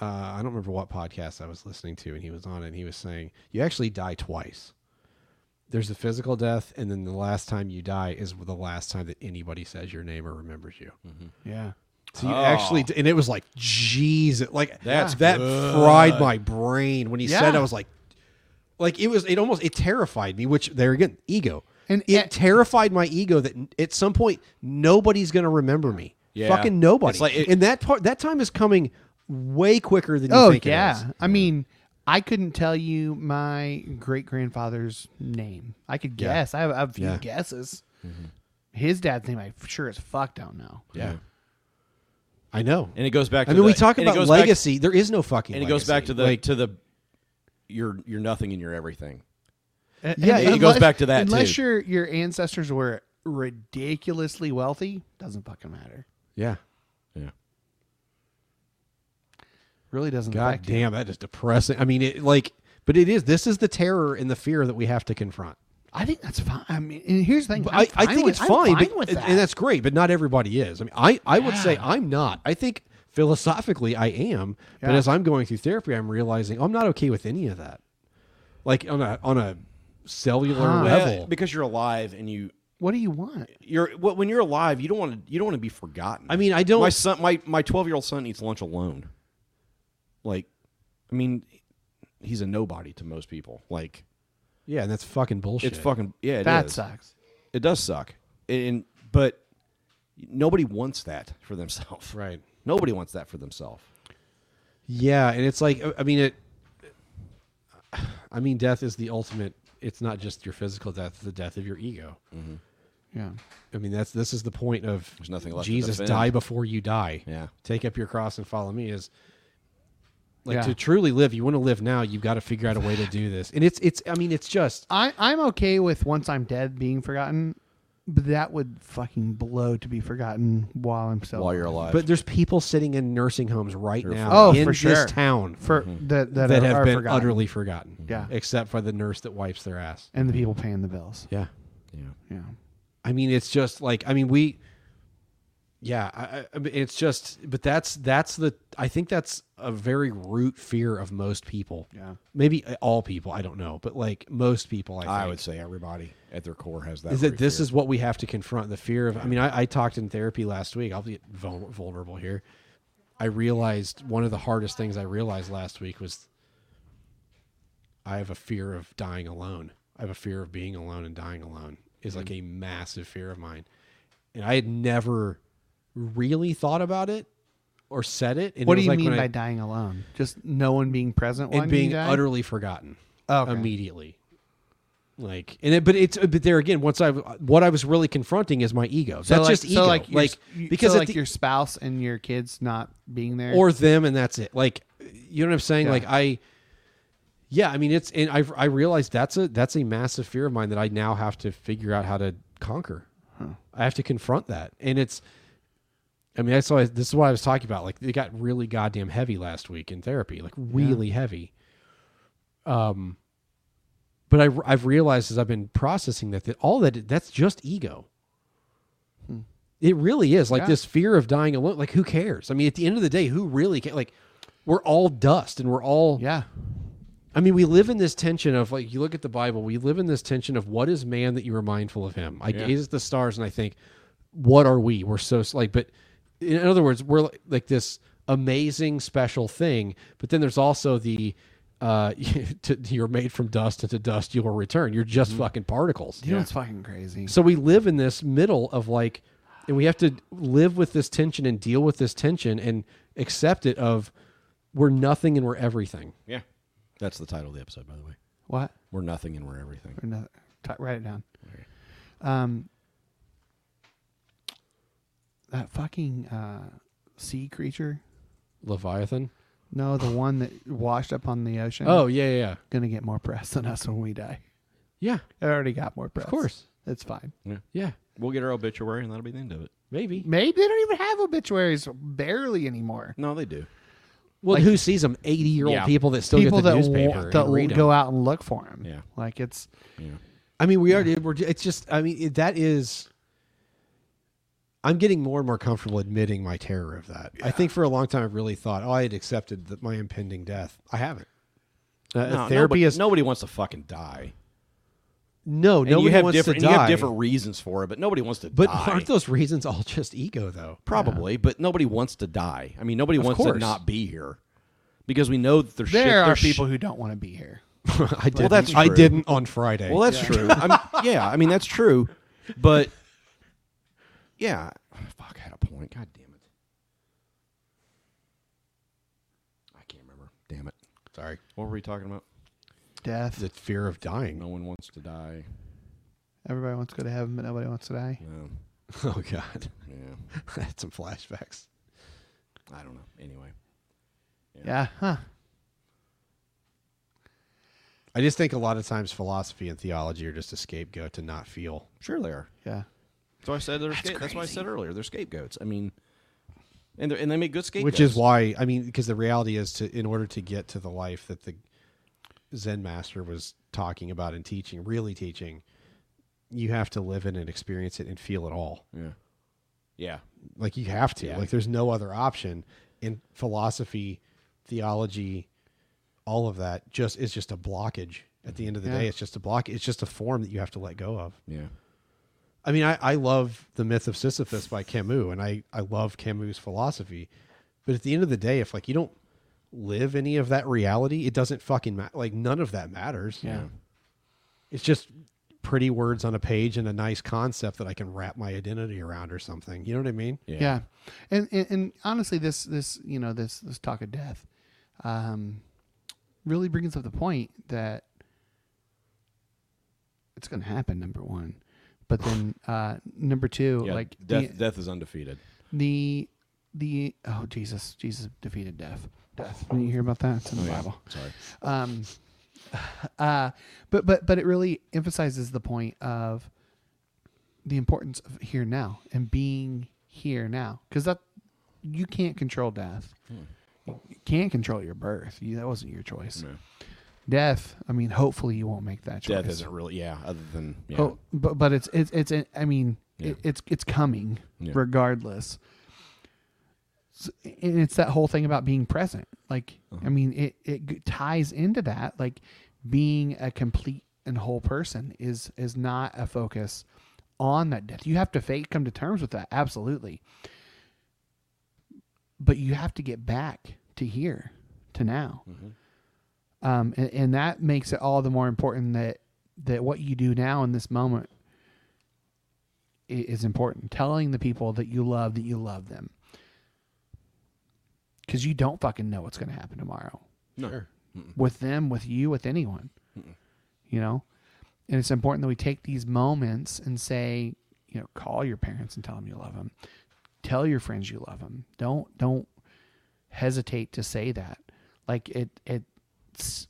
uh, I don't remember what podcast I was listening to, and he was on it. And he was saying, you actually die twice. There's the physical death, and then the last time you die is the last time that anybody says your name or remembers you. Yeah. So you actually, d- and it was like, Jesus, like Oh. That's that fried my brain when he said, Yeah. I was like, like it was, it almost, it terrified me. Which there again, ego, And- it and- terrified my ego that n- at some point nobody's gonna remember me, Yeah. fucking nobody. It's like it- and that part, that time is coming way quicker than you Oh think. it yeah. is. I mean, I couldn't tell you my great grandfather's name. I could Yeah. guess. I have I have a few Yeah. Mm-hmm. guesses. His dad's name, I sure as fuck don't know. yeah, I know. And it goes back. I To mean, the- we talk and it about goes back- legacy. there is no fucking. and it goes back legacy. to the Like, to the you're you're nothing and you're everything. Yeah, it goes back to that, Unless too. your your ancestors were ridiculously wealthy, doesn't fucking matter. yeah. Yeah. Really doesn't God affect you. damn, that is depressing. I mean, it like, but it is. This is the terror and the fear that we have to confront. I think that's fine. I mean, and here's the thing. But I'm I, I fine think with- it's I'm fine, fine but- with and- that. and that's great. But not everybody is. I mean, I I would say Yeah. I'm not. I think philosophically I am, but Yeah. as I'm going through therapy, I'm realizing oh, I'm not okay with any of that. Like on a on a cellular Huh. Well, level. because you're alive and you what do you want? you're wh- when you're alive, you don't want to you don't want to be forgotten. I mean, I don't. my son, my my twelve year old son eats lunch alone. Like, I mean, he's a nobody to most people. Like, yeah, and that's fucking bullshit. it's fucking yeah. it that is. sucks. It does suck. And but nobody wants that for themselves. right. Nobody wants that for themselves. Yeah, and it's like I- I mean it. I mean, death is the ultimate. It's not just your physical death; it's the death of your ego. Yeah. I mean, that's this is the point of There's nothing left to Jesus, defend. die before you die. Yeah. Take up your cross and follow me is like Yeah. to truly live, you want to live now, you've got to figure out a way to do this. And it's it's I mean, it's just I, I'm okay with once I'm dead being forgotten, but that would fucking blow to be forgotten while I'm still while you're alive. but there's people sitting in nursing homes right now Oh, in for this sure. town for that that, Mm-hmm. that, are, have are been forgotten. utterly forgotten. Yeah. Except for the nurse that wipes their ass. and the people paying the bills. Yeah. yeah. Yeah. I mean, it's just like I mean we. Yeah, I, I- I mean, it's just, but that's that's the. I think that's a very root fear of most people. Yeah. maybe all people. I don't know, but like most people, I, think, I, would say everybody at their core has that. is that root this fear. is what we have to confront the fear of. I mean, I, I talked in therapy last week. I'll be vul- vulnerable here. I realized one of the hardest things I realized last week was I have a fear of dying alone. I have a fear of being alone and dying alone is Mm-hmm. like a massive fear of mine. And I had never really thought about it or said it. And what do it was you like mean when by I- dying alone? Just no one being present while and you being die? utterly forgotten Okay. immediately. Like and it, but it's but there again once I what I was really confronting is my ego. So That's like, just so ego. like, Like, your- you- because so at like the- your spouse and your kids not being there or them and that's it. Like you know what I'm saying? Yeah. Like I yeah, I mean it's and I I realized that's a that's a massive fear of mine that I now have to figure out how to conquer. I have to confront that. And it's I mean, I saw this is what I was talking about. Like, it got really goddamn heavy last week in therapy, like really heavy. Um, but I I've realized as I've been processing that that all that that's just ego. It really is like Yeah. this fear of dying alone. Like, who cares? I mean, at the end of the day, who really can? Like, we're all dust, and we're all yeah I mean, we live in this tension of like you look at the Bible, we live in this tension of what is man that you are mindful of him. I gaze at the stars and I think, what are we? We're so like, but in other words, we're like, like this amazing special thing. But then there's also the uh, (laughs) to, you're made from dust, and to dust you will return. You're just fucking particles. you know it's fucking crazy So we live in this middle of like, and we have to live with this tension and deal with this tension and accept it of we're nothing and we're everything. Yeah. That's the title of the episode, by the way. what We're nothing and we're everything. or not, t- write it down um that fucking uh sea creature Leviathan. no (sighs) the one that washed up on the ocean Oh yeah, yeah, yeah. gonna get more press than us when we die yeah, it already got more press of course. it's fine Yeah, We'll get our obituary and that'll be the end of it. maybe. maybe they don't even have obituaries barely anymore No, they do. Well, who sees them? Eighty-year-old Yeah. people that still people get the that, newspaper wa- and that read 'em. go out and look for him Yeah. like it's Yeah. I mean, we are. We're, it's just. I mean, it, that is. I'm getting more and more comfortable admitting my terror of that. I think for a long time I really thought, oh, I had accepted that my impending death. I haven't. Uh, No, therapy nobody, is nobody wants to fucking die. no. And you Nobody have wants different to and you die. have different reasons for it, but nobody wants to but die. aren't those reasons all just ego (laughs) though? Probably, but nobody wants to die. I mean, nobody wants to course. not be here because we know that there's shit. there are there's sh- people who don't want to be here I didn't. that's I true. didn't on Friday. Well, (laughs) that's true. I'm, (laughs) yeah, I mean that's true, but (laughs) yeah, fuck, I had a point. God damn it, I can't remember. Damn it. sorry. What were we talking about? death The fear of dying. No one wants to die. everybody wants to go to heaven but nobody wants to die No. (laughs) Oh God, (laughs) Yeah. that's some flashbacks. I don't know. Anyway. yeah huh I just think a lot of times philosophy and theology are just a scapegoat to not feel. Sure they are. yeah So I said they're that's, that's why I said earlier they're scapegoats. I mean, and they're, and they make good scapegoats, Which is why I mean, because the reality is, to in order to get to the life that the Zen master was talking about and teaching, really teaching, you have to live in and experience it and feel it all. Yeah. Yeah. Like you have to. Like there's no other option. In philosophy, theology, all of that, just is just a blockage. At the end of the Yeah. day, it's just a block. It's just a form that you have to let go of. Yeah. I mean, I, I love the myth of Sisyphus by Camus, and I, I love Camus' philosophy. But at the end of the day, if like you don't live any of that reality, it doesn't fucking matter. Like none of that matters. Yeah. It's just pretty words on a page and a nice concept that I can wrap my identity around or something. You know what I mean? (laughs) yeah, And, and and honestly this this you know this this talk of death um really brings up the point that it's gonna happen number one But then uh, number two, Yeah, like death, the, death is undefeated. the the oh Jesus, Jesus defeated death. Death. Didn't you hear about that? It's in the Oh, yeah. Bible. Sorry. Um, uh, but but but it really emphasizes the point of the importance of here now and being here now because that you can't control death. You can't control your birth. You, that wasn't your choice. Hmm. No. Death. I mean, hopefully you won't make that choice. Death isn't really, yeah. Other than yeah, Oh, but but it's it's it's. I mean, Yeah. it, it's it's coming Yeah. regardless. S- And it's that whole thing about being present. Like, I mean, it it g- ties into that. Like, being a complete and whole person is is not a focus on that death. You have to fake come to terms with that. Absolutely. But you have to get back to here, to now um, and, and that makes it all the more important that that what you do now in this moment i- is important. Telling the people that you love that you love them, because you don't fucking know what's going to happen tomorrow no. with them, with you, with anyone. You know, and it's important that we take these moments and say, you know, call your parents and tell them you love them. Tell your friends you love them. Don't don't hesitate to say that. Like it it's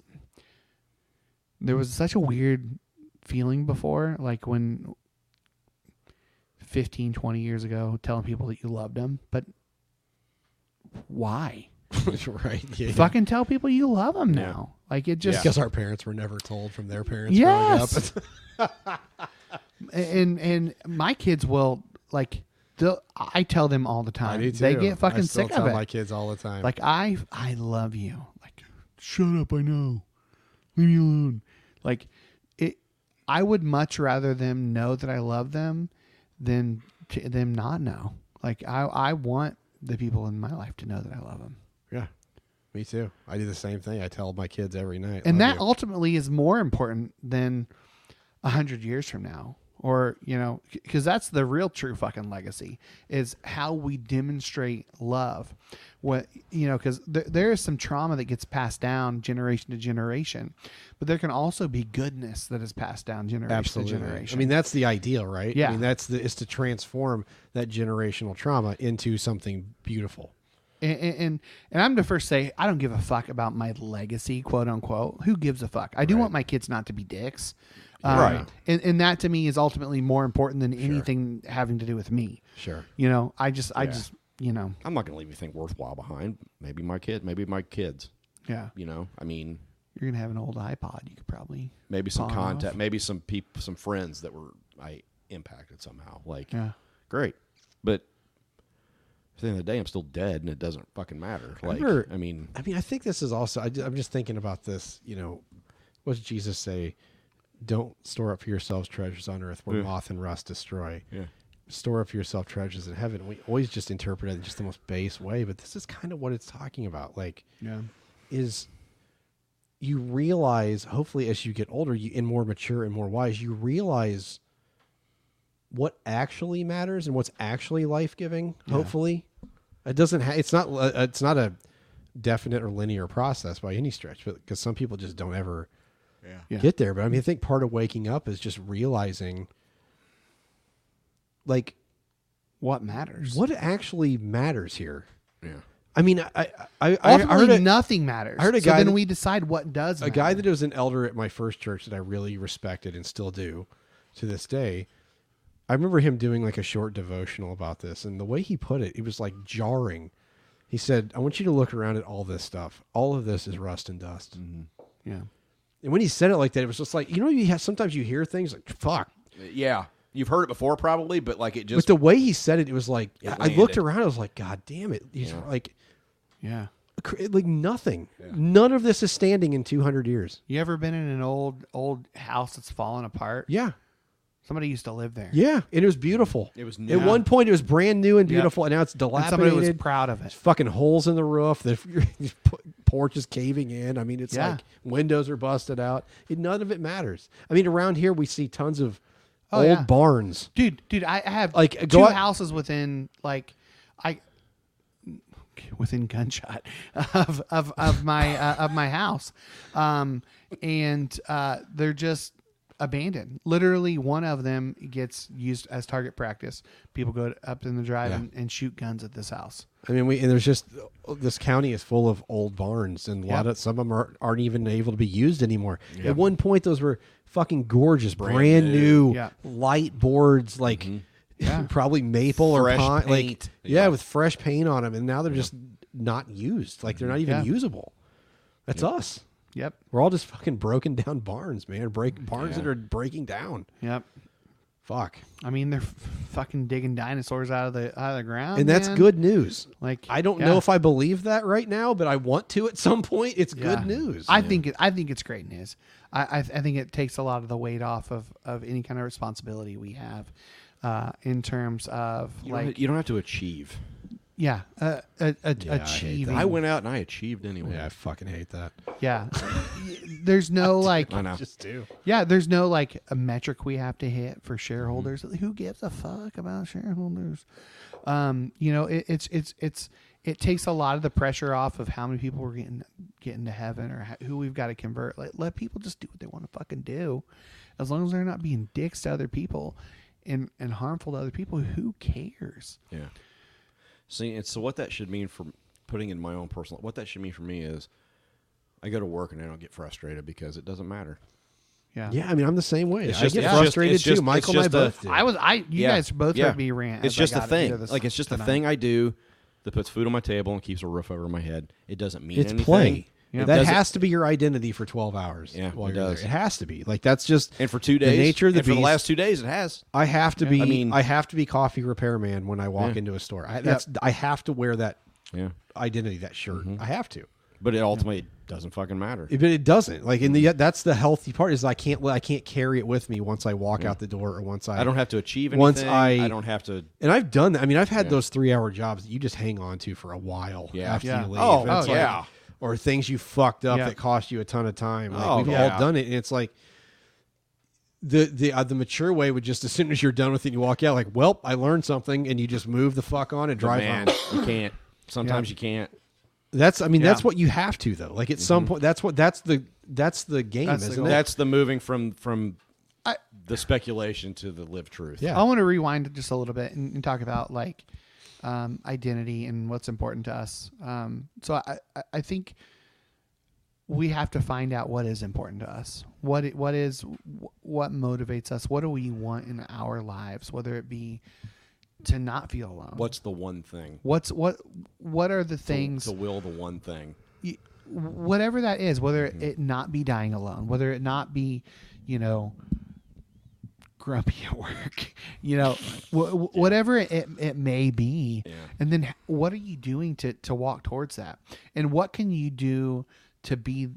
there was such a weird feeling before like when 15 20 years ago telling people that you loved them but why right. Yeah. fucking tell people you love them now like it just Because our parents were never told from their parents Yes. growing up. and and my kids will like they'll, I tell them all the time. Me They too. get (laughs) I fucking still sick tell of it. my kids all the time. Like I I love you. Like shut up, I know. Leave me alone. Like it I would much rather them know that I love them than to them not know. Like I I want the people in my life to know that I love them. yeah. Me too. I do the same thing. I tell my kids every night. and "Love that you." ultimately is more important than a hundred years from now or you know because that's the real true fucking legacy is how we demonstrate love what you know because th- there is some trauma that gets passed down generation to generation but there can also be goodness that is passed down generation to generation I mean, that's the ideal, right? Yeah. I mean, that's the is to transform that generational trauma into something beautiful. and, and- and and I'm the first to say I don't give a fuck about my legacy, quote unquote. Who gives a fuck? I do want my kids not to be dicks, um, Right. And, and that to me is ultimately more important than anything having to do with me. Sure. You know, I just, I just, you know, I'm not going to leave anything worthwhile behind. Maybe my kid, maybe my kids. yeah. You know, I mean, You're gonna have an old iPod. You could probably maybe some pawn off. contact, maybe some people, some friends that were I impacted somehow. Like, Yeah. great, but at the end of the day, I'm still dead, and it doesn't fucking matter. Like, Remember- I mean, I mean, I think this is also. I, am just thinking about this. You know, what does Jesus say? Don't store up for yourselves treasures on earth where Yeah. moth and rust destroy. Yeah. Store up for yourself treasures in heaven. We always just interpret it in just the most base way, but this is kind of what it's talking about. Like, Yeah. is you realize, hopefully, as you get older you, and more mature and more wise, you realize what actually matters and what's actually life giving. Hopefully, it doesn't. Ha- it's not. uh, It's not a definite or linear process by any stretch, but because some people just don't ever Yeah. get there. But I mean, I think part of waking up is just realizing, like, What matters? what actually matters here. yeah, I mean, I I, I, I Ultimately, heard it. nothing matters. I heard a so guy Then that- we decide what does. a guy that was an elder at my first church that I really respected and still do to this day. I remember him doing like a short devotional about this, and the way he put it, it was like jarring. He said, "I want you to look around at all this stuff. All of this is rust and dust." yeah. And when he said it like that, it was just like you know, you have, sometimes you hear things like "fuck," yeah. You've heard it before, probably, but like it but just the way he said it, it was like It I- I looked landed. around, I was like, "God damn it!" He's like, Yeah. cr- like nothing. None of this is standing in two hundred years. You ever been in an old old house that's fallen apart? Yeah, Somebody used to live there. Yeah, and it was beautiful. It was At new. one point, it was brand new and beautiful, and now it's And dilapidated. somebody was proud of it. There's fucking holes in the roof. (laughs) The the p- porch is caving in. I mean, it's Yeah. like windows are busted out. It, none of it matters. I mean, around here we see tons of Oh, old yeah. barns. dude dude i I have Like, two go out- houses within like i within gunshot (laughs) of of, of my uh, of my house um and uh they're just abandoned. Literally, one of them gets used as target practice. People go up in the drive Yeah. and, and shoot guns at this house. I mean, we and there's just this county is full of old barns, and a lot Yep. of some of them are, aren't even able to be used anymore. Yeah. At one point, those were fucking gorgeous, brand, new. new, Yeah. light boards, like (laughs) probably maple or Fresh pine, paint. like yeah. with fresh paint on them, and now they're just not used. Like they're not even Yeah. usable. That's us. Yep. We're all just fucking broken down barns, man. Break barns that Yeah. are breaking down. Yep. Fuck. I mean, they're f- fucking digging dinosaurs out of the out of the ground, and that's Oh, man. good news. Like I don't yeah. know if I believe that right now, but I want to at some point. It's Yeah. good news. I think it, I think it's great news. I, I I think it takes a lot of the weight off of of any kind of responsibility we have uh, in terms of You don't, like you don't have to achieve. yeah, uh, uh, uh, I hate that. achieving. I, went out and I achieved anyway. Yeah, I fucking hate that. Yeah, (laughs) there's no like (laughs) I know. Just do. Yeah, there's no like a metric we have to hit Mm-hmm. for shareholders. Who gives a fuck about shareholders? Um, you know, it, it's it's it's it takes a lot of the pressure off of how many people we're getting getting to heaven or ho- who we've got to convert. Like, let people just do what they want to fucking do, as long as they're not being dicks to other people and and harmful to other people. Who cares? Yeah. See, and so what that should mean for putting in my own personal, what that should mean for me is, I go to work and I don't get frustrated because it doesn't matter. Yeah, Yeah, I mean, I'm the same way. It's I just- get it's just- frustrated it's too. just- Michael it's and I just a- both. do. I was I. You Yeah. guys both Yeah. heard me rant. It's as I just a got into thing. this Like it's just a tonight. thing I do that puts food on my table and keeps a roof over my head. It doesn't mean it's anything. play. Yeah. That doesn't- has to be your identity for 12 hours. Yeah, while it you're does. There. It has to be. Like that's just And for two the days, nature of the and for the beast. last two days, it has. I have to be. I I mean- mean, I have to be coffee repairman when I walk Yeah. into a store. I, that's I have to wear that Yeah, Mm-hmm. identity, that shirt. I have to. but it ultimately doesn't fucking matter. It- but it doesn't like in the Mm. yet that's the healthy part is i can't i can't carry it with me once i walk out the door or once i I don't have to achieve anything. Once I- I don't have to. and i've done that i mean i've had Yeah. those three hour jobs that you just hang on to for a while Yeah. after Yeah. you leave Oh, And it's oh, like- yeah. or things you fucked up Yeah. that cost you a ton of time like Oh, we've yeah. all done it and it's like the the uh, the mature way would just as soon as you're done with it you walk out like well i learned something and you just move the fuck on and drive man, home you can't. Sometimes Yeah. you can't. that's i mean that's Yeah. what you have to though like at Mm-hmm. some point that's what that's the that's the game That's the isn't goal. it That's the moving from from I- the speculation to the live truth. Yeah. I want to rewind just a little bit and, and talk about like um, identity and what's important to us. Um, so I, I- I think we have to find out what is important to us. What it, what is what motivates us? What do we want in our lives? Whether it be to not feel alone. What's the one thing? what's what what are the things to will the one thing. y- whatever that is, whether Mm-hmm. it not be dying alone, whether it not be, you know, grumpy (laughs) at work, you (laughs) know, wh- wh- whatever it, it may be. And then h- what are you doing to, to walk towards that? And what can you do to be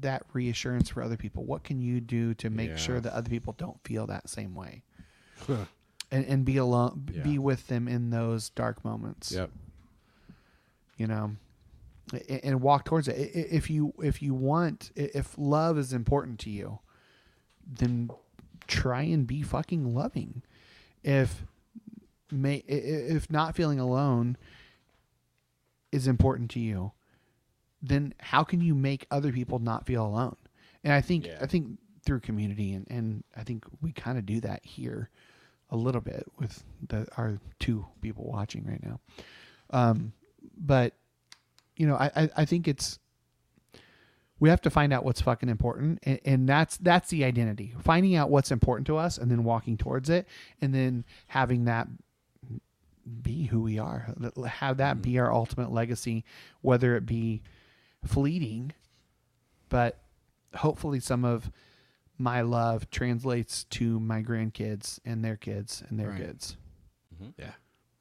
that reassurance for other people? What can you do to make Yeah. sure that other people don't feel that same way? And, and be alone, b- be Yeah. with them in those dark moments yep you know a- a- and walk towards it I- i- if you if you want i- if love is important to you then try and be fucking loving if may i- i- if not feeling alone is important to you then how can you make other people not feel alone and i think i think through community and and i think we kind of do that here a little bit with the our two people watching right now but you know, I, I, I think it's we have to find out what's fucking important and, and that's that's the identity. Finding out what's important to us and then walking towards it and then having that be who we are. Have that be our ultimate legacy, whether it be fleeting, but hopefully some of my love translates to my grandkids and their kids and their Right. kids. yeah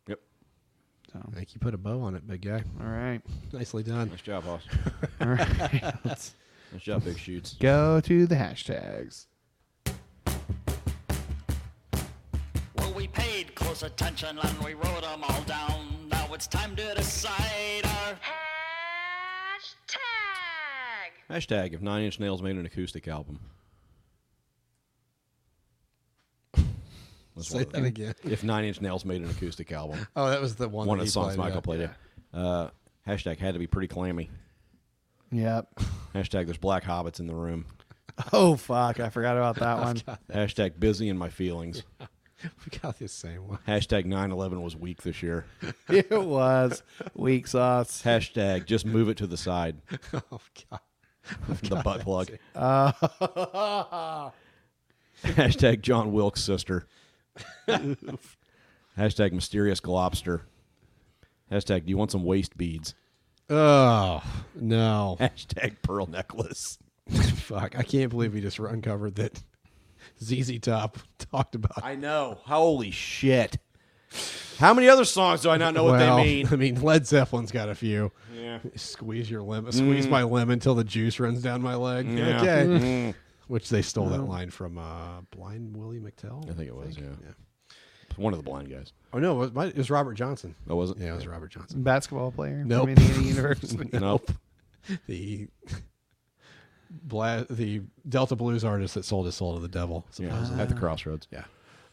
Yep. So I think you put a bow on it, big guy. (laughs) all right. Nicely done. Nice (laughs) job, boss. All right. Let's Nice job, big shoots. go to the hashtags. Well, we paid close attention and we wrote 'em all down. Now it's time to decide our. Hashtag if Nine Inch Nails made an acoustic album. Let's Say that again. If Nine Inch Nails made an (laughs) acoustic album, Oh, that was the one. one that of the he songs played, Michael (laughs) yeah. played. Yeah. Uh, hashtag had to be pretty clammy. Yep. Hashtag there's black hobbits in the room. Oh fuck! I forgot about (laughs) that one. Hashtag busy in (laughs) my feelings. we got the same one. Hashtag 9-11 was weak this year. it was weak sauce. Hashtag just move it to the side. (laughs) Oh god. (laughs) the butt plug. Uh, (laughs) Hashtag John Wilkes (laughs) sister. Hashtag mysterious globster. Hashtag do you want some waist beads? (laughs) Oh no. (laughs) Hashtag pearl necklace. Fuck. I can't believe we just uncovered that (laughs) ZZ Top talked about. I know. Holy shit. How many other songs do I not know what Well, they mean? (laughs) I mean, Led Zeppelin's got a few. Yeah. Squeeze your lemon. Squeeze Mm. my lemon till the juice runs down my leg. Yeah. Okay. Mm. (laughs) Which they stole that Well. line from uh, Blind Willie McTell. I think it was, yeah. One of the blind guys. Oh no, it was, my- it was Robert Johnson. Oh, was it? Yeah, it was Robert Johnson. basketball player. Nope. From (laughs) Indiana University. (laughs) Nope. (laughs) The bla- the Delta Blues artist that sold his soul to the devil. Supposedly. At the crossroads. Yeah.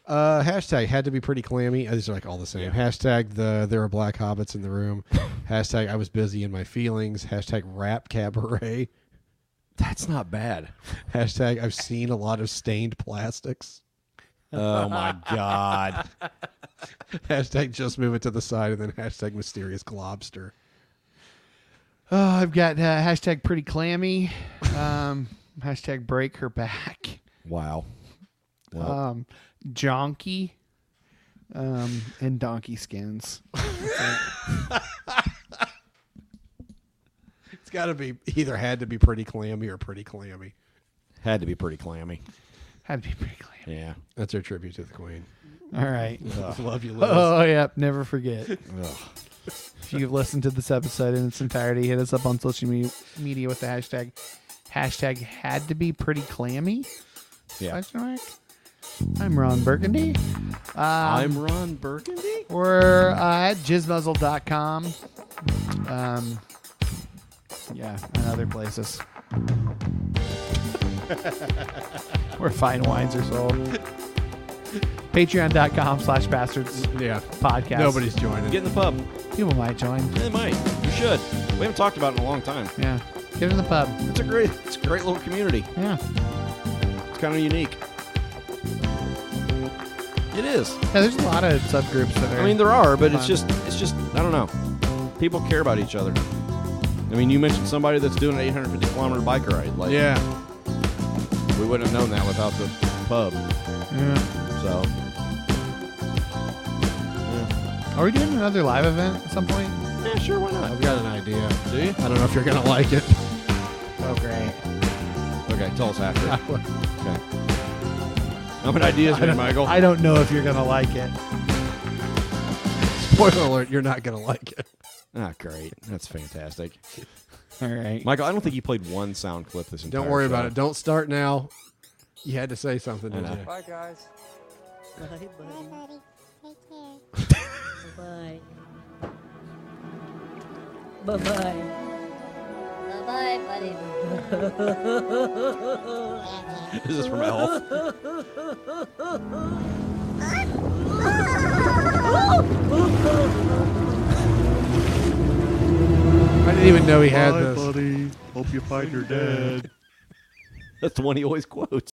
Uh, hashtag had to be pretty clammy. Uh, These are like all the same. Hashtag the there are black hobbits in the room. (laughs) hashtag I was busy in my feelings. Hashtag rap cabaret. That's not bad. (laughs) Hashtag I've seen a lot of stained plastics. (laughs) Oh my god. Hashtag just move it to the side and then hashtag mysterious globster. Oh, I've got uh, hashtag pretty clammy. Um, (laughs) hashtag break her back. Wow. Well, Um, jonky. Um, and donkey skins. It's got to be either had to be pretty clammy or pretty clammy. had to be pretty clammy. Had to be pretty clammy. Yeah. That's our tribute to the queen. All right. (laughs) Love (laughs) you, Liz. Oh, yep. Never forget. If you've listened to this episode in its entirety, hit us up on social media, media with the hashtag hashtag had to be pretty clammy. Yeah. Question mark. I'm Ron Burgundy. I'm Ron Burgundy. We're uh, at jizzmuzzle.com. Um, yeah, and other (laughs) places. Where fine wines are sold. Patreon.com slash bastards Yeah. podcast. Nobody's joining. Get in the pub. People might join. They might. You should. We haven't talked about it in a long time. Yeah. Get in the pub. It's a great it's a great little community. Yeah. It's kind of unique. It is. Yeah, there's a lot of subgroups that are. I mean, there are, but it's Fun. just, it's just, I don't know. People care about each other. I mean, you mentioned somebody that's doing an 850 kilometer bike ride. Like, Yeah. we wouldn't have known that without the pub. Yeah. So, Are we doing another live event at some point? yeah, sure, why not? I've got an idea. Do you? I don't know if you're going to like it. (laughs) Oh, great. Okay, tell us after. okay. I'm an ideas man, (laughs) Michael. I don't know if you're going to like it. Spoiler alert, you're not going to like it. ah, great. That's fantastic. All right. Michael, I don't think you played one sound clip this entire Don't worry show. about it. Don't start now. You had to say something, didn't you? Bye, guys. uh, Bye. Bye bye. Bye, buddy. (laughs) This is from Elf. I didn't even know he had this. That's the one he always quotes.